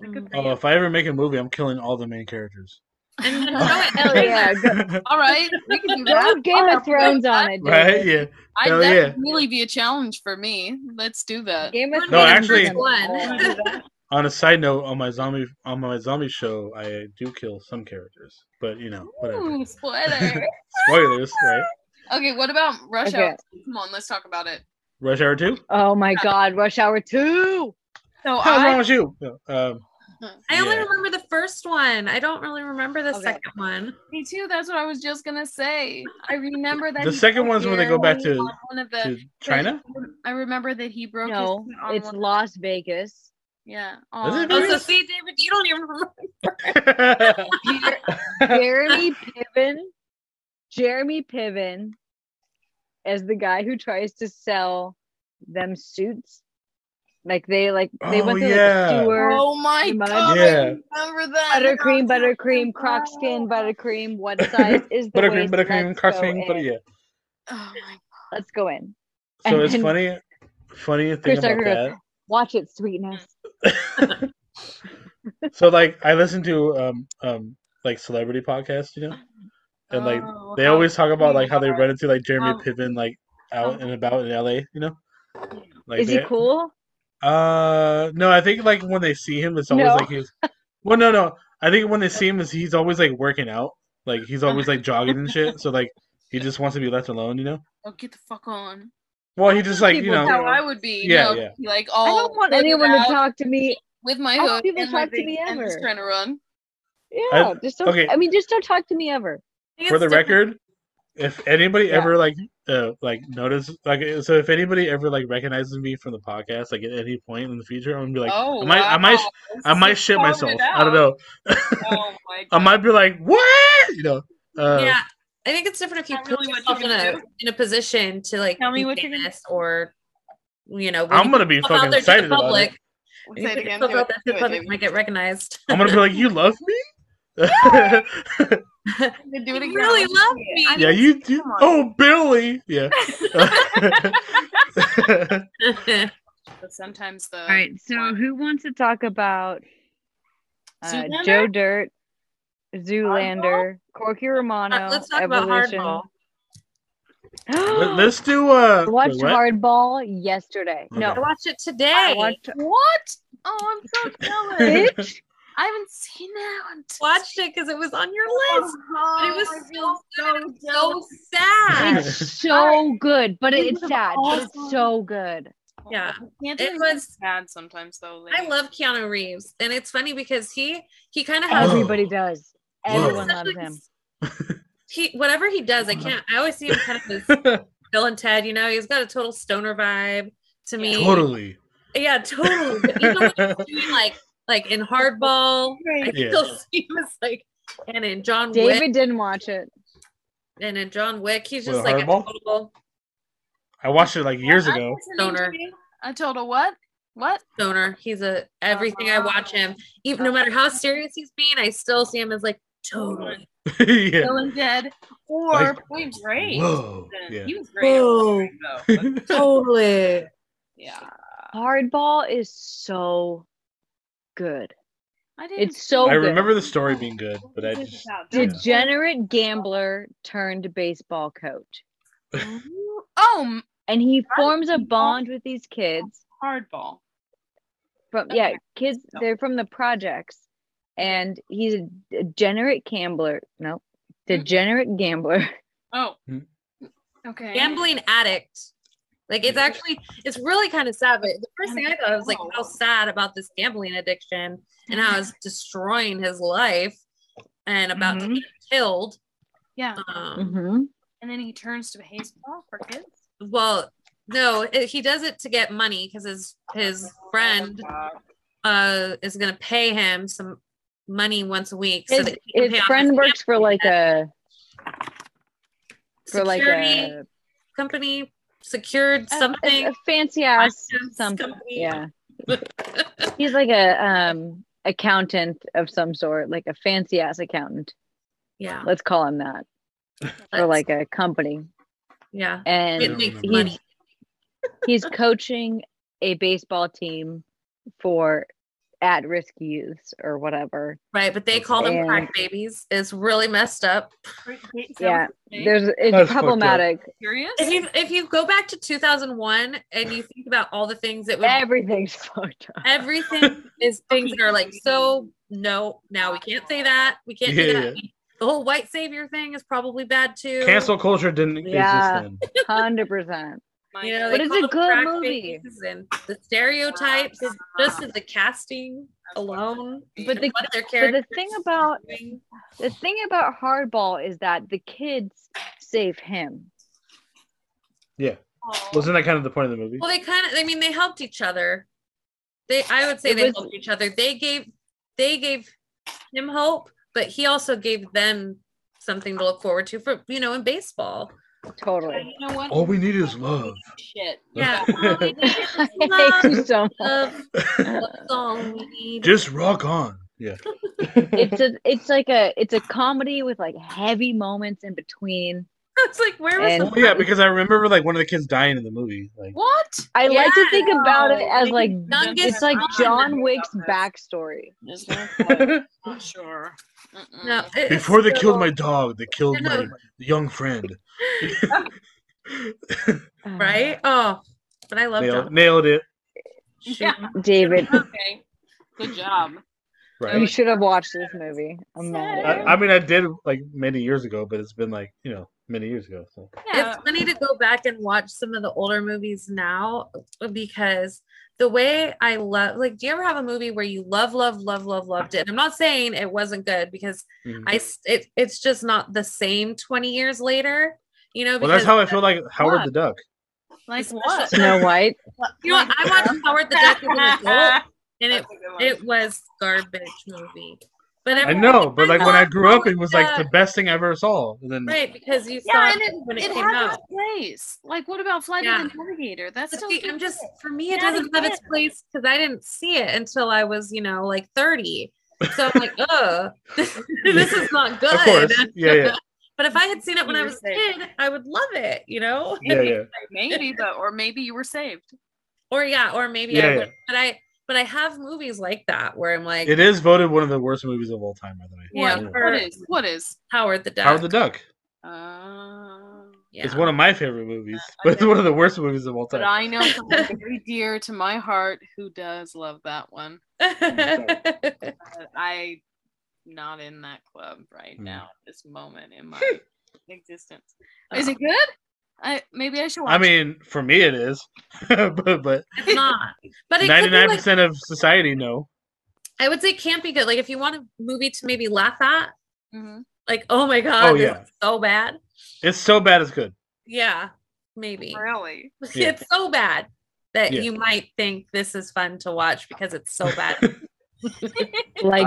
Speaker 2: Like, good for
Speaker 1: Oh, if I ever make a movie, I'm killing all the main characters.
Speaker 3: And
Speaker 2: you.
Speaker 5: [laughs]
Speaker 3: no, it- [laughs]
Speaker 5: Hell yeah. Go,
Speaker 2: All right, we can do
Speaker 5: [laughs]
Speaker 2: that.
Speaker 5: go Game
Speaker 2: I'll
Speaker 5: of Thrones on it,
Speaker 1: [laughs] right?
Speaker 5: David.
Speaker 1: Yeah.
Speaker 2: I,
Speaker 1: Hell
Speaker 2: that
Speaker 1: yeah.
Speaker 2: would really be a challenge for me. Let's do that.
Speaker 5: Game
Speaker 3: No,
Speaker 5: of Thrones.
Speaker 1: actually-
Speaker 5: on
Speaker 2: Oh
Speaker 3: One.
Speaker 5: [laughs] it.
Speaker 1: On a side note, on my zombie on my zombie show, I do kill some characters, but you know, whatever.
Speaker 2: Ooh, spoiler.
Speaker 1: Spoilers, right?
Speaker 2: okay, what about Rush
Speaker 5: Okay.
Speaker 2: Hour? Come on, let's talk about it.
Speaker 1: Rush Hour Two.
Speaker 5: Oh my god, Rush Hour 2.
Speaker 2: So
Speaker 1: How's wrong
Speaker 2: Oh, I,
Speaker 1: with you? No, Um,
Speaker 3: I only
Speaker 1: Yeah.
Speaker 3: remember the first one. I don't really remember the
Speaker 5: Okay.
Speaker 3: second
Speaker 2: [laughs]
Speaker 3: one.
Speaker 2: me too. That's what I was just gonna say. I remember that
Speaker 1: The
Speaker 2: he
Speaker 1: second
Speaker 2: broke
Speaker 1: one's when they
Speaker 2: his
Speaker 1: go back
Speaker 2: knee
Speaker 1: to-
Speaker 2: on one of the.
Speaker 1: to China.
Speaker 2: I remember that he broke
Speaker 5: No,
Speaker 2: his knee on
Speaker 5: it's
Speaker 2: one.
Speaker 5: Las Vegas.
Speaker 2: Yeah.
Speaker 1: Is it
Speaker 2: on-
Speaker 1: really?
Speaker 3: Oh, so see, David, you don't even
Speaker 1: [laughs]
Speaker 3: remember.
Speaker 2: [laughs]
Speaker 5: Jeremy Piven. Jeremy Piven as the guy who tries to sell them suits. Like they like they
Speaker 1: Oh,
Speaker 5: went to like
Speaker 1: yeah.
Speaker 5: a sewer.
Speaker 2: Oh my
Speaker 5: Mud.
Speaker 2: god!
Speaker 1: Yeah.
Speaker 2: I remember that.
Speaker 5: Buttercream,
Speaker 2: Oh
Speaker 5: buttercream, croc skin, buttercream. What [laughs] size is the
Speaker 1: buttercream,
Speaker 5: waist?
Speaker 1: buttercream,
Speaker 5: Let's
Speaker 1: cross
Speaker 5: go
Speaker 1: wing,
Speaker 5: in.
Speaker 1: but yeah.
Speaker 2: Oh my
Speaker 5: Let's go in.
Speaker 1: So
Speaker 5: And
Speaker 1: it's
Speaker 5: then-
Speaker 1: funny. funny thing
Speaker 5: Chris
Speaker 1: about
Speaker 5: Tucker
Speaker 1: that.
Speaker 5: goes, "Watch it, sweetness."
Speaker 1: so like I listen to um um like celebrity podcasts, you know, and like
Speaker 2: Oh,
Speaker 1: they
Speaker 2: how
Speaker 1: always talk about
Speaker 2: funny
Speaker 1: like how they
Speaker 2: are-
Speaker 1: run into like Jeremy
Speaker 5: Oh.
Speaker 2: how-
Speaker 1: Piven like out
Speaker 2: how-
Speaker 1: and about in L.A. You know, like
Speaker 5: Is he
Speaker 1: they-
Speaker 5: cool?
Speaker 1: Uh, no, I think like when they see him, it's always
Speaker 5: No.
Speaker 1: like
Speaker 5: [laughs]
Speaker 1: he's. Well, no, no. I think when they see him, is he's always like working out, like he's always like jogging and shit. So like he just wants to be left alone, you know.
Speaker 2: Oh, get the fuck on.
Speaker 1: Well, he just like you
Speaker 5: People
Speaker 2: That's
Speaker 1: know.
Speaker 5: tell-
Speaker 2: how I would be.
Speaker 1: Yeah,
Speaker 2: no,
Speaker 1: yeah.
Speaker 2: Like
Speaker 5: I
Speaker 2: all
Speaker 5: don't want
Speaker 2: hooded
Speaker 5: anyone to
Speaker 2: out
Speaker 5: talk to me.
Speaker 2: with my
Speaker 5: I don't
Speaker 2: hood
Speaker 5: people
Speaker 2: and my
Speaker 5: talk to
Speaker 2: big-
Speaker 5: me
Speaker 2: and just
Speaker 5: ever.
Speaker 2: trying to run.
Speaker 5: Yeah, just don't.
Speaker 1: okay.
Speaker 5: I mean, just don't talk to me ever.
Speaker 3: think
Speaker 1: For
Speaker 3: it's
Speaker 1: the
Speaker 3: different.
Speaker 1: record, if anybody
Speaker 5: Yeah.
Speaker 1: ever like uh like notice like so if anybody ever like recognizes me from the podcast like at any point in the future, I'm gonna be like,
Speaker 2: oh,
Speaker 1: I might, I might,
Speaker 2: wow.
Speaker 1: I might
Speaker 2: So
Speaker 1: shit
Speaker 2: sorted
Speaker 1: myself. I don't know.
Speaker 2: out.
Speaker 1: [laughs]
Speaker 2: Oh my
Speaker 1: I
Speaker 2: god.
Speaker 1: might be like, what? You know. Uh,
Speaker 3: yeah, I think it's different if you
Speaker 2: Not
Speaker 3: put
Speaker 2: really what
Speaker 3: yourself
Speaker 2: you're
Speaker 3: in
Speaker 2: gonna
Speaker 3: a
Speaker 2: do.
Speaker 3: in a position to like
Speaker 2: Tell me
Speaker 3: be
Speaker 2: what you're gonna-
Speaker 3: famous or you know. when
Speaker 1: I'm
Speaker 3: you
Speaker 1: gonna be
Speaker 3: put yourself
Speaker 1: fucking excited about it. Oh.
Speaker 3: when you
Speaker 2: Say it
Speaker 3: put
Speaker 2: again.
Speaker 3: yourself
Speaker 2: Do
Speaker 3: out
Speaker 2: it.
Speaker 3: there to
Speaker 2: Do
Speaker 3: the
Speaker 2: it,
Speaker 3: public, you
Speaker 2: David.
Speaker 3: might get
Speaker 2: [laughs]
Speaker 3: recognized.
Speaker 1: I'm gonna be like, you love me?
Speaker 2: Do it again.
Speaker 3: You really
Speaker 2: Let's
Speaker 3: love
Speaker 2: see it.
Speaker 3: me.
Speaker 2: I
Speaker 1: [laughs] yeah,
Speaker 2: need to
Speaker 1: you
Speaker 2: see it.
Speaker 1: do.
Speaker 2: Come on.
Speaker 1: Oh, Billy. Yeah. [laughs] I
Speaker 2: But sometimes the
Speaker 5: All right.
Speaker 3: Um,
Speaker 5: So who wants to talk about uh,
Speaker 2: Zoolander?
Speaker 5: Joe Dirt, Zoolander, Corky Romano,
Speaker 3: Let's talk about
Speaker 5: Evolution?
Speaker 3: hardball.
Speaker 1: Let- Let's do. Uh,
Speaker 5: I [gasps] watched
Speaker 1: wait, what?
Speaker 5: Hardball yesterday.
Speaker 3: I
Speaker 5: No,
Speaker 3: watched it
Speaker 5: I
Speaker 3: today. [laughs]
Speaker 5: watched
Speaker 2: What? Oh, I'm so
Speaker 1: [laughs]
Speaker 2: jealous.
Speaker 5: bitch.
Speaker 2: I haven't seen that one.
Speaker 3: watched it because it was on your list.
Speaker 2: Oh,
Speaker 3: it was
Speaker 2: I feel
Speaker 3: so
Speaker 2: so
Speaker 3: So
Speaker 1: [laughs]
Speaker 3: sad.
Speaker 5: It's so good, but
Speaker 2: It
Speaker 5: it's
Speaker 2: was
Speaker 5: sad. But
Speaker 2: awesome.
Speaker 5: it's so good.
Speaker 3: Yeah.
Speaker 2: I can't
Speaker 3: It
Speaker 2: believe
Speaker 3: was-
Speaker 2: it's sad sometimes though. like-
Speaker 3: I love Keanu Reeves, and it's funny because he he
Speaker 1: Oh,
Speaker 3: kind of has
Speaker 5: Everybody does.
Speaker 1: Whoa.
Speaker 5: Everyone
Speaker 3: He's such
Speaker 5: loves
Speaker 3: a-
Speaker 5: him.
Speaker 3: [laughs] He whatever he does, I can't. I always see him kind of as
Speaker 1: [laughs]
Speaker 3: Bill and Ted. You know, he's got a total stoner vibe to me.
Speaker 1: totally.
Speaker 3: Yeah, totally. But even
Speaker 1: [laughs]
Speaker 3: when he's doing like like in Hardball, I
Speaker 1: Yeah.
Speaker 3: still see him as like, and in John Wick,
Speaker 5: David didn't watch it.
Speaker 3: and in John Wick, he's
Speaker 1: With
Speaker 3: just
Speaker 1: a
Speaker 3: like a
Speaker 1: Hardball?
Speaker 3: total
Speaker 1: I watched it like years
Speaker 2: I'm
Speaker 1: ago.
Speaker 2: listening
Speaker 3: Stoner.
Speaker 2: to you. I told her what? What?
Speaker 3: stoner. He's a everything. I watch him, even no matter how serious he's being, I still see him as like totally.
Speaker 1: [laughs] yeah.
Speaker 2: Bill and Ted or
Speaker 1: Like-
Speaker 2: Point Break.
Speaker 1: Whoa. Yeah.
Speaker 2: He was great.
Speaker 3: Whoa. [laughs]
Speaker 2: Though.
Speaker 1: [laughs]
Speaker 3: Totally.
Speaker 2: Yeah.
Speaker 5: Hardball is so good.
Speaker 2: I didn't
Speaker 5: It's so
Speaker 1: I
Speaker 5: good.
Speaker 1: remember the story being good, but I just
Speaker 5: Degenerate gambler turned baseball coach.
Speaker 2: Oh, m-
Speaker 5: And he
Speaker 2: How did
Speaker 5: forms a
Speaker 2: he-
Speaker 5: bond with these kids
Speaker 2: hardball.
Speaker 5: from
Speaker 2: Okay.
Speaker 5: yeah, kids
Speaker 2: No.
Speaker 5: they're from the projects. And he's a degenerate gambler. No. Degenerate gambler.
Speaker 2: Oh.
Speaker 1: Hmm.
Speaker 2: Okay.
Speaker 3: Gambling addict. Like it's
Speaker 1: Yeah.
Speaker 3: actually it's really kind of sad. But the first thing I thought was like
Speaker 2: Wow.
Speaker 5: Oh.
Speaker 3: how sad about this gambling addiction and how
Speaker 5: [laughs]
Speaker 3: it's destroying his life and about to
Speaker 5: Mhm.
Speaker 3: get killed.
Speaker 2: Yeah.
Speaker 3: Um,
Speaker 5: hmm
Speaker 2: And then he turns to baseball for kids.
Speaker 5: Mm-hmm.
Speaker 3: Well, no, it, he does it to get money because his his friend
Speaker 2: Uh,
Speaker 3: uh is gonna pay him some money once a week.
Speaker 5: His,
Speaker 3: that he can
Speaker 5: his
Speaker 3: pay off
Speaker 5: friend works for like a for like
Speaker 3: security
Speaker 5: a,
Speaker 3: company secured
Speaker 5: a-
Speaker 3: something.
Speaker 5: a fancy ass
Speaker 3: Finance
Speaker 5: something.
Speaker 3: company.
Speaker 5: Yeah. He's like a um accountant of some sort, like a fancy ass accountant.
Speaker 3: yeah.
Speaker 5: Let's call him that. Or
Speaker 3: That's-
Speaker 5: like a company.
Speaker 3: yeah. It
Speaker 5: And
Speaker 1: Yeah.
Speaker 3: makes
Speaker 1: remember.
Speaker 3: money.
Speaker 5: he's he's coaching a baseball team for at risk youths or whatever.
Speaker 3: Right, but they call them
Speaker 5: And-
Speaker 3: crack babies. It's really messed up.
Speaker 5: Yeah. There's
Speaker 1: That's fucked
Speaker 5: it's
Speaker 1: up.
Speaker 5: problematic.
Speaker 2: Curious?
Speaker 3: If you if you go back to 2001 and you think about all the things that would [laughs]
Speaker 5: Everything's fucked up.
Speaker 3: everything
Speaker 5: [laughs]
Speaker 3: is things that are like so no, now we can't say that. We can't do
Speaker 1: Yeah,
Speaker 3: that. The whole white savior thing is probably bad too.
Speaker 1: cancel culture didn't
Speaker 5: Yeah.
Speaker 1: exist then.
Speaker 5: Hundred percent.
Speaker 2: My
Speaker 3: You know,
Speaker 2: God.
Speaker 5: But
Speaker 3: they
Speaker 5: it's
Speaker 3: call
Speaker 5: a
Speaker 3: them
Speaker 5: good
Speaker 3: crack
Speaker 5: movie.
Speaker 3: babies And the stereotypes just in the casting alone.
Speaker 5: But the-
Speaker 3: what their
Speaker 5: But the
Speaker 3: characters
Speaker 5: thing about
Speaker 3: doing.
Speaker 5: the thing about hardball is that the kids save him.
Speaker 2: Oh.
Speaker 1: Wasn't that kind of the point of the movie?
Speaker 3: Well, they kind of. I mean, they helped each other. They, I would say,
Speaker 5: It
Speaker 3: they
Speaker 5: was-
Speaker 3: helped each other. They gave, they gave him hope, but he also gave them something to look forward to for you know in baseball.
Speaker 5: Totally.
Speaker 2: You know what?
Speaker 1: All we need is love.
Speaker 2: Shit.
Speaker 3: Yeah.
Speaker 1: [laughs]
Speaker 5: [laughs] I hate you so much.
Speaker 3: Love, that's all we need. [laughs]
Speaker 1: Just rock on. Yeah.
Speaker 5: It's a it's like a it's a comedy with like heavy moments in between.
Speaker 3: it's like where was
Speaker 5: And-
Speaker 3: the
Speaker 1: Well, yeah, because I remember like one of the kids dying in the movie. Like,
Speaker 2: What?
Speaker 5: I like to think about it as
Speaker 3: Yeah.
Speaker 5: like
Speaker 3: None gets
Speaker 5: it's like
Speaker 3: on.
Speaker 5: John Wick's backstory.
Speaker 2: There's no point. Not sure. Mm-mm.
Speaker 3: No, it- it's
Speaker 1: before they killed
Speaker 3: still-
Speaker 1: my dog, they killed
Speaker 3: No,
Speaker 1: my
Speaker 3: no.
Speaker 1: young friend.
Speaker 3: right. Oh, but I love
Speaker 1: nailed,
Speaker 3: John.
Speaker 1: nailed it.
Speaker 3: Shoot.
Speaker 2: Yeah.
Speaker 5: David,
Speaker 2: Okay. Good job.
Speaker 5: you
Speaker 1: Right.
Speaker 5: should have watched this movie. I'm mad
Speaker 1: I,
Speaker 5: at you.
Speaker 1: I mean, I did like many years ago, but it's been like you know many years ago. So.
Speaker 2: Yeah.
Speaker 3: It's funny to go back and watch some of the older movies now because the way I love, like, do you ever have a movie where you love, love, love, love, loved it? And I'm not saying it wasn't good because
Speaker 1: Mhm.
Speaker 3: I, s- it, it's just not the same 20 years later, you know.
Speaker 1: Well, that's
Speaker 3: because-
Speaker 1: how I feel like Howard
Speaker 2: What?
Speaker 1: the Duck.
Speaker 2: Like
Speaker 3: Especially-
Speaker 2: what?
Speaker 5: Snow White.
Speaker 3: you know, what?
Speaker 1: [laughs]
Speaker 3: I watched Howard the Duck as an adult and it, it was garbage movie, but
Speaker 1: I
Speaker 3: everyone-
Speaker 1: know, but like when I
Speaker 3: loved
Speaker 1: grew up,
Speaker 3: Howard
Speaker 1: it was
Speaker 3: the
Speaker 1: like
Speaker 3: Duck.
Speaker 1: the best thing I ever saw. And then
Speaker 3: right because you
Speaker 2: Yeah,
Speaker 3: saw
Speaker 2: and
Speaker 3: it when it,
Speaker 2: it
Speaker 3: came
Speaker 2: had
Speaker 3: out.
Speaker 2: its place. Like, what about Flight
Speaker 3: Yeah.
Speaker 2: of the Navigator? That's
Speaker 3: But
Speaker 2: still
Speaker 3: see, I'm just for me, it
Speaker 2: Yeah,
Speaker 3: doesn't
Speaker 2: they
Speaker 3: have its
Speaker 2: did.
Speaker 3: place because I didn't see it until I was, you know, like 30. So I'm like, oh, this, [laughs] this is not
Speaker 1: [laughs]
Speaker 3: good.
Speaker 1: of course, yeah, yeah,
Speaker 3: But if I had seen it when I
Speaker 2: You're
Speaker 3: was a
Speaker 2: safe.
Speaker 3: kid, I would love it, you know?
Speaker 1: yeah, yeah.
Speaker 3: [laughs]
Speaker 2: maybe, but or maybe you were saved.
Speaker 3: Or yeah, or maybe
Speaker 1: Yeah,
Speaker 3: I
Speaker 1: yeah.
Speaker 3: would. But I but I have movies like that where I'm like
Speaker 1: It is voted one of the worst movies of all time, by the way.
Speaker 3: Yeah,
Speaker 1: Ooh.
Speaker 2: What?
Speaker 3: for-
Speaker 2: What is? What is?
Speaker 3: Howard the Duck.
Speaker 1: Howard the Duck.
Speaker 2: Uh,
Speaker 3: yeah. [laughs]
Speaker 1: It's one of my favorite movies,
Speaker 2: I
Speaker 1: but it's
Speaker 2: know.
Speaker 1: one of the worst movies of all
Speaker 2: but
Speaker 1: time.
Speaker 2: I know someone very dear to my heart who does love that one. But I'm not in that club right
Speaker 1: Hmm.
Speaker 2: now, at this moment in
Speaker 3: [laughs]
Speaker 2: my existence. Is it good? I maybe I should watch.
Speaker 1: I mean, for me, it is, [laughs] but but
Speaker 3: it's not. But it
Speaker 1: ninety
Speaker 3: could be
Speaker 1: nine
Speaker 3: like
Speaker 1: percent of society know.
Speaker 3: I would say can't be good. Like if you want a movie to maybe laugh at,
Speaker 2: it. Mhm.
Speaker 3: like, oh my god,
Speaker 1: Oh,
Speaker 3: this
Speaker 1: yeah.
Speaker 3: is so bad.
Speaker 1: It's so bad, it's good.
Speaker 3: Yeah, maybe.
Speaker 2: really.
Speaker 1: Yeah.
Speaker 3: It's so bad that
Speaker 1: Yeah.
Speaker 3: you might think this is fun to watch because it's so bad.
Speaker 5: Like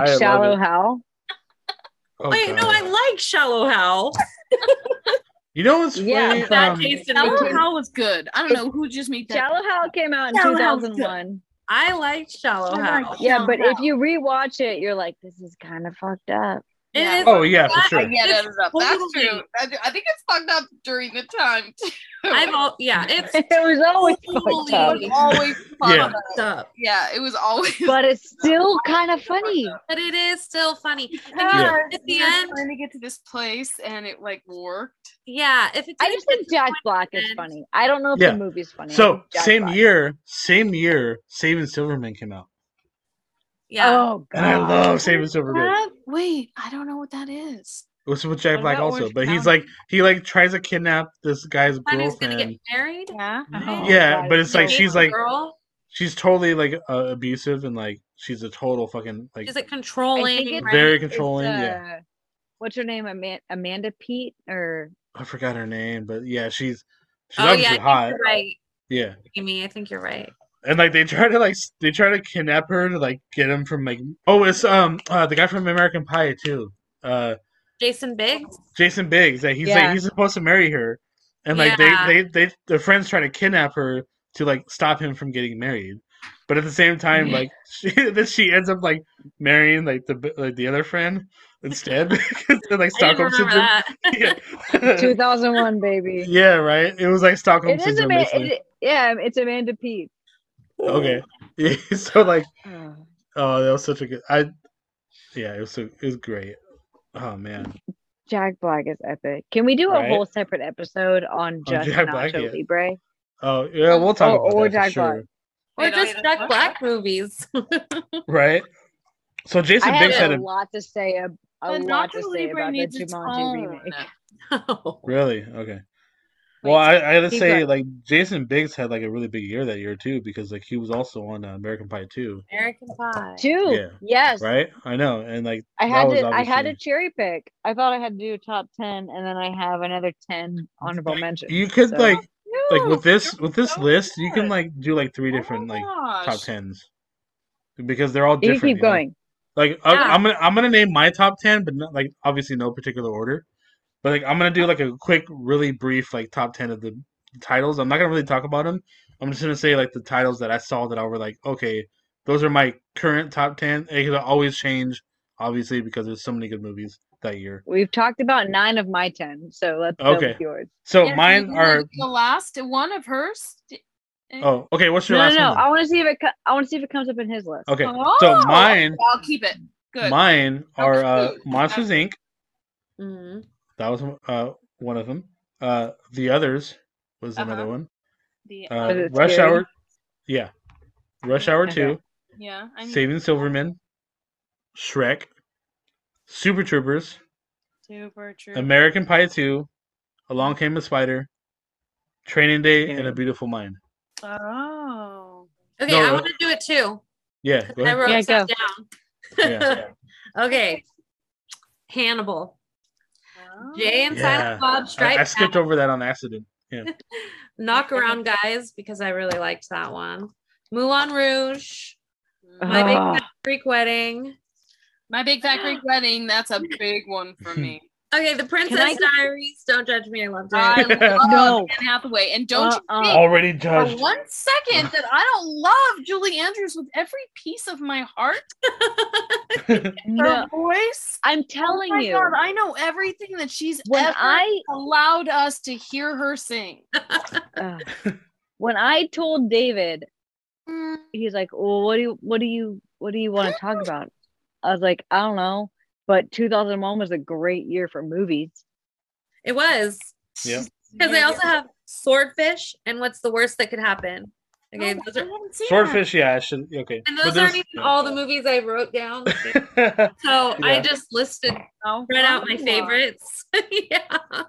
Speaker 1: [laughs] I love
Speaker 5: Shallow
Speaker 1: it.
Speaker 5: Hal.
Speaker 1: [laughs] Oh,
Speaker 3: Wait, no,
Speaker 1: God.
Speaker 3: I like Shallow Hal.
Speaker 1: You know what's funny?
Speaker 5: Yeah,
Speaker 3: That
Speaker 1: um,
Speaker 3: taste in
Speaker 2: Shallow
Speaker 3: me.
Speaker 2: Hal was good. I don't know who just made that.
Speaker 5: Shallow Hal came out in
Speaker 2: Shallow Hal's good.
Speaker 5: 2001.
Speaker 3: I like
Speaker 1: Oh,
Speaker 3: Shallow
Speaker 2: I
Speaker 3: Hal.
Speaker 2: like-
Speaker 5: Yeah,
Speaker 2: Shallow
Speaker 5: but
Speaker 2: Hal.
Speaker 5: if you rewatch it, you're like, this is kind of fucked up. [laughs]
Speaker 3: It
Speaker 2: Yeah.
Speaker 3: is-
Speaker 1: oh yeah, for
Speaker 3: I-
Speaker 2: I
Speaker 1: sure.
Speaker 2: get it up. That's
Speaker 3: Totally.
Speaker 2: true. I, I think it's fucked up during the time. Too. [laughs]
Speaker 3: I've all yeah,
Speaker 5: it [laughs]
Speaker 3: it's
Speaker 5: was always
Speaker 3: Totally.
Speaker 5: fucked up,
Speaker 2: It was [laughs] always fucked
Speaker 1: Yeah.
Speaker 2: up.
Speaker 3: up,
Speaker 2: Yeah, it was always. [laughs]
Speaker 5: but it's still kind of funny.
Speaker 3: but it is still funny. And
Speaker 1: Yeah.
Speaker 3: yeah.
Speaker 2: Because
Speaker 3: At
Speaker 2: we
Speaker 3: the
Speaker 2: were
Speaker 3: end,
Speaker 2: trying to get to this place, and it like worked.
Speaker 3: yeah, if it
Speaker 5: I
Speaker 3: didn't
Speaker 5: just think Jack Black is
Speaker 3: disappointed.
Speaker 5: funny. I don't know if
Speaker 1: Yeah.
Speaker 5: the movie's funny. I
Speaker 1: So
Speaker 5: think Jack
Speaker 1: same
Speaker 5: Black-
Speaker 1: year, same year, Saving Silverman came out,
Speaker 3: yeah,
Speaker 5: Oh god.
Speaker 1: and I love Saving Silverman.
Speaker 2: What? Wait, I don't know what that is.
Speaker 1: It was with Jack
Speaker 2: What
Speaker 1: Black
Speaker 2: about
Speaker 1: also,
Speaker 2: Orange
Speaker 1: but he's
Speaker 2: County?
Speaker 1: like he like tries to kidnap this guy's
Speaker 3: Somebody's gonna
Speaker 1: girlfriend.
Speaker 3: get married.
Speaker 2: Yeah.
Speaker 5: Oh,
Speaker 1: yeah,
Speaker 5: God,
Speaker 1: but it's like
Speaker 5: so
Speaker 1: she's
Speaker 3: Little
Speaker 1: like
Speaker 3: girl,
Speaker 1: she's totally like uh, abusive and like she's a total fucking like
Speaker 3: she's like
Speaker 5: I
Speaker 3: controlling.
Speaker 5: think it's-
Speaker 1: very
Speaker 5: it's,
Speaker 1: controlling. yeah,
Speaker 5: uh, What's her name? Ama- Amanda Pete or
Speaker 1: I forgot her name, but yeah, she's she's
Speaker 3: oh yeah, I
Speaker 1: obviously
Speaker 3: think
Speaker 1: hot.
Speaker 3: you're right,
Speaker 1: Yeah,
Speaker 3: Amy. I think you're right.
Speaker 1: and like they try to like s- they try to kidnap her to like get him from like oh it's um uh, the guy from American Pie too. Uh,
Speaker 3: Jason Biggs.
Speaker 1: Jason Biggs that he's
Speaker 5: Yeah.
Speaker 1: like he's supposed to marry her, and like
Speaker 3: Yeah.
Speaker 1: they they they the friends try to kidnap her to like stop him from getting married, but at the same time like [laughs] she then she ends up like marrying like the b- like the other friend instead [laughs] because they're, like
Speaker 3: I
Speaker 1: Stockholm
Speaker 3: didn't remember
Speaker 1: syndrome.
Speaker 3: that.
Speaker 1: Yeah.
Speaker 5: 2001 [laughs] baby?
Speaker 1: [laughs] yeah, right. It was like Stockholm
Speaker 5: It is
Speaker 1: syndrome.
Speaker 5: Amanda.
Speaker 1: basically.
Speaker 5: It, yeah, it's Amanda Pete.
Speaker 1: okay, [laughs] yeah, so
Speaker 5: [sighs]
Speaker 1: like
Speaker 5: Oh.
Speaker 1: oh that was such a good I yeah it was so it was great. Oh man,
Speaker 5: Jack Black is epic. Can we do a
Speaker 1: Right?
Speaker 5: whole separate episode on just
Speaker 1: Jack Black,
Speaker 5: Nacho
Speaker 1: yeah.
Speaker 5: Libre?
Speaker 1: oh yeah, we'll talk
Speaker 5: Oh,
Speaker 1: about that for
Speaker 5: or Jack
Speaker 1: sure.
Speaker 5: Black.
Speaker 3: Or
Speaker 2: Wait, oh,
Speaker 3: just
Speaker 2: yeah,
Speaker 3: Jack
Speaker 2: that's-
Speaker 3: Black movies.
Speaker 1: Right. So Jason
Speaker 5: I
Speaker 1: Biggs had
Speaker 5: have a
Speaker 1: a
Speaker 5: lot to say. ab- A
Speaker 2: The
Speaker 5: lot to
Speaker 2: Nacho
Speaker 5: say
Speaker 2: Libre
Speaker 5: about the
Speaker 2: needs its
Speaker 5: Jumanji
Speaker 2: own.
Speaker 5: remake.
Speaker 1: Really? Okay. Well, I, I gotta
Speaker 5: he's
Speaker 1: say,
Speaker 5: right.
Speaker 1: like Jason Biggs had like a really big year that year too, because like he was also on uh, American Pie too,
Speaker 3: American Pie.
Speaker 5: Two.
Speaker 1: Yeah.
Speaker 5: Yes.
Speaker 1: right? I know, and like
Speaker 5: I
Speaker 1: that
Speaker 5: had
Speaker 1: was
Speaker 5: to. I had to
Speaker 1: obviously-
Speaker 5: cherry pick. I thought I had to do a top ten, and then I have another ten honorable mentions.
Speaker 1: You could
Speaker 5: so-
Speaker 1: like like
Speaker 5: Oh,
Speaker 1: with
Speaker 2: Oh, No,
Speaker 1: this with this
Speaker 2: so
Speaker 1: list, you can
Speaker 2: good.
Speaker 1: like do like three different
Speaker 2: oh my
Speaker 1: like top
Speaker 2: gosh.
Speaker 1: tens because they're all
Speaker 5: You
Speaker 1: different.
Speaker 5: can keep
Speaker 1: know?
Speaker 5: going.
Speaker 1: Like I,
Speaker 3: Yeah.
Speaker 1: I'm gonna I'm gonna name my top ten, but not, like obviously no particular order. But like I'm gonna do like a quick, really brief like top ten of the titles. I'm not gonna really talk about them. I'm just gonna say like the titles that I saw that I were like, okay, those are my current top ten. It could always change, obviously, because there's so many good movies. that year.
Speaker 5: We've talked about nine of my ten, so let's go
Speaker 1: Okay.
Speaker 5: with yours.
Speaker 1: So
Speaker 2: Yeah,
Speaker 1: mine
Speaker 2: you
Speaker 1: are.
Speaker 2: wanna do the last one of hers. eh,
Speaker 1: Oh, okay. What's your
Speaker 5: no,
Speaker 1: last
Speaker 5: no, no.
Speaker 1: one? then?
Speaker 5: I want to see if it. Co- I want to see if it comes up in his list.
Speaker 1: Okay.
Speaker 2: Oh,
Speaker 1: So mine,
Speaker 2: I'll keep it. Good.
Speaker 1: mine are uh,
Speaker 2: Okay.
Speaker 1: Monsters Inc.
Speaker 3: Mhm.
Speaker 1: That was uh, one of them. Uh, the others was another
Speaker 2: Uh-huh.
Speaker 1: one.
Speaker 2: The-
Speaker 1: Uh,
Speaker 5: Was it
Speaker 1: Rush
Speaker 5: scary?
Speaker 1: Hour. Yeah. Rush Hour
Speaker 5: Okay.
Speaker 1: Two.
Speaker 2: yeah, I mean,
Speaker 1: Saving Silverman. Shrek. Super Troopers.
Speaker 2: super true.
Speaker 1: American Pie Two. Along Came a Spider. Training Day and
Speaker 5: Yeah.
Speaker 1: A Beautiful Mind.
Speaker 2: oh,
Speaker 3: Okay,
Speaker 1: No,
Speaker 3: I
Speaker 1: uh,
Speaker 3: want to do it too.
Speaker 1: Yeah. Go
Speaker 3: I
Speaker 1: ahead.
Speaker 3: wrote
Speaker 5: Yeah,
Speaker 3: stuff
Speaker 5: go.
Speaker 3: down. [laughs]
Speaker 1: Yeah.
Speaker 3: okay. Hannibal. Jay and
Speaker 1: Yeah.
Speaker 3: Silent Bob
Speaker 1: I,
Speaker 3: Strike
Speaker 1: I skipped over that on accidident.
Speaker 3: Knock Around Guys because I really liked that one. Moulin Rouge. My
Speaker 2: My,
Speaker 3: Big
Speaker 5: Ah.
Speaker 3: Fat Greek Wedding.
Speaker 2: my big fat Greek wedding. That's a big one for me.
Speaker 3: Okay, The Princess
Speaker 5: I- Um,
Speaker 3: Diaries. Don't judge me. I loved it.
Speaker 2: I love
Speaker 5: No.
Speaker 2: Anne Hathaway, and don't
Speaker 5: Uh-uh.
Speaker 2: you think
Speaker 1: Already
Speaker 3: Oh,
Speaker 2: for
Speaker 1: judged.
Speaker 2: one second that I don't love Julie Andrews with every piece of my heart.
Speaker 5: No,
Speaker 2: Her voice.
Speaker 5: I'm
Speaker 2: Oh
Speaker 5: telling
Speaker 2: my
Speaker 5: you.
Speaker 2: God, I know everything that she's
Speaker 5: When
Speaker 2: ever
Speaker 5: I-
Speaker 2: allowed us to hear her sing.
Speaker 5: Ugh. when I told David, he's like, "Well, what do you, what do you, what do
Speaker 1: [laughs]
Speaker 5: you want to talk about?" I was like, "I don't know," but 2001 was a great year for movies.
Speaker 3: it was.
Speaker 1: Yep.
Speaker 3: Because I also have Swordfish and What's the Worst That Could Happen. Okay,
Speaker 2: Oh,
Speaker 3: those
Speaker 2: I
Speaker 3: are,
Speaker 2: haven't seen
Speaker 1: Swordfish, yeah, I should okay.
Speaker 3: and
Speaker 1: But
Speaker 3: those
Speaker 1: there's-
Speaker 3: aren't even all the movies I wrote down. So
Speaker 1: [laughs]
Speaker 3: I
Speaker 1: Yeah.
Speaker 3: just listed,
Speaker 2: that. Oh,
Speaker 3: read out my
Speaker 2: wow.
Speaker 3: favorites. [laughs] yeah.
Speaker 2: Yeah.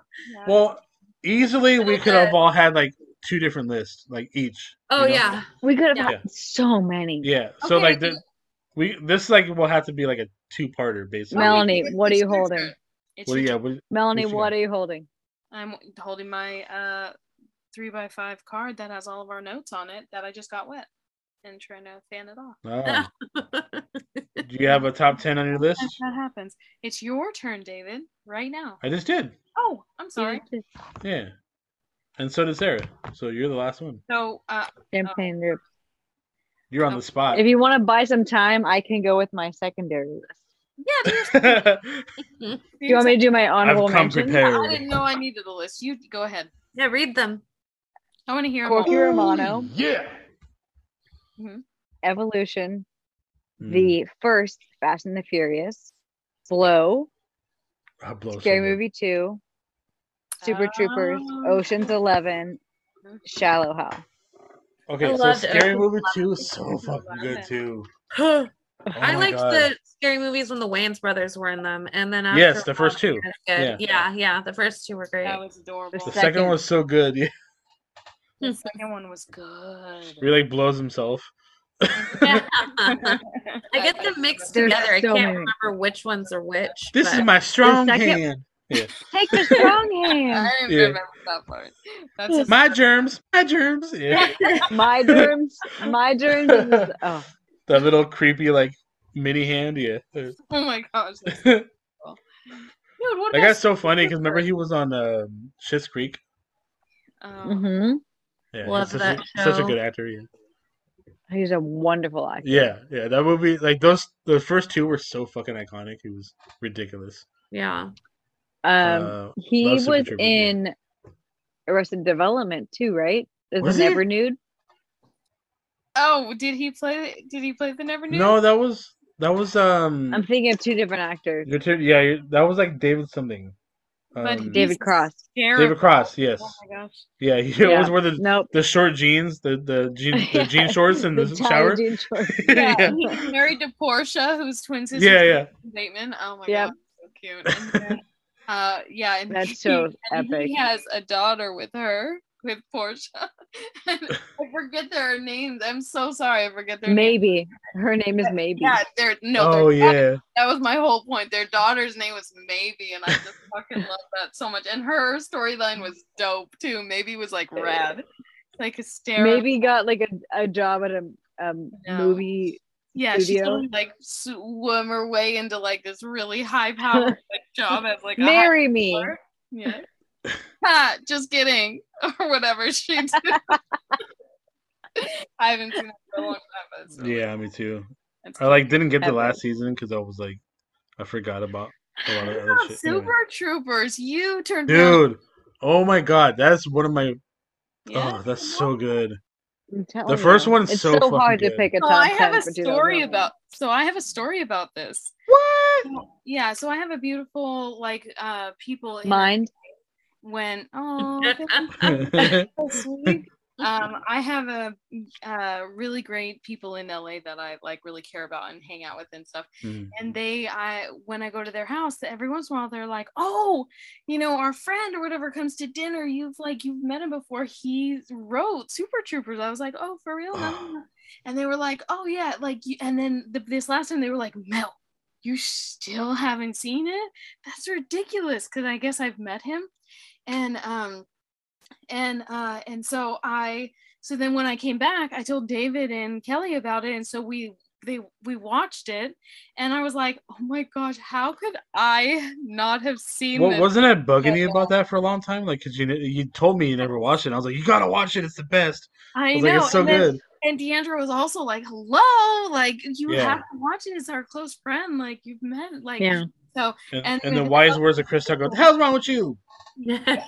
Speaker 1: well, easily we
Speaker 3: Okay.
Speaker 1: could have all had like two different lists, like each.
Speaker 3: Oh,
Speaker 1: you know?
Speaker 3: yeah.
Speaker 5: We could have
Speaker 1: Yeah.
Speaker 5: had so many.
Speaker 1: Yeah. So
Speaker 2: Okay,
Speaker 1: like the, we this like will have to be like a two parter basically.
Speaker 5: Melanie, what are you
Speaker 2: It's your
Speaker 5: holding?
Speaker 2: turn. It's
Speaker 1: Well,
Speaker 2: your
Speaker 1: yeah,
Speaker 2: turn.
Speaker 1: we-
Speaker 5: Melanie,
Speaker 1: What you
Speaker 5: what
Speaker 1: got?
Speaker 5: are you holding?
Speaker 2: I'm holding my uh three by five card that has all of our notes on it that I just got wet and trying to fan it off.
Speaker 1: oh. Do you have a top ten on your list?
Speaker 2: Sometimes that happens. It's your turn, David, right now.
Speaker 1: I just did.
Speaker 2: Oh, I'm sorry.
Speaker 1: Yeah. And so did Sarah. So you're the last one.
Speaker 2: So uh
Speaker 1: Oh.
Speaker 5: Champagne drip.
Speaker 1: You're on the spot.
Speaker 5: If you want to buy some time, I can go with my secondary list.
Speaker 2: yeah,
Speaker 1: [laughs]
Speaker 2: there's
Speaker 5: Do you want me to do my honorable
Speaker 1: I've come
Speaker 5: mention?
Speaker 2: I
Speaker 1: prepared.
Speaker 2: didn't know I needed a list. You go ahead.
Speaker 3: [laughs] Yeah, read them.
Speaker 2: I want to hear 'em all.
Speaker 5: Corky Romano,
Speaker 6: Yeah.
Speaker 5: Evolution,
Speaker 1: Hmm. Mm.
Speaker 5: the first Fast and the Furious, Blow,
Speaker 1: I blow so
Speaker 5: Scary
Speaker 1: good.
Speaker 5: Movie 2, Super Troopers,
Speaker 2: Um,
Speaker 3: Ah.
Speaker 5: Ocean's Eleven, Shallow Hal.
Speaker 1: Okay,
Speaker 3: I
Speaker 1: so
Speaker 3: loved
Speaker 1: Scary
Speaker 3: Ocean's
Speaker 1: Movie 2 is so
Speaker 2: Eleven.
Speaker 1: fucking good too. [gasps] Oh
Speaker 3: I
Speaker 1: my
Speaker 3: liked
Speaker 1: God.
Speaker 3: the scary movies when the Wayans brothers were in them, and then after
Speaker 1: Yes, the
Speaker 3: a
Speaker 1: first
Speaker 3: while,
Speaker 1: two.
Speaker 3: they got good. Yeah. yeah, the first two were great.
Speaker 2: That
Speaker 3: [laughs]
Speaker 2: was adorable.
Speaker 1: The
Speaker 2: The
Speaker 5: sec-
Speaker 2: second,
Speaker 1: second one was so good. [laughs] Yeah.
Speaker 2: one was
Speaker 1: [laughs]
Speaker 2: good.
Speaker 1: Really blows himself.
Speaker 3: Yeah. [laughs] I get them mixed
Speaker 5: There's
Speaker 3: together. I
Speaker 5: so
Speaker 3: can't
Speaker 5: many.
Speaker 3: remember which ones are which.
Speaker 1: This
Speaker 3: but-
Speaker 1: is my strong
Speaker 5: second-
Speaker 1: hand.
Speaker 5: Take the strong
Speaker 2: I
Speaker 3: [laughs]
Speaker 5: hand.
Speaker 2: didn't
Speaker 1: Yeah.
Speaker 2: remember that part. That's just-
Speaker 1: My germs. My germs. Yeah.
Speaker 5: My germs, my germs. Is, oh,
Speaker 1: that little creepy like mini hand. Yeah.
Speaker 2: [laughs] oh my gosh.
Speaker 1: [laughs]
Speaker 2: That's
Speaker 1: that
Speaker 2: cool. Dude, what about
Speaker 1: guy's so funny because remember he was on um, Schitt's Creek.
Speaker 2: Um,
Speaker 5: hmm
Speaker 1: Yeah,
Speaker 3: Love
Speaker 1: he's such,
Speaker 3: that
Speaker 1: a, such a
Speaker 3: show.
Speaker 1: good actor. Yeah.
Speaker 5: he's a wonderful actor.
Speaker 1: yeah, yeah, that movie like those the first two were so fucking iconic. It was ridiculous.
Speaker 3: yeah.
Speaker 5: Um,
Speaker 1: Uh,
Speaker 5: he
Speaker 1: Love
Speaker 5: was
Speaker 1: Super Trooper, yeah.
Speaker 5: in Arrested Development too, right? Is
Speaker 1: Was
Speaker 5: was
Speaker 1: he?
Speaker 5: Never Nude?
Speaker 2: oh, did he play? Did he play the Never Knew?
Speaker 1: No, that was that was um.
Speaker 5: I'm thinking of two different actors.
Speaker 1: Your turn. Yeah, you- that was like David something.
Speaker 2: But
Speaker 1: Um,
Speaker 5: David Cross.
Speaker 2: Terrible.
Speaker 1: David Cross. Yes.
Speaker 2: Oh my gosh.
Speaker 1: Yeah, he
Speaker 5: Yeah.
Speaker 1: [laughs] always wore the
Speaker 5: Nope.
Speaker 1: the short jeans, the the
Speaker 5: [laughs]
Speaker 1: jean the jean shorts, and the,
Speaker 5: tied
Speaker 1: shower. [laughs]
Speaker 5: jean shorts.
Speaker 1: Yeah.
Speaker 5: Yeah.
Speaker 2: He was married to Portia, who's twin sister.
Speaker 1: Yeah,
Speaker 2: to
Speaker 1: yeah.
Speaker 2: Bateman. Oh my
Speaker 5: Yep.
Speaker 2: god, so cute. And then, [laughs] uh, yeah, and
Speaker 5: That
Speaker 2: he-
Speaker 5: show's
Speaker 2: and
Speaker 5: epic.
Speaker 2: He has a daughter with her, with Portia. [laughs] and I forget their names. I'm so sorry. I forget their names.
Speaker 5: Maybe her name is Maybe.
Speaker 2: Yeah, they're [laughs] no.
Speaker 1: oh
Speaker 2: they're not
Speaker 1: yeah,
Speaker 2: that was my whole point. Their daughter's name was Maybe, and I just fucking love that so much. And her storyline was dope too. Maybe was
Speaker 5: [laughs]
Speaker 2: like rad, like hysterical.
Speaker 5: Maybe got like a, a job at a um,
Speaker 2: No.
Speaker 5: movie.
Speaker 2: yeah, she
Speaker 5: studio.
Speaker 2: totally like swim her way into like this really high powered
Speaker 5: [laughs]
Speaker 2: like, job as like a high
Speaker 5: Marry me.
Speaker 2: schooler.
Speaker 5: [laughs]
Speaker 2: Yeah. ha, just kidding, [laughs] or whatever she
Speaker 5: [laughs]
Speaker 2: did. I haven't seen that for a long time, but it's so-
Speaker 1: yeah. Me too.
Speaker 2: it's
Speaker 1: I like didn't get the
Speaker 5: Epic.
Speaker 1: last season because I was like, I forgot about a lot of other
Speaker 2: Oh,
Speaker 1: shit. anyway.
Speaker 2: Super Troopers, you turned down-
Speaker 1: Dude, oh my god, that's one of my.
Speaker 2: Yeah.
Speaker 1: Oh, that's so good. [laughs]
Speaker 5: I'm telling
Speaker 1: The first
Speaker 5: you.
Speaker 1: one's
Speaker 5: it's
Speaker 1: so
Speaker 5: so, hard
Speaker 1: fucking
Speaker 5: to pick a
Speaker 3: Oh,
Speaker 2: So
Speaker 5: top
Speaker 2: I
Speaker 5: 10
Speaker 2: have a
Speaker 5: for
Speaker 2: story
Speaker 5: 2001.
Speaker 2: about. So I have a story about this. What? Yeah. So I have a beautiful like uh people in-
Speaker 5: Mind.
Speaker 2: when
Speaker 5: [laughs]
Speaker 2: oh
Speaker 3: [laughs]
Speaker 1: good.
Speaker 2: so sweet. Um, I have a uh, really great people in LA that I like really care about and hang out with and stuff.
Speaker 1: Mhm.
Speaker 2: And they, I when I go to their house, every once in a while they're like, "Oh, you know, our friend or whatever comes to dinner. You've like you've met him before. He wrote Super Troopers." I was like, "Oh, for real?" No. and they were like, "Oh yeah, like." you- And then the, this last time they were like, "Mel, you still haven't seen it? That's ridiculous." Because I guess I've met him, and um and uh and so i so then when i came back i told david and kelly about it and so we they we watched it and i was like oh my gosh how could i not have seen
Speaker 1: well,
Speaker 2: this
Speaker 1: wasn't I bugging you
Speaker 2: Yeah.
Speaker 1: about that for a long time? Like, cause you kn- you told me you never watched it. and I was like, you gotta watch it. It's the best.
Speaker 2: i
Speaker 1: I was
Speaker 2: know
Speaker 1: like, it's so
Speaker 2: and, then,
Speaker 1: good.
Speaker 2: and deandra was also like hello like you
Speaker 1: Yeah.
Speaker 2: have to watch it it's our close friend like you've met like
Speaker 5: Yeah.
Speaker 1: And,
Speaker 2: and-
Speaker 1: and, the wise words of Chris Tucker. What the hell's wrong with you? I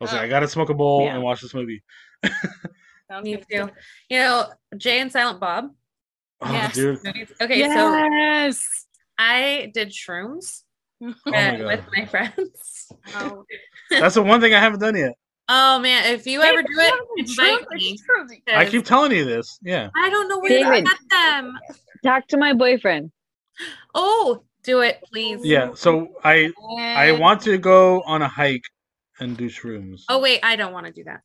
Speaker 1: was like, I gotta smoke a bowl
Speaker 5: Yeah.
Speaker 1: and watch this movie.
Speaker 3: Me too. You know, Jay and Silent Bob.
Speaker 1: Oh,
Speaker 2: Yes.
Speaker 1: dude.
Speaker 3: Okay, so
Speaker 2: yes
Speaker 3: I did shrooms
Speaker 1: Oh
Speaker 3: uh,
Speaker 1: my
Speaker 3: [laughs] with
Speaker 1: god.
Speaker 3: my friends.
Speaker 2: Oh.
Speaker 1: That's the one thing I haven't done yet.
Speaker 3: Oh man, if you ever do it, invite me.
Speaker 2: It's true.
Speaker 1: I keep telling you this. Yeah.
Speaker 3: I don't know where I
Speaker 5: David.
Speaker 3: got them.
Speaker 5: Talk to my boyfriend.
Speaker 3: Oh, do it, please.
Speaker 1: Yeah. So I I want to go on a hike and do shrooms.
Speaker 3: Oh wait, I don't want to do that.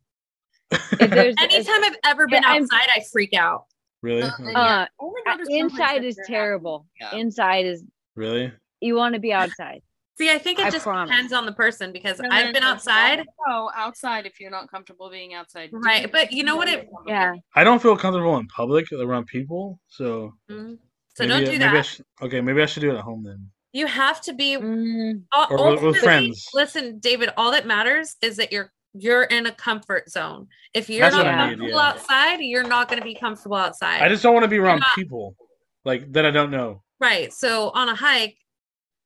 Speaker 3: [laughs]
Speaker 5: If there's
Speaker 3: Anytime I've ever been
Speaker 5: Yeah, I'm-
Speaker 3: outside, I freak out.
Speaker 1: [laughs] really?
Speaker 5: uh,
Speaker 2: Oh my God, there's no place
Speaker 5: inside
Speaker 2: that
Speaker 5: is
Speaker 2: they're at.
Speaker 5: terrible.
Speaker 2: Yeah.
Speaker 5: Inside is
Speaker 1: really?
Speaker 5: you want to be
Speaker 3: [laughs]
Speaker 5: outside.
Speaker 3: See, I think it
Speaker 5: I
Speaker 3: just
Speaker 5: promise.
Speaker 3: depends on the person because
Speaker 2: No, no, no,
Speaker 3: I've been
Speaker 2: no.
Speaker 3: outside.
Speaker 2: Oh, outside if you're not comfortable being outside.
Speaker 3: Right, but you know what it-
Speaker 5: Yeah.
Speaker 1: I don't feel comfortable in public around people, so
Speaker 3: Mhm. So
Speaker 1: maybe- uh,
Speaker 3: don't do
Speaker 1: maybe
Speaker 3: that.
Speaker 1: I sh- okay, maybe I should do it at home then.
Speaker 3: you have to be
Speaker 5: Mm,
Speaker 3: all,
Speaker 1: Or with- with
Speaker 3: ultimately,
Speaker 1: friends.
Speaker 3: Listen, David, all that matters is that you're you're in a comfort zone. If you're
Speaker 1: That's
Speaker 3: not
Speaker 5: what I need,
Speaker 3: comfortable
Speaker 1: yeah.
Speaker 3: outside, you're not going to be comfortable outside.
Speaker 1: I just don't want to be around
Speaker 3: Yeah.
Speaker 1: people like that I don't know.
Speaker 3: right. So on a hike,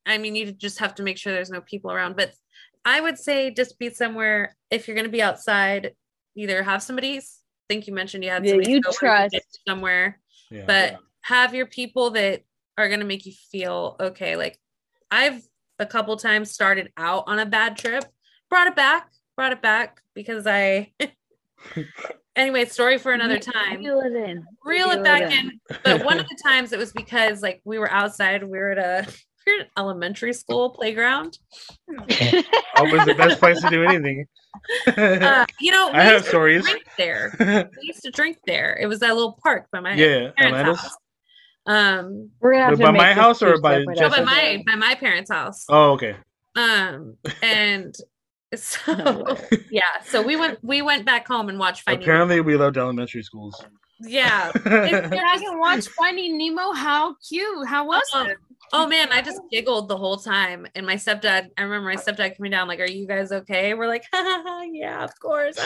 Speaker 3: I mean, you just have to make sure there's no people around. But I would say just be somewhere if you're going to be outside. Either have somebody. I think you mentioned you had
Speaker 5: Yeah,
Speaker 3: somebody
Speaker 5: you
Speaker 3: sober can get
Speaker 5: trust.
Speaker 3: you somewhere.
Speaker 1: Yeah.
Speaker 3: but have your people that are going to make you feel okay like i've a couple times started out on a bad trip brought it back brought it back because i [laughs] anyway story for another
Speaker 5: you-
Speaker 3: time
Speaker 5: Reel it in.
Speaker 3: reel it
Speaker 5: reel
Speaker 3: back
Speaker 5: it in.
Speaker 3: in but one of the times it was because like we were outside we were at a [laughs] we were at an elementary school playground
Speaker 1: [laughs] [laughs] always the best place to do anything.
Speaker 3: [laughs] uh, you know we
Speaker 1: [laughs] [laughs] I have
Speaker 3: used to
Speaker 1: stories.
Speaker 3: drink there
Speaker 1: [laughs] yeah,
Speaker 3: we used to drink there it was that little park by my parents
Speaker 1: Atlantis.
Speaker 3: house. um
Speaker 5: [laughs] We're gonna
Speaker 1: Wait,
Speaker 5: have to
Speaker 1: by
Speaker 5: make
Speaker 1: my
Speaker 5: this
Speaker 1: house or
Speaker 5: two
Speaker 1: by
Speaker 5: separate
Speaker 1: Jess's?
Speaker 3: no, by
Speaker 5: episodes.
Speaker 3: my by my parents house
Speaker 1: Oh, okay.
Speaker 3: um
Speaker 1: [laughs]
Speaker 3: and so
Speaker 5: No
Speaker 3: yeah so we went we went back home and watched finding
Speaker 1: Apparently, we loved elementary schools.
Speaker 3: yeah
Speaker 2: Yeah, I can watch
Speaker 3: [laughs]
Speaker 2: Finding Nemo. How cute! How was
Speaker 3: Uh-uh.
Speaker 2: it?
Speaker 3: oh man i just giggled the whole time and my stepdad i remember my stepdad coming down like are you guys okay we're like ha, ha, ha, yeah of course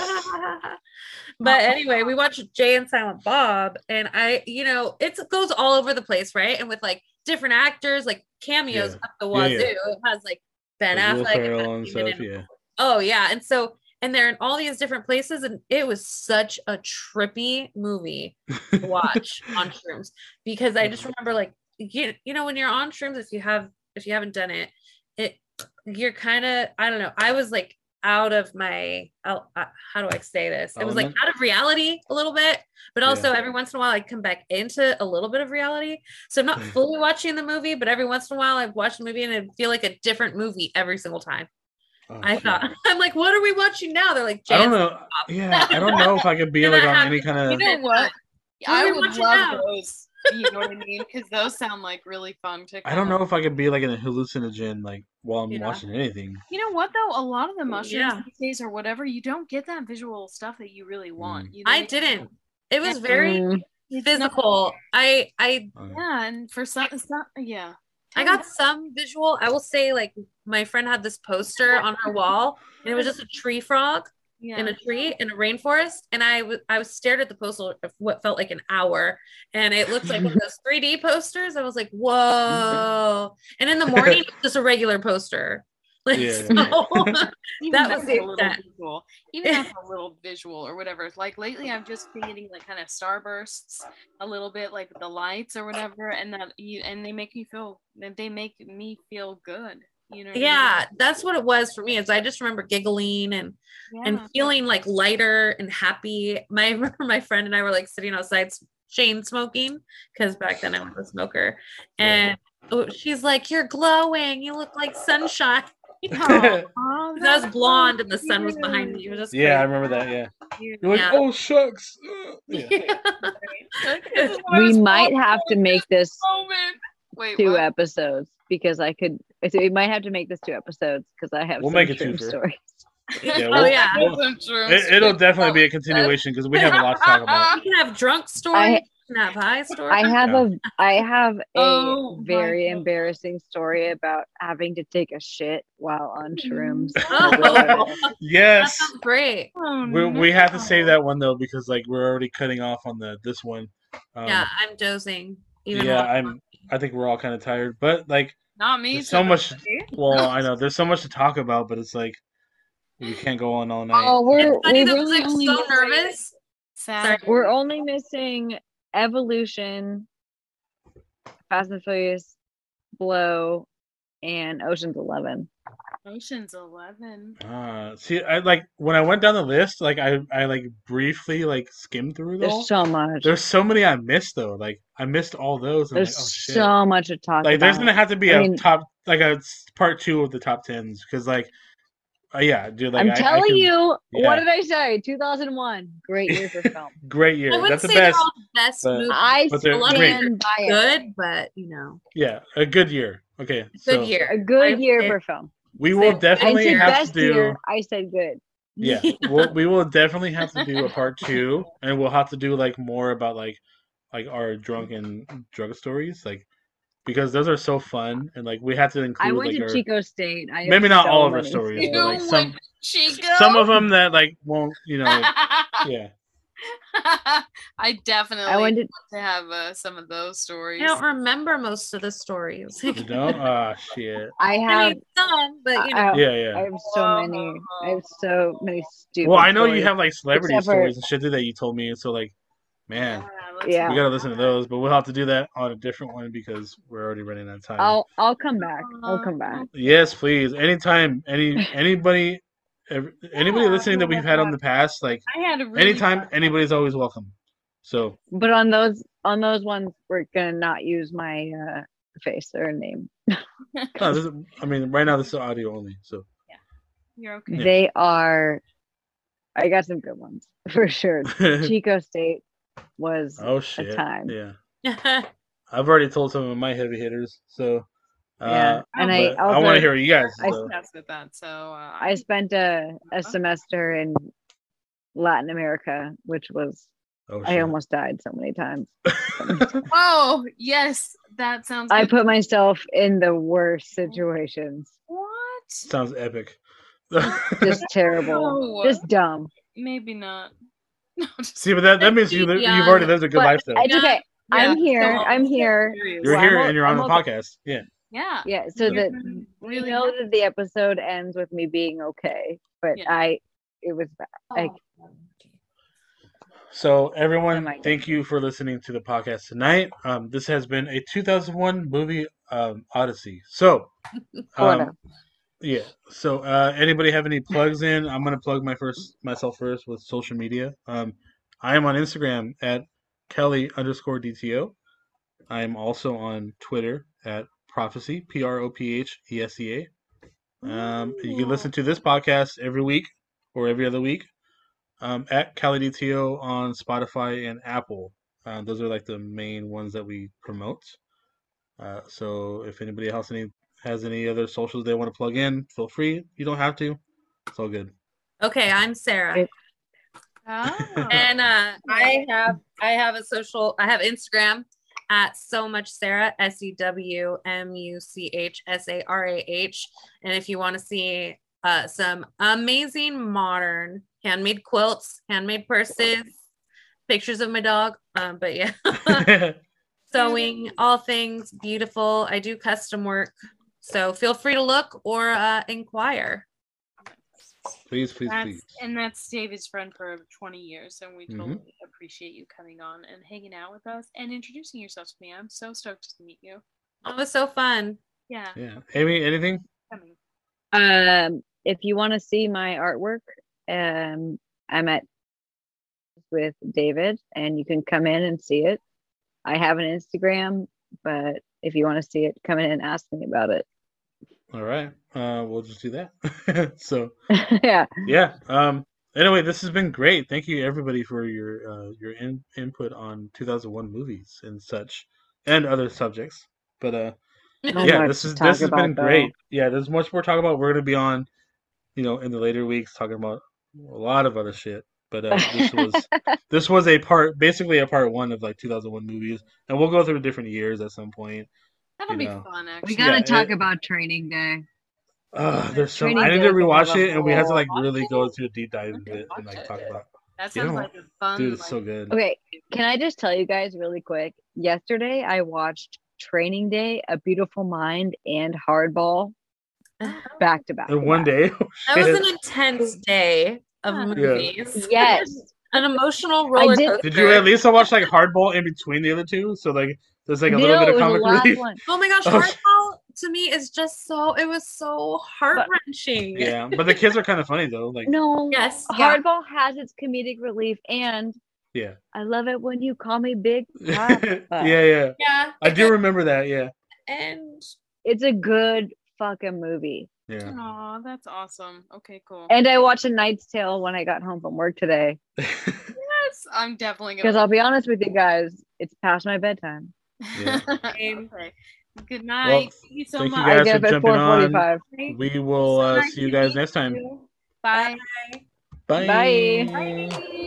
Speaker 3: but anyway we watched jay and silent bob and i you know it's- it goes all over the place right and with like different actors like cameos
Speaker 1: Yeah.
Speaker 3: up the
Speaker 1: Yeah,
Speaker 3: wazoo
Speaker 1: yeah.
Speaker 3: it has like ben
Speaker 1: Like Will
Speaker 3: affleck it
Speaker 1: Ferrell
Speaker 3: has
Speaker 1: and
Speaker 3: Keenan
Speaker 1: stuff. Yeah.
Speaker 3: Oh yeah, and so and they're in all these different places, and it was such a trippy movie to
Speaker 1: [laughs]
Speaker 3: watch on shrooms because I
Speaker 1: Mm-hmm.
Speaker 3: just remember like you you know when you're on shrooms if you have if you haven't done it it you're kind of I don't know I was like out of my out- uh, how do I say this it was like
Speaker 1: Element?
Speaker 3: out of reality a little bit but
Speaker 1: Yeah.
Speaker 3: also every once in a while I come back into a little bit of reality
Speaker 1: [laughs]
Speaker 3: so I'm not
Speaker 1: Mm.
Speaker 3: fully watching the movie but every once in a while I've watched the movie and I feel like a different movie every single time.
Speaker 1: Oh,
Speaker 3: I
Speaker 1: shit.
Speaker 3: thought [laughs] I'm like, what are we watching now? They're like,
Speaker 1: I
Speaker 3: Jan,
Speaker 1: don't know. Yeah, I don't know if I could be
Speaker 3: You're
Speaker 1: like
Speaker 3: not
Speaker 1: on
Speaker 3: happy.
Speaker 1: any kind
Speaker 2: You
Speaker 1: of.
Speaker 2: know what? I
Speaker 3: Well, we
Speaker 2: would
Speaker 3: watch it
Speaker 2: love
Speaker 3: now.
Speaker 2: those. You know what I mean? Because those sound like really fun to.
Speaker 1: I don't know if I could be like in a hallucinogen like while I'm
Speaker 3: Yeah.
Speaker 1: watching anything.
Speaker 2: You know what though? A lot of the mushrooms
Speaker 3: Yeah.
Speaker 2: these days or whatever, you don't get that visual stuff that you really want.
Speaker 1: Mm.
Speaker 2: You know what
Speaker 3: I didn't. It was very
Speaker 5: Mm,
Speaker 2: It's not-
Speaker 3: physical. I I
Speaker 1: Uh,
Speaker 2: yeah, and for some, it's not, Oh, yeah.
Speaker 3: I got some visual. I will say, like my friend had this poster on her wall, and it was just a tree frog,
Speaker 2: Yeah.
Speaker 3: in a tree in a rainforest and I w- I was stared at the poster for what felt like an hour and it looked like one of those 3D posters I was like
Speaker 1: [laughs]
Speaker 3: whoa and in the morning it's just a regular poster [laughs] like
Speaker 1: Yeah,
Speaker 3: so [laughs]
Speaker 2: Even
Speaker 3: That
Speaker 2: though
Speaker 3: was
Speaker 2: it's a
Speaker 3: it,
Speaker 2: little
Speaker 3: that-
Speaker 2: visual, even
Speaker 3: [laughs]
Speaker 2: though it's a little visual or whatever. it's Like lately, I've just been getting like kind of starbursts, a little bit like the lights or whatever, and that you and they make me feel they make me feel good. You know. what I mean?
Speaker 3: yeah that's what it was for me is I just remember giggling and
Speaker 2: Yeah.
Speaker 3: and feeling like lighter and happy. [laughs] My I remember my friend and I were like sitting outside chain smoking because back then I was a smoker, and oh, she's like, "You're glowing. You look like sunshine."
Speaker 2: Aw,
Speaker 3: [laughs] 'Cause I
Speaker 2: that's
Speaker 5: [laughs]
Speaker 3: was blonde and the sun was behind me. It was just
Speaker 1: yeah, I
Speaker 3: crazy.
Speaker 1: remember that. Yeah,
Speaker 2: cute.
Speaker 1: you're like,
Speaker 3: Yeah.
Speaker 1: oh shucks. [laughs] Ugh." Yeah.
Speaker 2: This
Speaker 3: [laughs]
Speaker 2: is what I
Speaker 5: We
Speaker 2: was
Speaker 5: might
Speaker 2: going
Speaker 5: have
Speaker 2: for
Speaker 5: to make this
Speaker 2: this [laughs] moment. Wait,
Speaker 5: two
Speaker 2: what?
Speaker 5: episodes because I could. I said We might have to make this two episodes because I have
Speaker 1: We'll
Speaker 5: some
Speaker 1: make it
Speaker 5: true
Speaker 1: twofer.
Speaker 5: story.
Speaker 2: [laughs]
Speaker 1: Yeah,
Speaker 3: oh
Speaker 1: we'll-
Speaker 3: yeah,
Speaker 1: we'll-
Speaker 2: Some true
Speaker 1: it, it'll
Speaker 2: story.
Speaker 1: definitely be a continuation because we have a lot to talk about. [laughs]
Speaker 3: we can have drunk story.
Speaker 5: I-
Speaker 3: we can have high story.
Speaker 5: I have
Speaker 1: Yeah.
Speaker 5: a I have a
Speaker 2: Oh my
Speaker 5: very
Speaker 2: God.
Speaker 5: embarrassing story about having to take a shit while on
Speaker 2: Mm-hmm. [laughs]
Speaker 5: shrooms.
Speaker 3: Oh, that
Speaker 1: Yes,
Speaker 3: sounds [laughs] great.
Speaker 2: Oh,
Speaker 1: we we have to save
Speaker 2: no.
Speaker 1: that one though because like we're already cutting off on the this one. Um,
Speaker 3: yeah, I'm dozing. Even
Speaker 1: yeah,
Speaker 3: more.
Speaker 1: I'm. I think we're all kind of tired, but like,
Speaker 2: Not me.
Speaker 1: There's so
Speaker 2: too.
Speaker 1: much- well, I know there's so much to talk about, but it's like we can't go on all night.
Speaker 5: Oh, we're
Speaker 3: It's funny
Speaker 5: we
Speaker 3: that I was
Speaker 5: really
Speaker 3: like
Speaker 5: only
Speaker 3: so
Speaker 5: missing-
Speaker 3: nervous.
Speaker 2: Sad.
Speaker 5: We're only missing Evolution, Fast and Furious, Blow, and Ocean's Eleven.
Speaker 2: Ocean's Eleven.
Speaker 1: Uh, see, I like when I went down the list, like I, I like briefly like skimmed through them.
Speaker 5: There's so much.
Speaker 1: There's so many I missed though. Like I missed all those. and I'm
Speaker 5: There's
Speaker 1: like, oh shit.
Speaker 5: so much to talk
Speaker 1: like
Speaker 5: about.
Speaker 1: there's gonna have to be
Speaker 5: I
Speaker 1: a
Speaker 5: mean-
Speaker 1: top like a s- part two of the top tens because like, uh, yeah, dude. Like
Speaker 5: I'm
Speaker 1: I- I
Speaker 5: telling
Speaker 1: can-
Speaker 5: you,
Speaker 1: yeah.
Speaker 5: what did I say? 2001, great year for
Speaker 1: [laughs]
Speaker 5: film.
Speaker 1: great
Speaker 3: I
Speaker 1: year.
Speaker 3: wouldn't
Speaker 1: That's the
Speaker 3: say they're
Speaker 1: best.
Speaker 3: all the best
Speaker 1: but-
Speaker 3: movies.
Speaker 5: I
Speaker 1: But they're great.
Speaker 5: stand by it.
Speaker 3: Good, but you know,
Speaker 1: Yeah, a good year. Okay,
Speaker 3: good
Speaker 1: so
Speaker 3: year.
Speaker 5: A good
Speaker 3: I-
Speaker 5: year
Speaker 3: it-
Speaker 5: for film.
Speaker 1: we
Speaker 3: Say
Speaker 1: will
Speaker 3: best
Speaker 5: I
Speaker 1: definitely
Speaker 5: said
Speaker 3: year.
Speaker 1: have to
Speaker 5: best
Speaker 1: do.
Speaker 5: year. I said good. [laughs]
Speaker 1: Yeah,
Speaker 3: [laughs]
Speaker 1: we'll, we will definitely have to do a part two, and we'll have to do like more about like like our drunken drug stories, like because those are so fun, and like we have to include
Speaker 5: I went
Speaker 1: like
Speaker 5: to
Speaker 1: our
Speaker 5: Chico State. I have
Speaker 1: maybe not
Speaker 5: so
Speaker 1: all of our
Speaker 5: many
Speaker 1: stories,
Speaker 2: You
Speaker 1: but like some
Speaker 2: went Chico.
Speaker 1: some of them that like won't you know like, yeah
Speaker 2: [laughs] I definitely
Speaker 5: I went to
Speaker 2: want to have uh, some of those stories.
Speaker 3: I don't remember most of the stories. [laughs]
Speaker 1: you don't ah
Speaker 5: [laughs]
Speaker 1: shit
Speaker 5: I
Speaker 3: I
Speaker 5: have
Speaker 3: mean, some, but you know,
Speaker 5: I,
Speaker 1: yeah
Speaker 5: I
Speaker 1: yeah.
Speaker 5: have so many. I have so many stupid.
Speaker 1: Well, I know you
Speaker 5: stories.
Speaker 1: have like celebrity
Speaker 5: Except for-
Speaker 1: stories and shit too that you told me, so like
Speaker 2: Yeah,
Speaker 1: man,
Speaker 2: let's-
Speaker 5: Yeah.
Speaker 1: we gotta listen to those, but we'll have to do that on a different one because we're already running out of time.
Speaker 5: I'll I'll come
Speaker 2: Uh,
Speaker 5: back. I'll come back.
Speaker 1: Yes, please. Anytime,
Speaker 5: [laughs]
Speaker 1: any anybody, ev anybody
Speaker 5: Oh,
Speaker 2: Yeah,
Speaker 1: listening that
Speaker 2: no,
Speaker 1: we've
Speaker 2: that's
Speaker 1: had on
Speaker 2: fine.
Speaker 1: the past, like
Speaker 2: I had a really
Speaker 1: anytime,
Speaker 5: uh,
Speaker 2: fun-
Speaker 1: anybody's always welcome.
Speaker 5: [laughs]
Speaker 1: So
Speaker 5: But on those on those ones, we're gonna not use my uh, face or name.
Speaker 1: no, this is, I mean, right now this is audio only. So
Speaker 2: You're okay.
Speaker 1: Yeah.
Speaker 5: They are. I got some good ones [laughs] for sure.
Speaker 1: [laughs]
Speaker 5: Chico State was
Speaker 1: oh shit,
Speaker 5: time.
Speaker 1: yeah.
Speaker 5: uh,
Speaker 3: yeah,
Speaker 1: I've already told some of my heavy hitters. So uh,
Speaker 5: yeah, and I
Speaker 1: but I
Speaker 5: also
Speaker 1: want to hear you guys.
Speaker 5: I-
Speaker 1: so.
Speaker 2: Obsessed with that. So uh,
Speaker 5: I spent a, a semester in Latin America, which was
Speaker 1: Oh,
Speaker 5: I
Speaker 1: shit. [laughs]
Speaker 5: almost died so many times.
Speaker 2: Oh yes, that sounds.
Speaker 5: I
Speaker 2: good.
Speaker 5: put myself in the worst situations.
Speaker 2: what?
Speaker 1: Sounds epic.
Speaker 5: Just terrible.
Speaker 2: No,
Speaker 5: Just dumb.
Speaker 2: maybe not. No,
Speaker 1: [laughs]
Speaker 2: just
Speaker 1: See, but that, that means
Speaker 5: [laughs]
Speaker 1: you li- you've already lived a good
Speaker 5: But
Speaker 1: life though.
Speaker 5: It's okay. I'm here.
Speaker 2: no,
Speaker 5: I'm here.
Speaker 2: serious.
Speaker 1: You're
Speaker 5: well,
Speaker 1: here
Speaker 5: I'm o-
Speaker 1: and you're on
Speaker 5: I'm
Speaker 1: the
Speaker 5: open.
Speaker 1: podcast. Yeah.
Speaker 2: Yeah.
Speaker 5: Yeah. So
Speaker 1: Yeah.
Speaker 5: that
Speaker 2: Mhm.
Speaker 5: we
Speaker 2: Really
Speaker 1: [laughs]
Speaker 5: know
Speaker 2: happy.
Speaker 5: that the episode ends with me being okay, but
Speaker 2: Yeah.
Speaker 5: I it was bad.
Speaker 3: [laughs]
Speaker 5: Like,
Speaker 1: So
Speaker 5: Oh
Speaker 1: everyone,
Speaker 5: my God.
Speaker 1: thank you for listening to the podcast tonight. Um, this has been a 2001 movie um, odyssey.
Speaker 5: [laughs]
Speaker 1: So,
Speaker 5: Hold
Speaker 1: um,
Speaker 5: up.
Speaker 1: yeah. So uh, anybody have any plugs in? I'm gonna plug my first myself first with social media. Um, I am on Instagram at Kelly underscore DTO. I am also on Twitter at Prophecy P R O P H E S E A. Um, you can listen to this podcast every week or every other week um, at CaliDTO on Spotify and Apple. Uh, those are like the main ones that we promote. Uh, so if anybody else any, has any other socials they want to plug in, feel free. You don't have to. It's all good. [laughs]
Speaker 3: okay, I'm Sarah,
Speaker 5: It-
Speaker 2: Oh.
Speaker 3: and uh, I have I have a social. I have Instagram at so much Sarah S E W M U C H S A R A H, and if you want to see uh, some amazing modern handmade quilts, handmade purses, pictures of my dog. Um, but yeah, sewing, all things beautiful. I do custom work. So feel free to look or uh, inquire.
Speaker 1: please, please,
Speaker 2: That's,
Speaker 1: please.
Speaker 2: and that's David's friend for 20 years, and we
Speaker 1: Mhm.
Speaker 2: totally appreciate you coming on and hanging out with us and introducing yourself to me. I'm so stoked to meet you.
Speaker 3: It was so fun.
Speaker 2: Yeah,
Speaker 1: Yeah. Amy, anything?
Speaker 2: coming.
Speaker 5: Um, if you want to see my artwork, um, I'm at with David, and you can come in and see it. I have an Instagram, but if you want to see it, come in and ask me about it. [laughs]
Speaker 1: All right. Uh, we'll just do that. [laughs] so
Speaker 5: yeah,
Speaker 1: yeah. Um. Anyway, this has been great. Thank you everybody for your uh, your in- input on 2001 movies and such, and other subjects. But uh,
Speaker 5: Not
Speaker 1: yeah,
Speaker 5: much
Speaker 1: this
Speaker 5: to
Speaker 1: is
Speaker 5: talk
Speaker 1: this has been
Speaker 5: about, though.
Speaker 1: great. Yeah, there's much more to talk about. We're gonna be on, you know, in the later weeks talking about a lot of other shit. But uh, this
Speaker 5: [laughs]
Speaker 1: was this was a part, basically a part one of like 2001 movies, and we'll go through different years at some point.
Speaker 2: That'll
Speaker 1: You
Speaker 2: be
Speaker 1: know.
Speaker 2: fun,
Speaker 5: we
Speaker 2: actually.
Speaker 1: got-
Speaker 5: gotta
Speaker 1: Yeah,
Speaker 5: talk
Speaker 1: it-
Speaker 5: about Training Day.
Speaker 1: Ugh, there's so
Speaker 5: Training
Speaker 1: I need
Speaker 5: Day
Speaker 1: to
Speaker 5: is another
Speaker 1: rewatch it, and we have to like
Speaker 2: whole-
Speaker 1: really go into a deep dive into it and like
Speaker 2: Watch
Speaker 1: talk
Speaker 2: it.
Speaker 1: about. It.
Speaker 2: that sounds
Speaker 1: Yeah.
Speaker 2: like a fun.
Speaker 1: Dude, it's so
Speaker 2: like-
Speaker 1: good.
Speaker 5: Okay, can I just tell you guys really quick? Yesterday, I watched Training Day, A Beautiful Mind, and Hardball Oh. back to back.
Speaker 1: In
Speaker 5: to
Speaker 1: one
Speaker 5: back.
Speaker 1: day. [laughs]
Speaker 3: That was
Speaker 1: Shit.
Speaker 3: an intense day of
Speaker 2: Yeah.
Speaker 3: movies.
Speaker 5: Yes.
Speaker 3: An emotional roller
Speaker 5: did-
Speaker 3: coaster.
Speaker 1: Did you at least watch like Hardball in between the other two? So like there's [laughs] like a little
Speaker 5: No,
Speaker 1: bit of
Speaker 5: it was the
Speaker 1: comic [laughs]
Speaker 5: last
Speaker 1: relief.
Speaker 5: one.
Speaker 3: Oh my gosh,
Speaker 1: Oh.
Speaker 3: Hardball to me is just so it was so heart wrenching.
Speaker 1: Yeah, but the kids are kind of funny though. Like [laughs]
Speaker 5: [laughs] No.
Speaker 3: Yes. Yeah.
Speaker 5: Hardball has its comedic relief, and
Speaker 1: Yeah.
Speaker 5: I love it when you call
Speaker 1: [laughs]
Speaker 5: me Big
Speaker 1: yeah,
Speaker 5: Papa.
Speaker 1: yeah.
Speaker 3: yeah.
Speaker 1: I do remember that. Yeah,
Speaker 3: And
Speaker 5: It's a good fucking movie.
Speaker 1: yeah.
Speaker 2: Aw, that's awesome. Okay, cool.
Speaker 5: And I watched A Knight's Tale when I got home from work today.
Speaker 2: yes, I'm definitely
Speaker 5: Because I'll be honest with you guys, it's past my bedtime.
Speaker 1: [laughs] Yeah.
Speaker 2: [laughs] okay. Good night. Thank you so
Speaker 1: thank you
Speaker 2: much.
Speaker 1: guys
Speaker 5: I
Speaker 1: for
Speaker 5: get up at
Speaker 1: jumping on.
Speaker 5: 4:45.
Speaker 1: we will
Speaker 2: So
Speaker 1: uh,
Speaker 2: nice
Speaker 1: see you
Speaker 2: to
Speaker 1: guys
Speaker 2: meet
Speaker 1: next time.
Speaker 2: you. Bye.
Speaker 1: Bye.
Speaker 5: Bye.
Speaker 2: Bye.